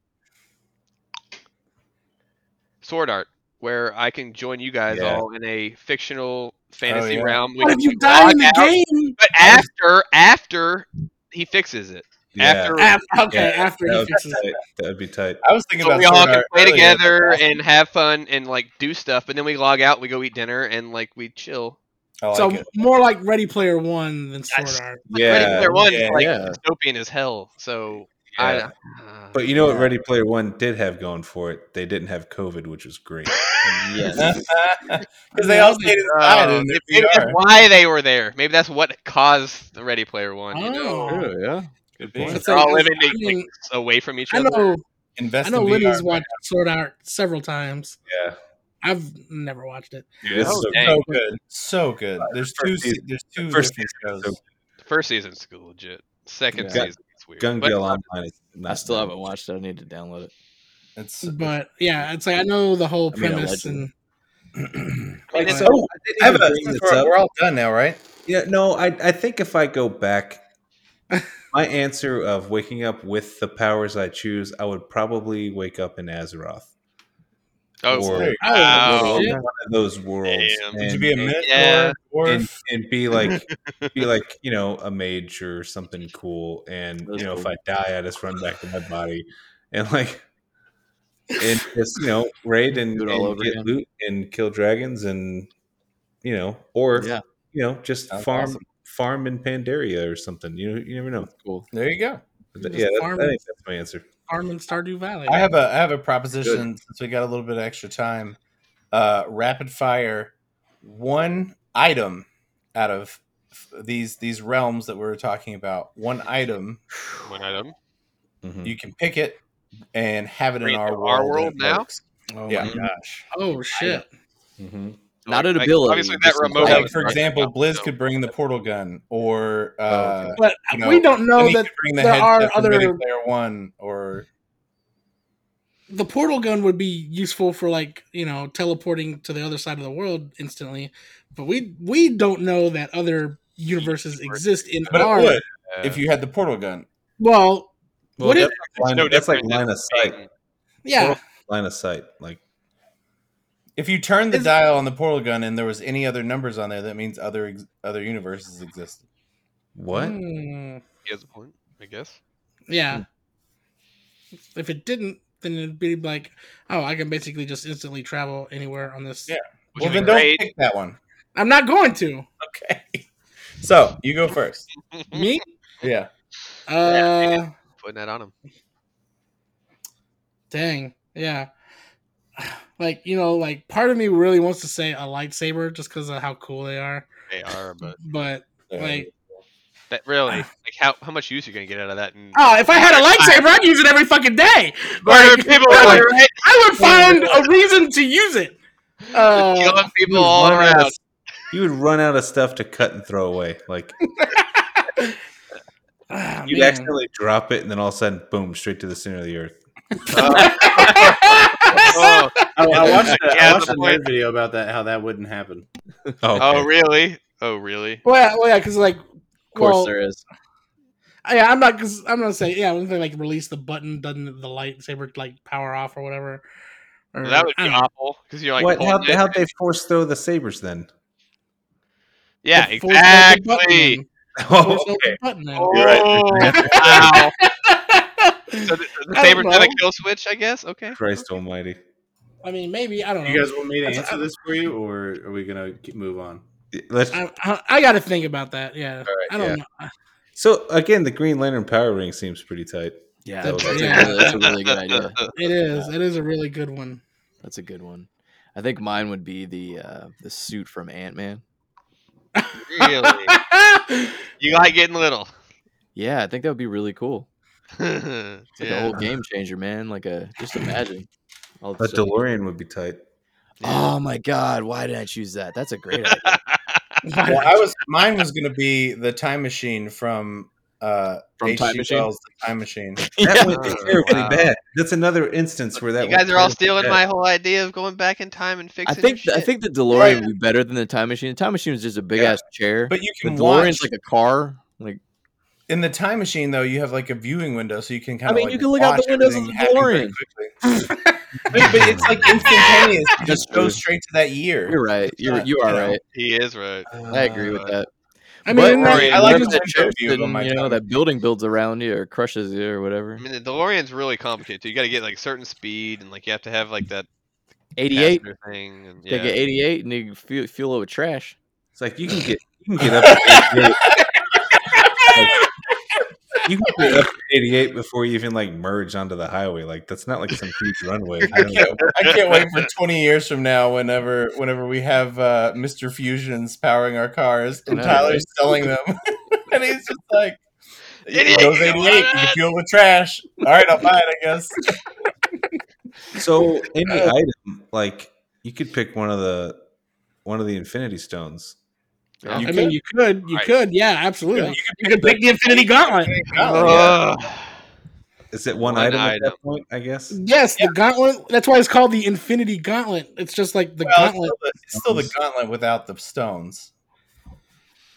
[SPEAKER 2] Sword Art, where I can join you guys
[SPEAKER 3] Yeah. Oh,
[SPEAKER 2] all in a fictional fantasy
[SPEAKER 5] yeah.
[SPEAKER 2] realm. We
[SPEAKER 1] What if
[SPEAKER 2] can
[SPEAKER 1] you die in
[SPEAKER 2] log
[SPEAKER 1] the
[SPEAKER 2] out,
[SPEAKER 1] game?
[SPEAKER 2] But after, after he fixes it,
[SPEAKER 3] Yeah,
[SPEAKER 2] after
[SPEAKER 1] Af- okay,
[SPEAKER 3] Yeah,
[SPEAKER 1] after
[SPEAKER 3] that
[SPEAKER 1] he
[SPEAKER 3] would be
[SPEAKER 1] fixes
[SPEAKER 3] tight. That would be tight.
[SPEAKER 5] I was thinking
[SPEAKER 2] so
[SPEAKER 5] about
[SPEAKER 2] we all
[SPEAKER 5] Sword
[SPEAKER 2] can
[SPEAKER 5] Art Oh,
[SPEAKER 2] play
[SPEAKER 5] earlier.
[SPEAKER 2] together and have fun and like do stuff, but then we log out, we go eat dinner, and like we chill.
[SPEAKER 5] I like
[SPEAKER 1] so
[SPEAKER 5] it.
[SPEAKER 1] more like Ready Player One than Sword
[SPEAKER 2] That's-
[SPEAKER 1] Art.
[SPEAKER 2] Like, Ready
[SPEAKER 3] Yeah,
[SPEAKER 2] Player One's
[SPEAKER 5] yeah,
[SPEAKER 2] like
[SPEAKER 4] yeah.
[SPEAKER 2] dystopian as hell. So
[SPEAKER 3] yeah.
[SPEAKER 2] I, uh,
[SPEAKER 3] But you know what Ready Player One did have going for it? They didn't have COVID, which was great.
[SPEAKER 4] yes.
[SPEAKER 5] Because they all stayed inside
[SPEAKER 2] Oh,
[SPEAKER 5] in their
[SPEAKER 2] maybe that's
[SPEAKER 5] VR.
[SPEAKER 2] why they were there. Maybe that's what caused the Ready Player One. You know,
[SPEAKER 1] Oh.
[SPEAKER 4] True, yeah.
[SPEAKER 5] Good
[SPEAKER 4] point.
[SPEAKER 2] they're all living
[SPEAKER 1] I mean,
[SPEAKER 2] like, away from each
[SPEAKER 1] I
[SPEAKER 2] other.
[SPEAKER 1] know,
[SPEAKER 5] Invest
[SPEAKER 1] I know.
[SPEAKER 5] in
[SPEAKER 1] Liddy's
[SPEAKER 5] VR.
[SPEAKER 1] watched Sword Art several times.
[SPEAKER 3] Yeah,
[SPEAKER 1] I've never watched it.
[SPEAKER 3] dude, this
[SPEAKER 2] Oh,
[SPEAKER 3] is so
[SPEAKER 2] dang.
[SPEAKER 5] So good, so good. There's
[SPEAKER 3] first
[SPEAKER 5] two.
[SPEAKER 3] season-
[SPEAKER 5] There's
[SPEAKER 3] the
[SPEAKER 5] two
[SPEAKER 3] first
[SPEAKER 5] different
[SPEAKER 3] season,
[SPEAKER 5] shows.
[SPEAKER 3] so-
[SPEAKER 2] The first season's good, legit. Second
[SPEAKER 4] Yeah.
[SPEAKER 2] season is weird.
[SPEAKER 3] Gun
[SPEAKER 2] But-
[SPEAKER 3] Gale Online is not.
[SPEAKER 4] I still haven't watched it. I need to download it.
[SPEAKER 5] It's
[SPEAKER 1] But yeah, it's like I know the whole
[SPEAKER 4] I mean,
[SPEAKER 1] premise
[SPEAKER 4] allegedly.
[SPEAKER 2] I mean,
[SPEAKER 1] and
[SPEAKER 2] it's-
[SPEAKER 3] So
[SPEAKER 5] Oh,
[SPEAKER 3] I didn't
[SPEAKER 5] I have
[SPEAKER 3] even
[SPEAKER 5] a,
[SPEAKER 3] bring
[SPEAKER 5] since
[SPEAKER 3] this
[SPEAKER 5] we're,
[SPEAKER 3] up.
[SPEAKER 5] we're all done now, right?
[SPEAKER 3] Yeah, no, I I think if I go back, my answer of waking up with the powers I choose, I would probably wake up in Azeroth,
[SPEAKER 2] oh,
[SPEAKER 3] Or-
[SPEAKER 5] Hey,
[SPEAKER 1] oh,
[SPEAKER 2] wow.
[SPEAKER 1] shit.
[SPEAKER 3] one of those worlds,
[SPEAKER 2] Damn.
[SPEAKER 5] Would you
[SPEAKER 3] and-
[SPEAKER 5] be a
[SPEAKER 3] and-
[SPEAKER 5] minotaur,
[SPEAKER 2] yeah.
[SPEAKER 5] dwarf?
[SPEAKER 3] and, and be like be like you know a mage or something cool and
[SPEAKER 4] That's
[SPEAKER 3] you know if
[SPEAKER 4] cool.
[SPEAKER 3] i die i just run back to my body and like and just you know raid and,
[SPEAKER 4] Do it all
[SPEAKER 3] and
[SPEAKER 4] over
[SPEAKER 3] get
[SPEAKER 4] again.
[SPEAKER 3] loot and kill dragons and you know or
[SPEAKER 4] Yeah,
[SPEAKER 3] you know just
[SPEAKER 5] Sounds
[SPEAKER 3] farm
[SPEAKER 5] awesome.
[SPEAKER 3] farm in pandaria or something you know you never know
[SPEAKER 4] that's cool.
[SPEAKER 5] there you go.
[SPEAKER 3] But
[SPEAKER 1] Just
[SPEAKER 3] yeah that,
[SPEAKER 1] farm
[SPEAKER 3] I
[SPEAKER 1] in-
[SPEAKER 3] think that's my answer
[SPEAKER 1] Farm in Stardew Valley.
[SPEAKER 5] I have a I have a proposition since we got a little bit of extra time. Uh, rapid fire, one item out of f- these these realms that we were talking about. One item
[SPEAKER 2] One item.
[SPEAKER 3] Mhm.
[SPEAKER 5] you can pick it and have it in
[SPEAKER 2] Bring it
[SPEAKER 5] our
[SPEAKER 2] to
[SPEAKER 5] world.
[SPEAKER 2] our
[SPEAKER 5] when
[SPEAKER 2] world
[SPEAKER 5] it
[SPEAKER 2] now?
[SPEAKER 5] works.
[SPEAKER 1] oh,
[SPEAKER 5] yeah,
[SPEAKER 1] my- oh shit!
[SPEAKER 3] Mhm.
[SPEAKER 4] Not an
[SPEAKER 2] like,
[SPEAKER 4] ability,
[SPEAKER 2] Obviously, that
[SPEAKER 4] just a
[SPEAKER 2] remote.
[SPEAKER 4] Oh,
[SPEAKER 5] Like,
[SPEAKER 4] that
[SPEAKER 5] for
[SPEAKER 4] was-
[SPEAKER 5] example, Blizz
[SPEAKER 2] so-
[SPEAKER 5] could bring the portal gun, or
[SPEAKER 4] Oh,
[SPEAKER 5] uh,
[SPEAKER 1] But
[SPEAKER 5] you know,
[SPEAKER 1] we don't know
[SPEAKER 5] and he
[SPEAKER 1] that
[SPEAKER 5] could bring the
[SPEAKER 1] there
[SPEAKER 5] headset
[SPEAKER 1] are
[SPEAKER 5] from
[SPEAKER 1] other-
[SPEAKER 5] Ready Player One, or
[SPEAKER 1] the portal gun would be useful for like you know teleporting to the other side of the world instantly. But we we don't know that other universes exist in
[SPEAKER 5] but
[SPEAKER 1] our
[SPEAKER 5] it would
[SPEAKER 2] uh,
[SPEAKER 5] if you had the portal gun.
[SPEAKER 1] well
[SPEAKER 3] Well,
[SPEAKER 1] Would it-
[SPEAKER 3] that's like line,
[SPEAKER 2] no
[SPEAKER 3] that's like
[SPEAKER 2] different than
[SPEAKER 3] line of sight.
[SPEAKER 2] being-
[SPEAKER 1] yeah
[SPEAKER 3] Line of sight. Like
[SPEAKER 5] If you turned the
[SPEAKER 1] Is-
[SPEAKER 5] dial on the portal gun and there was any other numbers on there, that means other ex- other universes existed.
[SPEAKER 3] what?
[SPEAKER 1] Hmm.
[SPEAKER 2] He has a point, I guess.
[SPEAKER 1] yeah
[SPEAKER 5] Hmm.
[SPEAKER 1] if it didn't then it'd be like oh I can basically just instantly travel anywhere on this
[SPEAKER 5] Yeah.
[SPEAKER 2] Which
[SPEAKER 5] Well,
[SPEAKER 2] would
[SPEAKER 5] then
[SPEAKER 2] be
[SPEAKER 5] don't
[SPEAKER 2] great.
[SPEAKER 5] pick that one.
[SPEAKER 1] I'm not going to
[SPEAKER 5] Okay. So you go first.
[SPEAKER 1] me
[SPEAKER 5] Yeah.
[SPEAKER 1] uh
[SPEAKER 2] Putting that on him.
[SPEAKER 1] dang yeah like you know like part of me really wants to say a lightsaber just because of how cool they are
[SPEAKER 2] They are, but
[SPEAKER 1] but like
[SPEAKER 2] that really,
[SPEAKER 5] Ah.
[SPEAKER 2] like, how how much use you gonna get out of that? And
[SPEAKER 1] Oh, if I had a lightsaber, I'd use it every fucking day.
[SPEAKER 2] murder
[SPEAKER 1] Like,
[SPEAKER 2] people,
[SPEAKER 1] I would,
[SPEAKER 2] right?
[SPEAKER 1] I would find a reason to use it.
[SPEAKER 5] oh,
[SPEAKER 1] Uh,
[SPEAKER 2] Killing
[SPEAKER 3] You
[SPEAKER 2] people
[SPEAKER 3] would
[SPEAKER 2] all
[SPEAKER 3] run out of-
[SPEAKER 2] around.
[SPEAKER 3] you would run out of stuff to cut and throw away. Like
[SPEAKER 1] ah,
[SPEAKER 3] you'd
[SPEAKER 1] man.
[SPEAKER 3] accidentally drop it, and then all of a sudden, boom, straight to the center of the earth.
[SPEAKER 2] Oh,
[SPEAKER 5] I,
[SPEAKER 2] I watched a- I Yeah, watched the a nerd point-
[SPEAKER 5] video about that, how that wouldn't happen.
[SPEAKER 3] Oh, okay.
[SPEAKER 2] oh, really? Oh, really?
[SPEAKER 1] well, well, yeah, because like,
[SPEAKER 4] Of course,
[SPEAKER 1] well,
[SPEAKER 4] there is.
[SPEAKER 1] yeah, I'm not, cause I'm gonna say, yeah, when they like release the button, doesn't the lightsaber like power off or whatever? Or,
[SPEAKER 2] That would
[SPEAKER 1] I
[SPEAKER 2] be
[SPEAKER 1] don't know.
[SPEAKER 2] awful because you're like,
[SPEAKER 3] what? How,
[SPEAKER 2] holding it.
[SPEAKER 3] how'd they force throw the sabers then?
[SPEAKER 2] yeah,
[SPEAKER 1] The force open
[SPEAKER 2] exactly.
[SPEAKER 1] button.
[SPEAKER 3] Oh,
[SPEAKER 1] Force open button then.
[SPEAKER 2] Oh,
[SPEAKER 3] You're
[SPEAKER 2] wow. So the, the
[SPEAKER 1] I don't
[SPEAKER 2] saber's have
[SPEAKER 1] know.
[SPEAKER 2] a kill switch, I guess. Okay.
[SPEAKER 3] Christ Almighty!
[SPEAKER 1] I mean, maybe I don't know.
[SPEAKER 6] You guys want me to
[SPEAKER 1] That's-
[SPEAKER 6] answer this for you, or are we gonna ke- move on?
[SPEAKER 3] Let's.
[SPEAKER 1] I, I, I got to think about that. Yeah, I don't
[SPEAKER 3] yeah.
[SPEAKER 1] know.
[SPEAKER 3] So again, the Green Lantern power ring seems pretty tight.
[SPEAKER 4] Yeah,
[SPEAKER 1] That
[SPEAKER 4] that's,
[SPEAKER 1] was-
[SPEAKER 4] a
[SPEAKER 1] yeah.
[SPEAKER 4] really, that's a really good idea.
[SPEAKER 1] It is. It is a really good one.
[SPEAKER 4] That's a good one. I think mine would be the uh, the suit from Ant Man.
[SPEAKER 2] really? You like getting little?
[SPEAKER 4] Yeah, I think that would be really cool.
[SPEAKER 2] yeah.
[SPEAKER 4] It's like a whole game changer, man. Like a just imagine. All the
[SPEAKER 3] The
[SPEAKER 4] stuff-
[SPEAKER 3] DeLorean would be tight.
[SPEAKER 4] oh my god, why did I choose that? That's a great idea.
[SPEAKER 5] Well, I was mine was going to be the time machine from uh
[SPEAKER 4] From Time
[SPEAKER 5] H.G.
[SPEAKER 4] Machine?
[SPEAKER 5] Wells' The Time Machine.
[SPEAKER 3] That
[SPEAKER 4] Yeah.
[SPEAKER 3] went
[SPEAKER 2] Oh,
[SPEAKER 3] terribly
[SPEAKER 2] wow.
[SPEAKER 3] bad. That's another instance where that
[SPEAKER 2] you guys
[SPEAKER 3] went
[SPEAKER 2] are all
[SPEAKER 3] terribly
[SPEAKER 2] stealing
[SPEAKER 3] bad.
[SPEAKER 2] my whole idea of going back in time and fixing.
[SPEAKER 4] I think
[SPEAKER 2] your
[SPEAKER 4] I
[SPEAKER 2] shit.
[SPEAKER 4] think the DeLorean would be better than the time machine. The time machine was just a big ass chair.
[SPEAKER 5] But you
[SPEAKER 4] the
[SPEAKER 5] can watch
[SPEAKER 4] DeLorean's like a car. Like
[SPEAKER 5] in the time machine though. You have like a viewing window, so you can kind of.
[SPEAKER 4] mean,
[SPEAKER 5] like,
[SPEAKER 4] you can look out the
[SPEAKER 5] watch
[SPEAKER 4] windows of
[SPEAKER 5] everything
[SPEAKER 4] the
[SPEAKER 5] happen pretty
[SPEAKER 4] DeLorean.
[SPEAKER 5] quickly. but, but it's like instantaneous. It just
[SPEAKER 4] That's true.
[SPEAKER 5] goes straight to that year. Uh,
[SPEAKER 4] you're right. You're you are
[SPEAKER 5] You know.
[SPEAKER 4] right.
[SPEAKER 2] he is right.
[SPEAKER 4] I agree with that.
[SPEAKER 1] I
[SPEAKER 4] But-
[SPEAKER 1] mean,
[SPEAKER 2] Sorry,
[SPEAKER 1] I
[SPEAKER 5] I like
[SPEAKER 1] like
[SPEAKER 4] Whatever
[SPEAKER 5] the
[SPEAKER 4] that
[SPEAKER 5] window
[SPEAKER 4] church
[SPEAKER 5] view of
[SPEAKER 4] and,
[SPEAKER 5] my
[SPEAKER 4] you know
[SPEAKER 5] time.
[SPEAKER 4] that building builds around you or crushes you or
[SPEAKER 2] I
[SPEAKER 4] whatever.
[SPEAKER 2] mean, the DeLorean's really complicated. too. You got to get like certain speed, and like you have to have like that
[SPEAKER 4] 88.
[SPEAKER 2] capacitor thing. And,
[SPEAKER 4] Take
[SPEAKER 2] yeah.
[SPEAKER 4] an 88 and you fuel, fuel it with trash.
[SPEAKER 3] It's like you can get you can get up to 88. Like, you can get up to 88 before you even like merge onto the highway. Like that's not like some huge runway.
[SPEAKER 5] I can't, I can't wait for 20 years from now whenever whenever we have uh, Mr. Fusions powering our cars and
[SPEAKER 4] I know,
[SPEAKER 5] Tyler's selling them. and he's just like,
[SPEAKER 2] Idiot,
[SPEAKER 5] it goes
[SPEAKER 2] you
[SPEAKER 5] 88,
[SPEAKER 2] know
[SPEAKER 5] you
[SPEAKER 2] what?
[SPEAKER 5] can fuel with trash. All right, I'll buy it, I guess.
[SPEAKER 3] So any
[SPEAKER 5] Uh,
[SPEAKER 3] item, like you could pick one of the one of the Infinity Stones.
[SPEAKER 4] Yeah.
[SPEAKER 1] I mean, you could, you
[SPEAKER 2] Right.
[SPEAKER 1] could, yeah, absolutely.
[SPEAKER 5] You
[SPEAKER 1] You could pick the Infinity Gauntlet.
[SPEAKER 3] Is it one,
[SPEAKER 2] One
[SPEAKER 3] item, at
[SPEAKER 2] item.
[SPEAKER 3] that point? I guess.
[SPEAKER 1] Yes, the Gauntlet. That's why it's called the Infinity Gauntlet. It's just like the
[SPEAKER 5] Well, it's,
[SPEAKER 1] Gauntlet.
[SPEAKER 5] still the, it's still the gauntlet without the stones.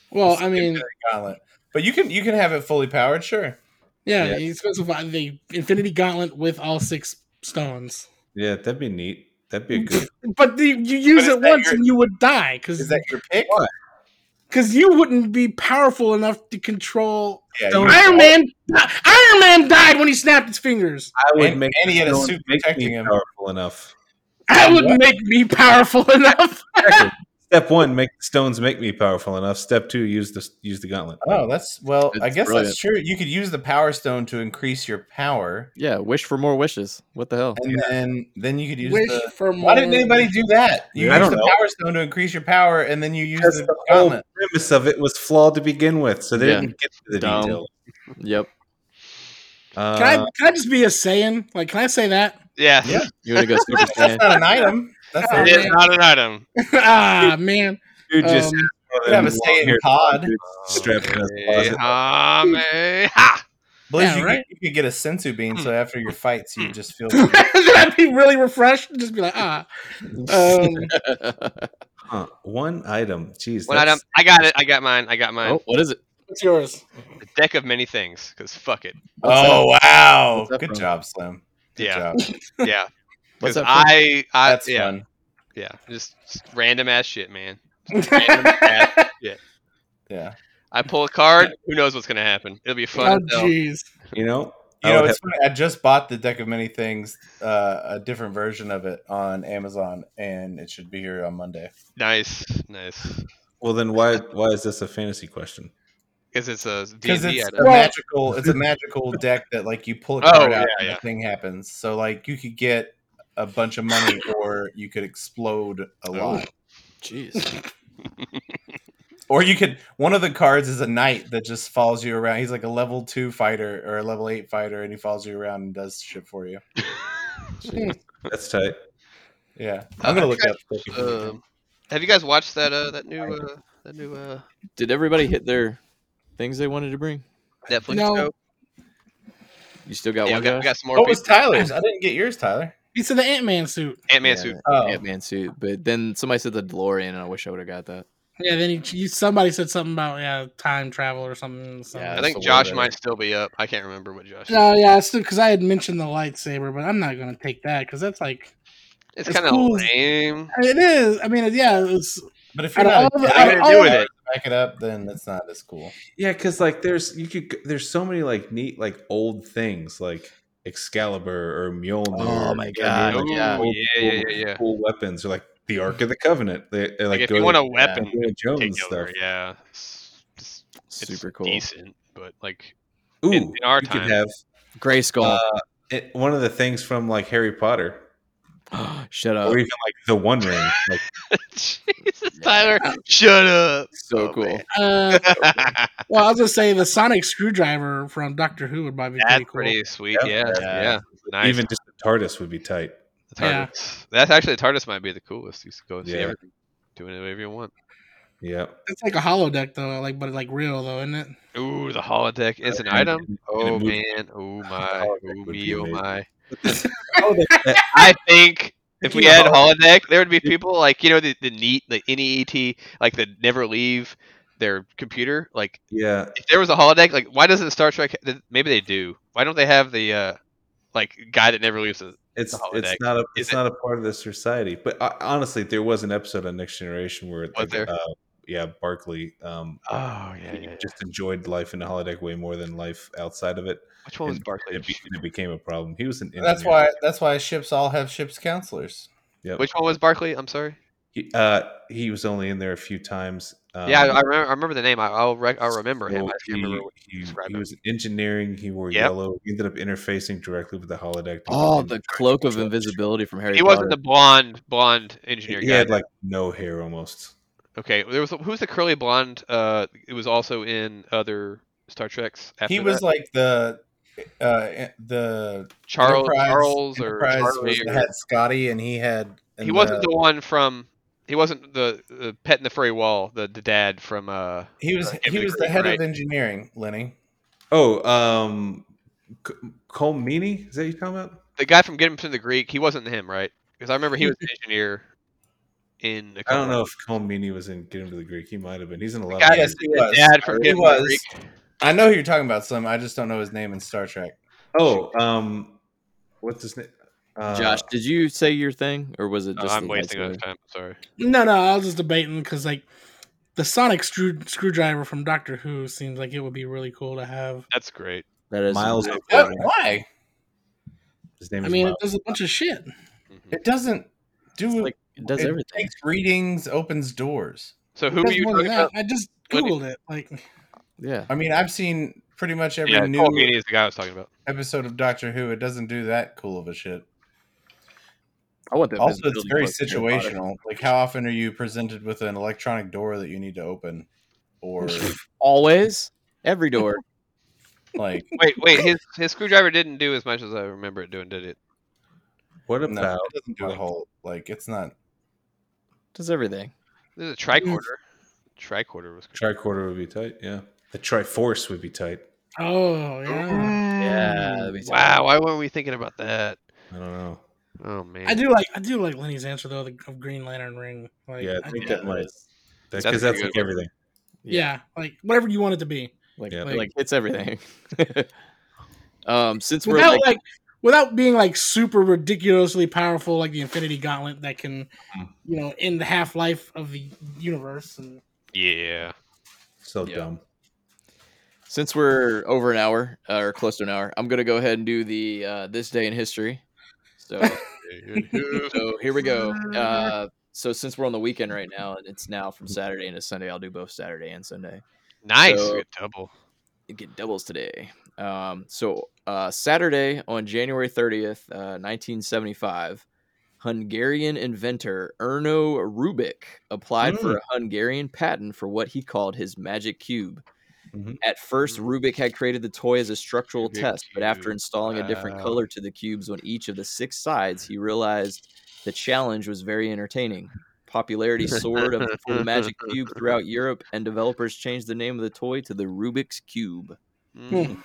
[SPEAKER 1] Well,
[SPEAKER 5] It's
[SPEAKER 1] I
[SPEAKER 5] the
[SPEAKER 1] mean,
[SPEAKER 5] Infinity gauntlet. But you can you can have it fully powered, sure.
[SPEAKER 1] yeah,
[SPEAKER 3] Yeah.
[SPEAKER 1] you specify the Infinity Gauntlet with all six stones.
[SPEAKER 3] Yeah, that'd be neat. That'd be a good.
[SPEAKER 1] But the, you use
[SPEAKER 5] is
[SPEAKER 1] it
[SPEAKER 5] that
[SPEAKER 1] once
[SPEAKER 5] your-
[SPEAKER 1] and you would die
[SPEAKER 5] Is
[SPEAKER 1] because
[SPEAKER 5] that your pick?
[SPEAKER 3] What?
[SPEAKER 1] you wouldn't be powerful enough to control.
[SPEAKER 5] Yeah, you-
[SPEAKER 1] Iron Man, Iron Man died when he snapped his fingers.
[SPEAKER 3] I would
[SPEAKER 5] And-
[SPEAKER 3] make
[SPEAKER 5] and he had a
[SPEAKER 3] the stone
[SPEAKER 5] suit
[SPEAKER 3] make me
[SPEAKER 5] protecting him.
[SPEAKER 3] powerful enough.
[SPEAKER 1] That would make me powerful enough.
[SPEAKER 3] Step one, make the stones make me powerful enough. Step two, use the use the gauntlet.
[SPEAKER 5] Oh, that's well. I
[SPEAKER 4] It's
[SPEAKER 5] guess
[SPEAKER 4] brilliant.
[SPEAKER 5] that's true. You could use the power stone to increase your power,
[SPEAKER 4] Yeah, wish for more wishes. What the hell?
[SPEAKER 5] and then then you could use
[SPEAKER 1] Wish
[SPEAKER 5] the
[SPEAKER 1] for more.
[SPEAKER 5] Why didn't anybody do that? You
[SPEAKER 3] I
[SPEAKER 5] use
[SPEAKER 3] don't
[SPEAKER 5] the
[SPEAKER 3] know.
[SPEAKER 5] power stone to increase your power, and then you use
[SPEAKER 3] Because
[SPEAKER 5] the,
[SPEAKER 3] the whole
[SPEAKER 5] gauntlet.
[SPEAKER 3] premise of it was flawed to begin with, so they
[SPEAKER 4] Yeah.
[SPEAKER 3] didn't get to the
[SPEAKER 4] Dumb.
[SPEAKER 3] detail.
[SPEAKER 4] Yep.
[SPEAKER 3] Uh,
[SPEAKER 1] Can I, can I just be a saying? Like, can I say that?
[SPEAKER 2] Yeah.
[SPEAKER 5] Yeah.
[SPEAKER 4] You want to go Super
[SPEAKER 5] That's
[SPEAKER 4] Saiyan?
[SPEAKER 5] not an item. That's
[SPEAKER 1] Oh,
[SPEAKER 2] It is
[SPEAKER 1] man.
[SPEAKER 2] not an item.
[SPEAKER 1] ah man,
[SPEAKER 3] Dude, just
[SPEAKER 1] Um,
[SPEAKER 5] we have a say in
[SPEAKER 3] Long-haired
[SPEAKER 5] pod.
[SPEAKER 3] dude strapped in his closet.
[SPEAKER 2] Ah, man. Ha!
[SPEAKER 5] Blizz,
[SPEAKER 1] Yeah,
[SPEAKER 5] you, could-
[SPEAKER 1] right?
[SPEAKER 5] you could get a sensu bean, so after your fights, you just feel.
[SPEAKER 1] that'd be really refreshed. Just be like, ah, um,
[SPEAKER 3] Huh, One item. Jeez.
[SPEAKER 2] What item?
[SPEAKER 3] that's-
[SPEAKER 2] I got it. I got mine. I got mine.
[SPEAKER 4] oh, what is it?
[SPEAKER 1] what's yours?
[SPEAKER 2] A deck of many things. Cause fuck it.
[SPEAKER 5] oh wow!
[SPEAKER 4] What's that
[SPEAKER 5] Good
[SPEAKER 4] from?
[SPEAKER 5] job, Slim. Good
[SPEAKER 2] Yeah.
[SPEAKER 5] job.
[SPEAKER 2] Yeah. Because
[SPEAKER 4] What's that from?
[SPEAKER 2] I, I,
[SPEAKER 5] That's
[SPEAKER 2] yeah,
[SPEAKER 5] fun.
[SPEAKER 2] yeah, just random ass shit, man.
[SPEAKER 1] oh
[SPEAKER 5] Yeah.
[SPEAKER 2] I pull a card. Who knows what's gonna happen? It'll be fun. as hell.
[SPEAKER 1] oh, jeez,
[SPEAKER 3] You know,
[SPEAKER 5] You
[SPEAKER 3] I
[SPEAKER 5] know,
[SPEAKER 3] would
[SPEAKER 5] it's funny. I just bought the deck of many things, uh, a different version of it on Amazon, and it should be here on Monday.
[SPEAKER 2] nice, nice.
[SPEAKER 3] well, then why why is this a fantasy question?
[SPEAKER 2] Because it's a
[SPEAKER 5] because
[SPEAKER 2] D&D
[SPEAKER 5] it's
[SPEAKER 2] item.
[SPEAKER 5] a magical it's a magical deck that like you pull a
[SPEAKER 2] Oh,
[SPEAKER 5] card out
[SPEAKER 2] yeah,
[SPEAKER 5] and
[SPEAKER 2] yeah.
[SPEAKER 5] the thing happens so like you could get a bunch of money or you could explode a
[SPEAKER 2] Oh.
[SPEAKER 5] lot
[SPEAKER 4] Jeez.
[SPEAKER 5] or you could one of the cards is a knight that just follows you around he's like a level two fighter or a level eight fighter and he follows you around and does shit for you
[SPEAKER 3] Jeez, that's tight.
[SPEAKER 5] yeah i'm gonna look up
[SPEAKER 2] Um, have you guys watched that? Uh, that new, uh, that new uh,
[SPEAKER 4] Did everybody hit their things they wanted to bring?
[SPEAKER 2] Netflix
[SPEAKER 1] No.
[SPEAKER 2] show?
[SPEAKER 4] You still got
[SPEAKER 2] Yeah, we
[SPEAKER 4] one
[SPEAKER 2] got,
[SPEAKER 4] guy?
[SPEAKER 2] we got some more
[SPEAKER 5] what Oh, was
[SPEAKER 2] people.
[SPEAKER 5] tyler's i didn't get yours tyler
[SPEAKER 1] he's in the Ant Man suit.
[SPEAKER 2] Ant Man
[SPEAKER 4] Yeah,
[SPEAKER 2] suit.
[SPEAKER 5] oh
[SPEAKER 4] Ant Man suit. But then somebody said the DeLorean, and I wish I would have got that.
[SPEAKER 1] Yeah, then he, you, somebody said something about yeah time travel or something. So.
[SPEAKER 4] Yeah,
[SPEAKER 2] I
[SPEAKER 4] that's
[SPEAKER 2] think
[SPEAKER 4] the one
[SPEAKER 2] Josh
[SPEAKER 4] that-
[SPEAKER 2] might still be up. I can't remember what Josh.
[SPEAKER 1] No, yeah, because I had mentioned the lightsaber, but I'm not gonna take that because that's like
[SPEAKER 2] It's
[SPEAKER 1] it's
[SPEAKER 2] kind of
[SPEAKER 1] cool.
[SPEAKER 2] lame.
[SPEAKER 1] I mean, it is. I mean, yeah, it's
[SPEAKER 5] but if
[SPEAKER 1] out
[SPEAKER 5] you're
[SPEAKER 1] of all
[SPEAKER 5] not
[SPEAKER 1] the,
[SPEAKER 5] a Jedi
[SPEAKER 2] I
[SPEAKER 1] out of
[SPEAKER 2] don't
[SPEAKER 5] to
[SPEAKER 2] know
[SPEAKER 1] all
[SPEAKER 2] do
[SPEAKER 1] the-
[SPEAKER 2] with it.
[SPEAKER 5] back it up then that's not as cool
[SPEAKER 3] Yeah, because like there's you could there's so many like neat like old things like Excalibur or Mjolnir.
[SPEAKER 4] Oh my
[SPEAKER 3] you know what I mean?
[SPEAKER 4] God,
[SPEAKER 3] Like,
[SPEAKER 4] yeah.
[SPEAKER 3] old-
[SPEAKER 2] Yeah, yeah,
[SPEAKER 3] old-
[SPEAKER 2] yeah, yeah.
[SPEAKER 3] Cool weapons or like the Ark of the Covenant. They, they, like,
[SPEAKER 2] Like, if
[SPEAKER 3] go
[SPEAKER 2] you
[SPEAKER 3] to
[SPEAKER 2] want a weapon,
[SPEAKER 3] Indiana Jones
[SPEAKER 2] particular,
[SPEAKER 3] stuff.
[SPEAKER 2] yeah, it's, it's, it's
[SPEAKER 4] Super cool.
[SPEAKER 2] decent, but like
[SPEAKER 3] Ooh,
[SPEAKER 2] in our
[SPEAKER 3] you
[SPEAKER 2] time.
[SPEAKER 3] could have
[SPEAKER 4] Gray Skull.
[SPEAKER 3] uh, it, one of the things from like Harry Potter, uh,
[SPEAKER 4] Shut up.
[SPEAKER 3] or even like the One Ring. Like,
[SPEAKER 2] Jesus, Tyler, shut up.
[SPEAKER 4] So
[SPEAKER 2] Oh,
[SPEAKER 4] cool.
[SPEAKER 2] man.
[SPEAKER 1] uh,
[SPEAKER 2] That's
[SPEAKER 1] well, I was gonna say the sonic screwdriver from Doctor Who would probably be pretty cool.
[SPEAKER 2] pretty sweet.
[SPEAKER 3] Yep.
[SPEAKER 2] Yeah, yeah.
[SPEAKER 3] Yeah.
[SPEAKER 2] Nice.
[SPEAKER 3] Even just the TARDIS would be tight.
[SPEAKER 2] The TARDIS. That's actually the TARDIS might be the coolest. You can go and see
[SPEAKER 3] Yeah.
[SPEAKER 2] everything, doing it whatever you want.
[SPEAKER 3] Yeah.
[SPEAKER 1] It's like a holodeck though, like but like real though, isn't it?
[SPEAKER 2] Ooh, the holodeck is an
[SPEAKER 3] And-
[SPEAKER 2] item.
[SPEAKER 3] and- and a
[SPEAKER 2] Oh
[SPEAKER 3] movie.
[SPEAKER 2] man. Oh
[SPEAKER 3] holodeck
[SPEAKER 2] my. Oh
[SPEAKER 3] would be
[SPEAKER 2] me. Oh
[SPEAKER 3] amazing.
[SPEAKER 2] my.
[SPEAKER 5] oh the
[SPEAKER 2] I think if we
[SPEAKER 5] Speaking
[SPEAKER 2] had
[SPEAKER 5] of
[SPEAKER 2] holodeck, there would be people like you know the the neat the NEET like the never leave their computer. Like
[SPEAKER 3] Yeah.
[SPEAKER 2] if there was a holodeck, like why doesn't Star Trek? th- Maybe they do. Why don't they have the uh like guy that never leaves? The,
[SPEAKER 3] It's
[SPEAKER 2] The holodeck.
[SPEAKER 3] it's not a it's
[SPEAKER 2] it-
[SPEAKER 3] not a part of the society. But uh, honestly, there was an episode on Next Generation where
[SPEAKER 2] Was there?
[SPEAKER 3] Uh, yeah, Barkley um,
[SPEAKER 2] oh yeah, yeah, yeah.
[SPEAKER 3] just enjoyed life in the holodeck way more than life outside of it.
[SPEAKER 2] Which one was
[SPEAKER 3] and
[SPEAKER 2] Barclay?
[SPEAKER 3] It, be, it became a problem. He was an engineer.
[SPEAKER 5] That's why. That's why ships all have ships counselors.
[SPEAKER 3] Yep.
[SPEAKER 2] Which one was Barclay? I'm sorry.
[SPEAKER 3] he, uh, he was only in there a few times. Um,
[SPEAKER 2] yeah, I, I, remember, I remember the name. I, I'll rec- I'll remember him. I
[SPEAKER 3] so
[SPEAKER 2] just
[SPEAKER 3] He,
[SPEAKER 2] can't remember what
[SPEAKER 3] he,
[SPEAKER 2] described
[SPEAKER 3] he
[SPEAKER 2] him.
[SPEAKER 3] was in engineering. He wore
[SPEAKER 2] Yep.
[SPEAKER 3] yellow. He ended up interfacing directly with the holodeck. to
[SPEAKER 4] Oh,
[SPEAKER 3] become-
[SPEAKER 4] the cloak of invisibility from Harry
[SPEAKER 2] he
[SPEAKER 4] Potter.
[SPEAKER 2] wasn't the blonde blonde engineer
[SPEAKER 3] He
[SPEAKER 2] guy.
[SPEAKER 3] had like no hair almost.
[SPEAKER 2] okay, there was who's the curly blonde? Uh, it was also in other Star Treks. After
[SPEAKER 5] he was
[SPEAKER 2] that?
[SPEAKER 5] like the uh, the
[SPEAKER 2] Charles
[SPEAKER 5] Enterprise-
[SPEAKER 2] Charles or
[SPEAKER 5] Enterprise
[SPEAKER 2] Charlie.
[SPEAKER 5] was,
[SPEAKER 2] or-
[SPEAKER 5] had Scotty, and he had. and
[SPEAKER 2] he wasn't the one from. He wasn't the, the pet in the furry wall. The the dad from uh.
[SPEAKER 5] He was.
[SPEAKER 2] Give me
[SPEAKER 5] He
[SPEAKER 2] the
[SPEAKER 5] was the
[SPEAKER 2] green
[SPEAKER 5] head
[SPEAKER 2] light.
[SPEAKER 5] of engineering, Lenny.
[SPEAKER 3] Oh, um, C- Cole Meany? Is that you talking about?
[SPEAKER 2] the guy from Getting to the Greek, he wasn't him, right? Because I remember he was an engineer in. A
[SPEAKER 3] I don't know if Cole Meany was in Get Him to the Greek. He might have been. He's in a lot
[SPEAKER 2] guy
[SPEAKER 3] of.
[SPEAKER 2] that
[SPEAKER 5] Yes,
[SPEAKER 3] movies.
[SPEAKER 5] he
[SPEAKER 2] the
[SPEAKER 5] was.
[SPEAKER 2] dad from
[SPEAKER 5] He
[SPEAKER 2] Getting to the
[SPEAKER 5] was.
[SPEAKER 2] Greek.
[SPEAKER 5] I know who you're talking about, Slim. I just don't know his name in Star Trek.
[SPEAKER 3] Oh, um, what's his name? Uh,
[SPEAKER 4] Josh, did you say your thing, or was it
[SPEAKER 2] No,
[SPEAKER 4] just?
[SPEAKER 2] I'm
[SPEAKER 4] the
[SPEAKER 2] wasting
[SPEAKER 4] lightsaber?
[SPEAKER 2] enough time. I'm sorry.
[SPEAKER 1] No, no, I was just debating because like the sonic screw screwdriver from Doctor Who seems like it would be really cool to have.
[SPEAKER 2] That's great.
[SPEAKER 4] That is
[SPEAKER 3] Miles.
[SPEAKER 5] What?
[SPEAKER 3] O'Brien.
[SPEAKER 5] Why?
[SPEAKER 3] His name
[SPEAKER 1] I
[SPEAKER 3] is
[SPEAKER 1] mean, it
[SPEAKER 3] Miles.
[SPEAKER 1] does a bunch of shit.
[SPEAKER 2] Mhm.
[SPEAKER 5] It doesn't do.
[SPEAKER 4] Like it does
[SPEAKER 5] it
[SPEAKER 4] everything.
[SPEAKER 5] Takes readings, opens doors.
[SPEAKER 2] So
[SPEAKER 1] It
[SPEAKER 2] who are
[SPEAKER 1] does
[SPEAKER 2] you
[SPEAKER 1] more than
[SPEAKER 2] talking
[SPEAKER 1] that.
[SPEAKER 2] about?
[SPEAKER 1] I just
[SPEAKER 2] Lenny.
[SPEAKER 1] googled it. Like,
[SPEAKER 4] Yeah.
[SPEAKER 5] I mean, I've seen pretty much every
[SPEAKER 2] Yeah,
[SPEAKER 5] new
[SPEAKER 2] Cole Meany is the guy I was talking about.
[SPEAKER 5] episode of Doctor Who. It doesn't do that cool of a shit.
[SPEAKER 4] I want that.
[SPEAKER 5] also it's
[SPEAKER 4] visibility
[SPEAKER 5] very
[SPEAKER 4] cloak from Harry Potter.
[SPEAKER 5] situational like how often are you presented with an electronic door that you need to open or
[SPEAKER 4] Always, every door.
[SPEAKER 5] like
[SPEAKER 2] Wait, wait. His his screwdriver didn't do as much as I remember it doing, did it?
[SPEAKER 3] What
[SPEAKER 5] no,
[SPEAKER 3] about
[SPEAKER 5] it doesn't do a whole like it's not
[SPEAKER 4] Does everything.
[SPEAKER 2] There's a tricorder. Tricorder was cool.
[SPEAKER 3] Tricorder would be tight. Yeah, the Triforce would be tight.
[SPEAKER 1] Oh yeah.
[SPEAKER 4] Yeah. that'd be tight.
[SPEAKER 2] Wow, why weren't we thinking about that?
[SPEAKER 3] I don't know.
[SPEAKER 2] Oh man.
[SPEAKER 1] I do like I do like Lenny's answer though the, of Green Lantern ring. Like,
[SPEAKER 3] Yeah, I think that might. That's
[SPEAKER 2] That's a
[SPEAKER 3] because that's
[SPEAKER 2] good
[SPEAKER 3] like
[SPEAKER 2] one.
[SPEAKER 3] everything.
[SPEAKER 1] yeah, like whatever you want it to be,
[SPEAKER 4] Like,
[SPEAKER 3] Yeah.
[SPEAKER 4] like, it's everything. um, since we're
[SPEAKER 1] without
[SPEAKER 4] like,
[SPEAKER 1] like without being like super ridiculously powerful like the Infinity Gauntlet that can,
[SPEAKER 2] Mm-hmm.
[SPEAKER 1] you know, end the half life of the universe. And
[SPEAKER 2] Yeah.
[SPEAKER 3] So
[SPEAKER 4] Yeah.
[SPEAKER 3] dumb.
[SPEAKER 4] since we're over an hour uh, or close to an hour, I'm gonna go ahead and do the uh, this day in history. So, so here we go. Uh, so since we're on the weekend right now, and it's now from Saturday into Sunday, I'll do both Saturday and Sunday.
[SPEAKER 2] nice.
[SPEAKER 4] So-
[SPEAKER 2] good double.
[SPEAKER 4] get doubles today. Um, so uh, Saturday on January 30th, uh, 1975, Hungarian inventor Erno Rubik applied
[SPEAKER 2] Mm.
[SPEAKER 4] for a Hungarian patent for what he called his magic cube.
[SPEAKER 2] Mm-hmm.
[SPEAKER 3] Mhm.
[SPEAKER 4] At first, Rubik had created the toy as a structural
[SPEAKER 2] Magic
[SPEAKER 4] test, but after
[SPEAKER 2] cube.
[SPEAKER 4] installing a different
[SPEAKER 2] Wow.
[SPEAKER 4] color to the cubes on each of the six sides, he realized the challenge was very entertaining. Popularity soared of the full magic cube throughout Europe, and developers changed the name of the toy to the Rubik's Cube.
[SPEAKER 1] Hmm.
[SPEAKER 2] Mm.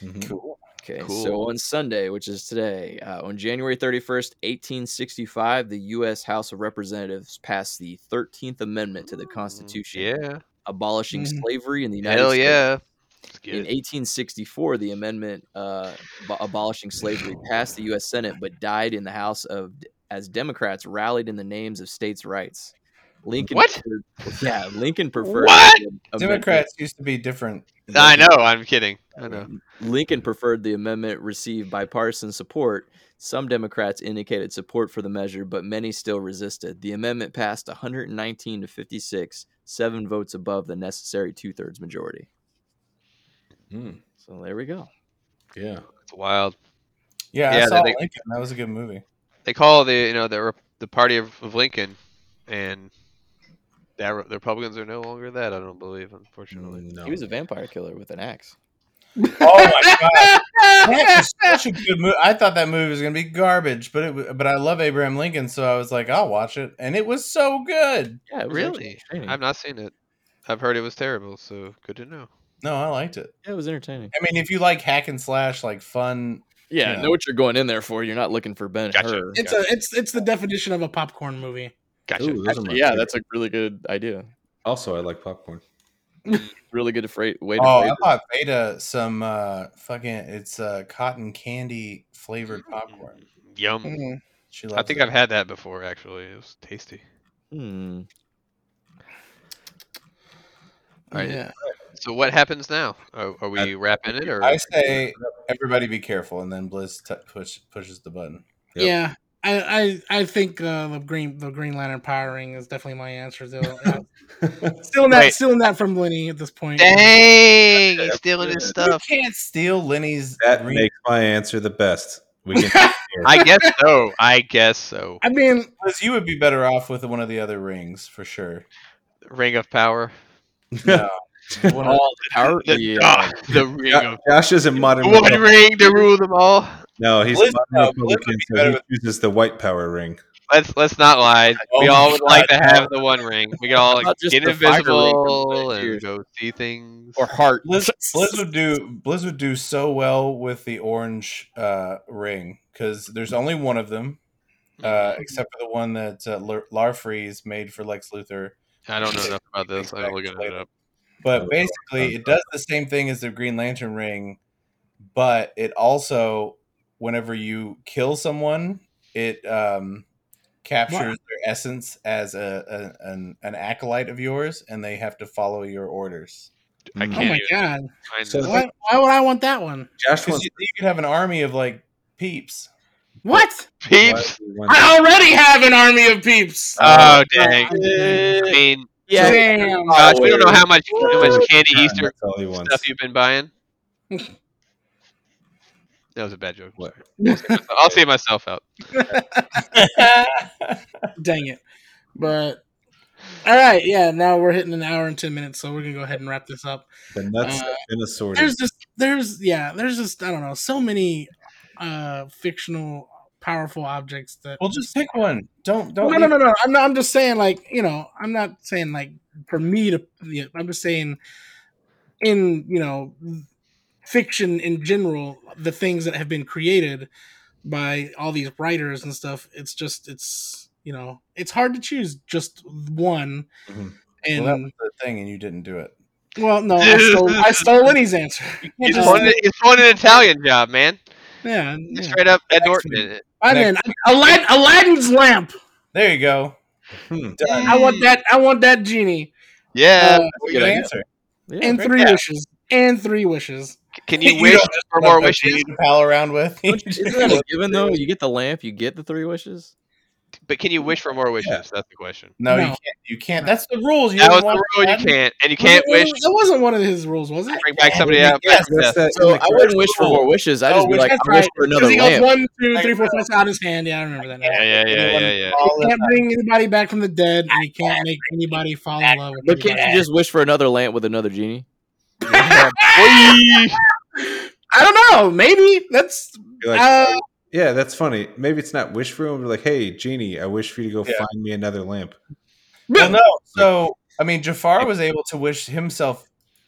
[SPEAKER 3] Mhm.
[SPEAKER 4] Cool. Okay, so
[SPEAKER 2] Cool.
[SPEAKER 4] on Sunday, which is today, uh, on January 31st, 1865, the U.S. House of Representatives passed the 13th Amendment to the Constitution,
[SPEAKER 2] Yeah.
[SPEAKER 4] abolishing
[SPEAKER 1] Mhm.
[SPEAKER 4] slavery in the United
[SPEAKER 2] Hell
[SPEAKER 4] States.
[SPEAKER 2] yeah. Let's get
[SPEAKER 4] In
[SPEAKER 2] it.
[SPEAKER 4] 1864, the amendment uh, ab- abolishing slavery passed the U.S. Senate, but died in the House of as Democrats rallied in the names of states' rights. Lincoln,
[SPEAKER 2] What?
[SPEAKER 4] preferred- yeah, Lincoln preferred
[SPEAKER 2] What?
[SPEAKER 4] the amendment-
[SPEAKER 5] Democrats used to be different.
[SPEAKER 2] I know. I'm kidding. I know.
[SPEAKER 4] Lincoln preferred the amendment received bipartisan support. Some Democrats indicated support for the measure, but many still resisted. The amendment passed 119 to 56, seven votes above the necessary two-thirds majority.
[SPEAKER 2] Hmm.
[SPEAKER 3] Mm.
[SPEAKER 4] So there we go.
[SPEAKER 3] Yeah.
[SPEAKER 2] It's wild.
[SPEAKER 5] Yeah,
[SPEAKER 2] Yeah,
[SPEAKER 5] I
[SPEAKER 2] they-
[SPEAKER 5] saw
[SPEAKER 2] they-
[SPEAKER 5] Lincoln. That was a good movie.
[SPEAKER 2] They call the you know the Re- the party of, of Lincoln, and that Re- the Republicans are no longer that. I don't believe, unfortunately.
[SPEAKER 3] No.
[SPEAKER 4] He was a vampire killer with an axe.
[SPEAKER 5] Oh my god, that is such a good movie. I thought that movie was gonna be garbage, but it wa- but I love Abraham Lincoln, so I was like, I'll watch it, and it was so good.
[SPEAKER 4] Yeah, it was actually
[SPEAKER 2] Really?
[SPEAKER 4] entertaining.
[SPEAKER 2] I've not seen it. I've heard it was terrible, so good to know.
[SPEAKER 5] No, I liked it.
[SPEAKER 4] Yeah, it was entertaining.
[SPEAKER 5] I mean, if you like hack and slash, like fun,
[SPEAKER 4] Yeah,
[SPEAKER 5] Yeah.
[SPEAKER 4] know what you're going in there for. You're not looking for Ben
[SPEAKER 2] Gotcha.
[SPEAKER 4] Hur.
[SPEAKER 1] it's a it's it's the definition of a popcorn movie.
[SPEAKER 2] Gotcha.
[SPEAKER 3] Ooh, those are my
[SPEAKER 4] Actually, yeah,
[SPEAKER 3] favorite.
[SPEAKER 4] that's a really good idea.
[SPEAKER 3] also I like popcorn.
[SPEAKER 4] Really good fra- way to
[SPEAKER 5] oh,
[SPEAKER 4] phrase
[SPEAKER 5] I
[SPEAKER 4] it.
[SPEAKER 5] bought Beta some uh fucking it's uh cotton candy flavored popcorn.
[SPEAKER 2] Yum.
[SPEAKER 5] She
[SPEAKER 2] Mm. I
[SPEAKER 5] loves
[SPEAKER 2] think
[SPEAKER 5] it.
[SPEAKER 2] I've had that before. Actually, it was tasty.
[SPEAKER 4] Hmm.
[SPEAKER 2] All right.
[SPEAKER 1] Yeah.
[SPEAKER 2] So what happens now? Are, are we wrapping it or?
[SPEAKER 5] I say everybody be careful, and then Blizz t- push pushes the button.
[SPEAKER 3] Yep.
[SPEAKER 1] Yeah. I, I, I think uh, the green the Green Lantern power ring is definitely my answer though. still not
[SPEAKER 2] Wait.
[SPEAKER 1] still not from Lenny at this point.
[SPEAKER 2] Dang, he's stealing his
[SPEAKER 5] You
[SPEAKER 2] stuff.
[SPEAKER 5] can't steal Lenny's.
[SPEAKER 3] That
[SPEAKER 5] green-
[SPEAKER 3] makes my answer the best. We can
[SPEAKER 2] I guess so. I guess so.
[SPEAKER 1] I mean,
[SPEAKER 5] Blizz, you would be better off with one of the other rings for sure.
[SPEAKER 2] Ring of power.
[SPEAKER 5] No. One of-
[SPEAKER 4] All the power.
[SPEAKER 2] The,
[SPEAKER 4] the, uh,
[SPEAKER 2] ah, the ring
[SPEAKER 3] Jo-
[SPEAKER 2] of
[SPEAKER 3] Josh is a modern.
[SPEAKER 2] the one
[SPEAKER 3] Republican.
[SPEAKER 2] ring to rule them all.
[SPEAKER 3] No, he's a
[SPEAKER 5] Blizz-
[SPEAKER 3] modern
[SPEAKER 5] no, Blizz would
[SPEAKER 3] Republican,
[SPEAKER 5] be
[SPEAKER 3] so
[SPEAKER 5] better
[SPEAKER 3] he
[SPEAKER 5] with-
[SPEAKER 3] chooses the white power ring.
[SPEAKER 2] Let's let's not lie.
[SPEAKER 5] Oh
[SPEAKER 2] we
[SPEAKER 5] my
[SPEAKER 2] all would like to
[SPEAKER 5] God.
[SPEAKER 2] have the one ring. We could all like,
[SPEAKER 4] Not just
[SPEAKER 2] get
[SPEAKER 4] the fire ring from
[SPEAKER 2] invisible
[SPEAKER 4] Blade
[SPEAKER 2] and
[SPEAKER 4] Years.
[SPEAKER 2] go see things.
[SPEAKER 4] or heart.
[SPEAKER 5] Blizz, Blizz would do Blizz would do so well with the orange uh, ring because there's only one of them, uh,
[SPEAKER 2] Mm.
[SPEAKER 5] except for the one that uh, Lar- Larfreeze made for Lex Luthor.
[SPEAKER 2] I don't know enough about this. I'm
[SPEAKER 5] Exactly.
[SPEAKER 2] looking it up.
[SPEAKER 3] Oh,
[SPEAKER 5] But basically, it does the same thing as the Green Lantern ring, but it also, whenever you kill someone, it um, captures their essence as a, a an, an acolyte of yours, and they have to follow your orders.
[SPEAKER 2] I
[SPEAKER 4] Mm.
[SPEAKER 1] oh
[SPEAKER 2] can't
[SPEAKER 1] my
[SPEAKER 2] even
[SPEAKER 1] god,
[SPEAKER 2] find
[SPEAKER 3] So
[SPEAKER 2] this.
[SPEAKER 3] the-
[SPEAKER 1] why, why would I want that one?
[SPEAKER 3] Josh
[SPEAKER 5] 'Cause
[SPEAKER 3] wants
[SPEAKER 5] you, you could have an army of like peeps.
[SPEAKER 1] What?
[SPEAKER 2] Peeps.
[SPEAKER 3] Why- why-
[SPEAKER 1] I already have an army of peeps.
[SPEAKER 2] Oh dang. I
[SPEAKER 4] Yeah.
[SPEAKER 2] mean,
[SPEAKER 4] Yeah.
[SPEAKER 1] Damn.
[SPEAKER 2] Josh, we don't know how much how
[SPEAKER 3] Woo!
[SPEAKER 2] much candy Easter
[SPEAKER 3] That's all he wants.
[SPEAKER 2] stuff you've been buying. That was a bad joke.
[SPEAKER 3] What?
[SPEAKER 2] I'll see myself out.
[SPEAKER 1] Oh, Dang it. But all right, yeah. Now we're hitting an hour and ten minutes, so we're gonna go ahead and wrap this up.
[SPEAKER 3] The nuts
[SPEAKER 1] Uh,
[SPEAKER 3] and assorted.
[SPEAKER 1] there's just there's yeah there's just i don't know so many uh fictional powerful objects that.
[SPEAKER 5] Well, just pick one. Don't
[SPEAKER 1] No,
[SPEAKER 5] don't.
[SPEAKER 1] no, no, no. I'm not. I'm just saying, like you know, I'm not saying like for me to. yeah, I'm just saying, in you know, fiction in general, the things that have been created by all these writers and stuff. It's just it's you know it's hard to choose just one.
[SPEAKER 3] Mhm.
[SPEAKER 1] And
[SPEAKER 5] Mm-hmm. Well, that
[SPEAKER 1] well,
[SPEAKER 5] was the thing, and you didn't do it.
[SPEAKER 1] no, I stole, I stole Lenny's answer.
[SPEAKER 2] He's
[SPEAKER 1] just-
[SPEAKER 2] won, he's won an Italian job, man.
[SPEAKER 1] Yeah,
[SPEAKER 2] He's
[SPEAKER 1] yeah.
[SPEAKER 2] Straight up Ed
[SPEAKER 5] Excellent.
[SPEAKER 2] Norton did it.
[SPEAKER 1] I mean, Aladdin, Aladdin's lamp.
[SPEAKER 5] There you go.
[SPEAKER 3] Hmm.
[SPEAKER 5] Done.
[SPEAKER 1] I want that. I want that genie. Uh,
[SPEAKER 2] Yeah.
[SPEAKER 5] Good
[SPEAKER 4] Good idea.
[SPEAKER 5] answer.
[SPEAKER 4] Yeah.
[SPEAKER 1] and three
[SPEAKER 2] Yeah.
[SPEAKER 1] wishes. And three wishes.
[SPEAKER 2] Can you
[SPEAKER 5] You
[SPEAKER 2] wish
[SPEAKER 5] don't
[SPEAKER 2] for more
[SPEAKER 5] Nothing
[SPEAKER 2] wishes?
[SPEAKER 5] to pal around with.
[SPEAKER 4] Don't you- Isn't that a given though? You get the lamp, you get the three wishes.
[SPEAKER 2] But can you wish for more wishes? That's the question.
[SPEAKER 5] No, you
[SPEAKER 1] No.
[SPEAKER 5] can't. You can't. That's the rules. You
[SPEAKER 2] That was
[SPEAKER 5] didn't
[SPEAKER 2] the
[SPEAKER 5] want
[SPEAKER 2] rule. You
[SPEAKER 5] that.
[SPEAKER 2] can't, and you can't
[SPEAKER 1] Was it-
[SPEAKER 2] wish
[SPEAKER 1] That wasn't one of his rules, was it?
[SPEAKER 2] bring back somebody
[SPEAKER 5] Yes,
[SPEAKER 2] out. back from
[SPEAKER 3] That's
[SPEAKER 2] death.
[SPEAKER 3] that
[SPEAKER 4] So I
[SPEAKER 3] incorrect
[SPEAKER 4] wouldn't wish for
[SPEAKER 3] rule.
[SPEAKER 4] more wishes. I
[SPEAKER 5] Oh,
[SPEAKER 4] just be
[SPEAKER 5] wish-
[SPEAKER 4] like, I
[SPEAKER 1] that's
[SPEAKER 4] wish
[SPEAKER 1] right,
[SPEAKER 4] for another
[SPEAKER 1] Because he goes
[SPEAKER 4] lamp.
[SPEAKER 1] one, two, three, four, five out his hand. Yeah, I remember that. Now.
[SPEAKER 2] Yeah, yeah, yeah, yeah, yeah.
[SPEAKER 5] All
[SPEAKER 1] He
[SPEAKER 5] that-
[SPEAKER 1] can't bring anybody back from the dead, and he can't make anybody fall in love with
[SPEAKER 4] But can't
[SPEAKER 1] anybody.
[SPEAKER 4] you just wish for another lamp with another genie?
[SPEAKER 2] Whee!
[SPEAKER 1] I don't know. Maybe that's
[SPEAKER 3] You're like,
[SPEAKER 1] uh,
[SPEAKER 3] yeah, that's funny. Maybe it's not wish for him. But like, hey, genie, I wish for you to go
[SPEAKER 5] Yeah.
[SPEAKER 3] find me another lamp.
[SPEAKER 5] Well, no. So I mean, Jafar was able to wish himself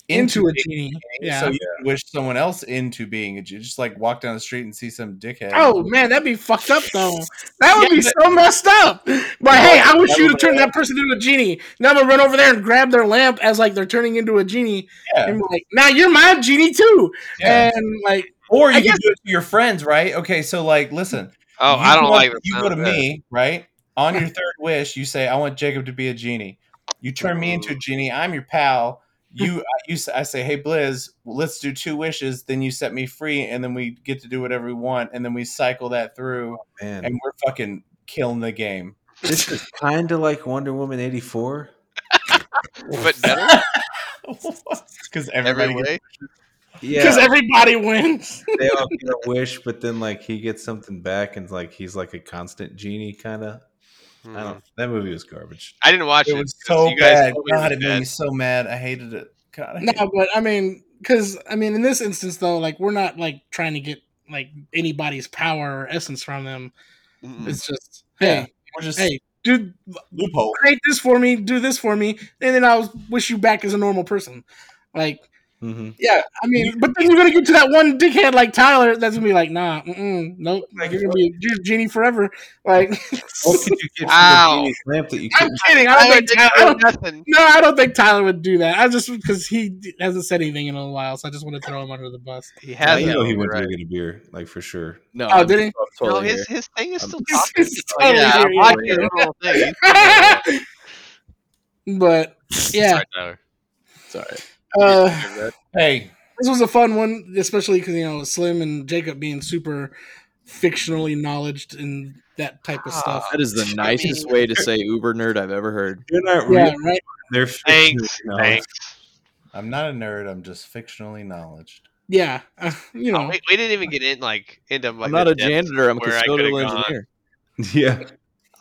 [SPEAKER 1] into a
[SPEAKER 5] being
[SPEAKER 1] genie.
[SPEAKER 5] king,
[SPEAKER 1] Yeah.
[SPEAKER 5] So you can wish someone else into being a genie. Just like walk down the street and see some dickhead.
[SPEAKER 1] Oh man, that'd be fucked up though. That would
[SPEAKER 5] Yeah,
[SPEAKER 1] be so messed up. But hey, I wish
[SPEAKER 5] that
[SPEAKER 1] you
[SPEAKER 5] would
[SPEAKER 1] to
[SPEAKER 5] be
[SPEAKER 1] turn that person into a genie. Now I'm gonna run over there and grab their lamp as like they're turning into a genie,
[SPEAKER 5] yeah.
[SPEAKER 1] and be like, now you're my genie too.
[SPEAKER 5] yeah.
[SPEAKER 1] And like,
[SPEAKER 5] Or
[SPEAKER 1] I
[SPEAKER 5] you can
[SPEAKER 1] guess-
[SPEAKER 5] do it to your friends, right? Okay, so like, listen.
[SPEAKER 2] Oh,
[SPEAKER 5] you
[SPEAKER 2] I don't
[SPEAKER 5] go-
[SPEAKER 2] like. the
[SPEAKER 5] You
[SPEAKER 2] sound
[SPEAKER 5] go to
[SPEAKER 2] of that.
[SPEAKER 5] me, right? On your third wish, you say, "I want Jacob to be a genie." You turn me into a genie. I'm your pal. You, I- you, s- I say, "Hey, Blizz, well, let's do two wishes." Then you set me free, and then we get to do whatever we want, and then we cycle that through,
[SPEAKER 3] Man,
[SPEAKER 5] and we're fucking killing the game.
[SPEAKER 3] this is kind of like Wonder Woman eighty four.
[SPEAKER 2] But better
[SPEAKER 5] Because
[SPEAKER 2] every
[SPEAKER 5] everybody, gets-
[SPEAKER 2] way.
[SPEAKER 3] Yeah,
[SPEAKER 1] because everybody wins.
[SPEAKER 3] they all get a wish, but then like he gets something back, and like he's like a constant genie kind of.
[SPEAKER 2] Hmm.
[SPEAKER 3] I don't. That movie was garbage.
[SPEAKER 2] I didn't watch it.
[SPEAKER 5] it was
[SPEAKER 2] 'cause
[SPEAKER 5] so bad.
[SPEAKER 2] told me it was
[SPEAKER 5] God, it made me
[SPEAKER 2] bad.
[SPEAKER 5] so mad. I hated it. God, I
[SPEAKER 1] no,
[SPEAKER 5] hated it.
[SPEAKER 1] but I mean, because I mean, in this instance though, like we're not like trying to get like anybody's power or essence from them.
[SPEAKER 2] Mm-mm.
[SPEAKER 1] It's just
[SPEAKER 5] Yeah.
[SPEAKER 1] hey,
[SPEAKER 5] we're just
[SPEAKER 1] hey, dude,
[SPEAKER 5] loophole.
[SPEAKER 1] create this for me, do this for me, and then I'll wish you back as a normal person. Like,
[SPEAKER 3] Mm-hmm.
[SPEAKER 1] yeah, I mean, but then you're gonna get to that one dickhead like Tyler that's gonna be like, nah, mm-mm, nope,
[SPEAKER 3] Like,
[SPEAKER 2] uh,
[SPEAKER 1] you're gonna be a ge- genie forever. Like,
[SPEAKER 3] What could you get from
[SPEAKER 2] Wow.
[SPEAKER 3] the genie's lamp that you
[SPEAKER 1] I'm
[SPEAKER 3] couldn't?
[SPEAKER 1] kidding. I don't
[SPEAKER 2] Tyler
[SPEAKER 1] think
[SPEAKER 2] didn't
[SPEAKER 1] Tyler, I
[SPEAKER 2] know
[SPEAKER 1] don't,
[SPEAKER 2] nothing.
[SPEAKER 1] no, I don't think Tyler would do that. I just because he d- hasn't said anything in a while, so I just want to throw him under the bus.
[SPEAKER 2] He
[SPEAKER 3] Yeah,
[SPEAKER 2] has.
[SPEAKER 3] you know
[SPEAKER 2] no-
[SPEAKER 3] he went
[SPEAKER 2] right.
[SPEAKER 3] to get a beer, like for sure.
[SPEAKER 4] No,
[SPEAKER 1] Oh, did he?
[SPEAKER 2] No,
[SPEAKER 4] totally
[SPEAKER 2] his his thing is still
[SPEAKER 1] He's-
[SPEAKER 2] talking.
[SPEAKER 1] he's
[SPEAKER 2] Oh, yeah, I'm
[SPEAKER 1] totally
[SPEAKER 2] watching
[SPEAKER 1] here,
[SPEAKER 2] the whole thing. He's still-
[SPEAKER 1] yeah. But yeah,
[SPEAKER 2] Sorry, Tyler.
[SPEAKER 4] Sorry.
[SPEAKER 1] uh,
[SPEAKER 5] Hey,
[SPEAKER 1] this was a fun one, especially because you know Slim and Jacob being super fictionally knowledged in that type
[SPEAKER 3] Ah,
[SPEAKER 1] of stuff.
[SPEAKER 4] That is the
[SPEAKER 2] I
[SPEAKER 4] nicest
[SPEAKER 2] mean-
[SPEAKER 4] way to say Uber nerd I've ever heard.
[SPEAKER 3] You're not
[SPEAKER 1] yeah, right.
[SPEAKER 3] They're
[SPEAKER 2] Thanks.
[SPEAKER 3] fictional.
[SPEAKER 2] Thanks.
[SPEAKER 5] I'm not a nerd. I'm just fictionally knowledged.
[SPEAKER 1] Yeah, uh, you
[SPEAKER 2] Oh,
[SPEAKER 1] know,
[SPEAKER 2] we, we didn't even get in like into like
[SPEAKER 4] I'm not
[SPEAKER 2] the
[SPEAKER 4] a
[SPEAKER 2] depths
[SPEAKER 4] janitor. I'm a
[SPEAKER 2] where I could've
[SPEAKER 4] custodial
[SPEAKER 2] gone.
[SPEAKER 4] engineer.
[SPEAKER 3] Yeah,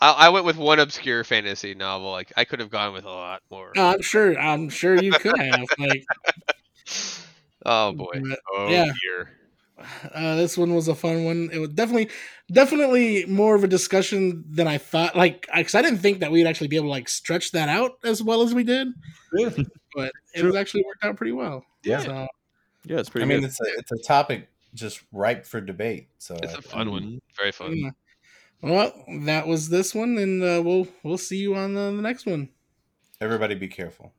[SPEAKER 2] I, I went with one obscure fantasy novel. Like I could have gone with a lot more.
[SPEAKER 1] uh, I'm sure, I'm sure you could have. Like,
[SPEAKER 2] oh boy.
[SPEAKER 1] but,
[SPEAKER 2] Oh
[SPEAKER 1] yeah.
[SPEAKER 2] dear.
[SPEAKER 1] uh, this one was a fun one. It was definitely, definitely more of a discussion than I thought. Like, because I didn't think that we'd actually be able to like stretch that out as well as we did,
[SPEAKER 3] yeah.
[SPEAKER 1] but it
[SPEAKER 3] True.
[SPEAKER 1] was actually worked out pretty well.
[SPEAKER 3] Yeah.
[SPEAKER 1] So,
[SPEAKER 4] Yeah, it's pretty.
[SPEAKER 5] I mean,
[SPEAKER 4] good.
[SPEAKER 5] it's a it's a topic just ripe for debate. So
[SPEAKER 2] It's a
[SPEAKER 5] I-
[SPEAKER 2] fun one. Very fun.
[SPEAKER 1] yeah. Well, that was this one, and uh, we'll we'll see you on uh, the next one.
[SPEAKER 5] everybody, be careful.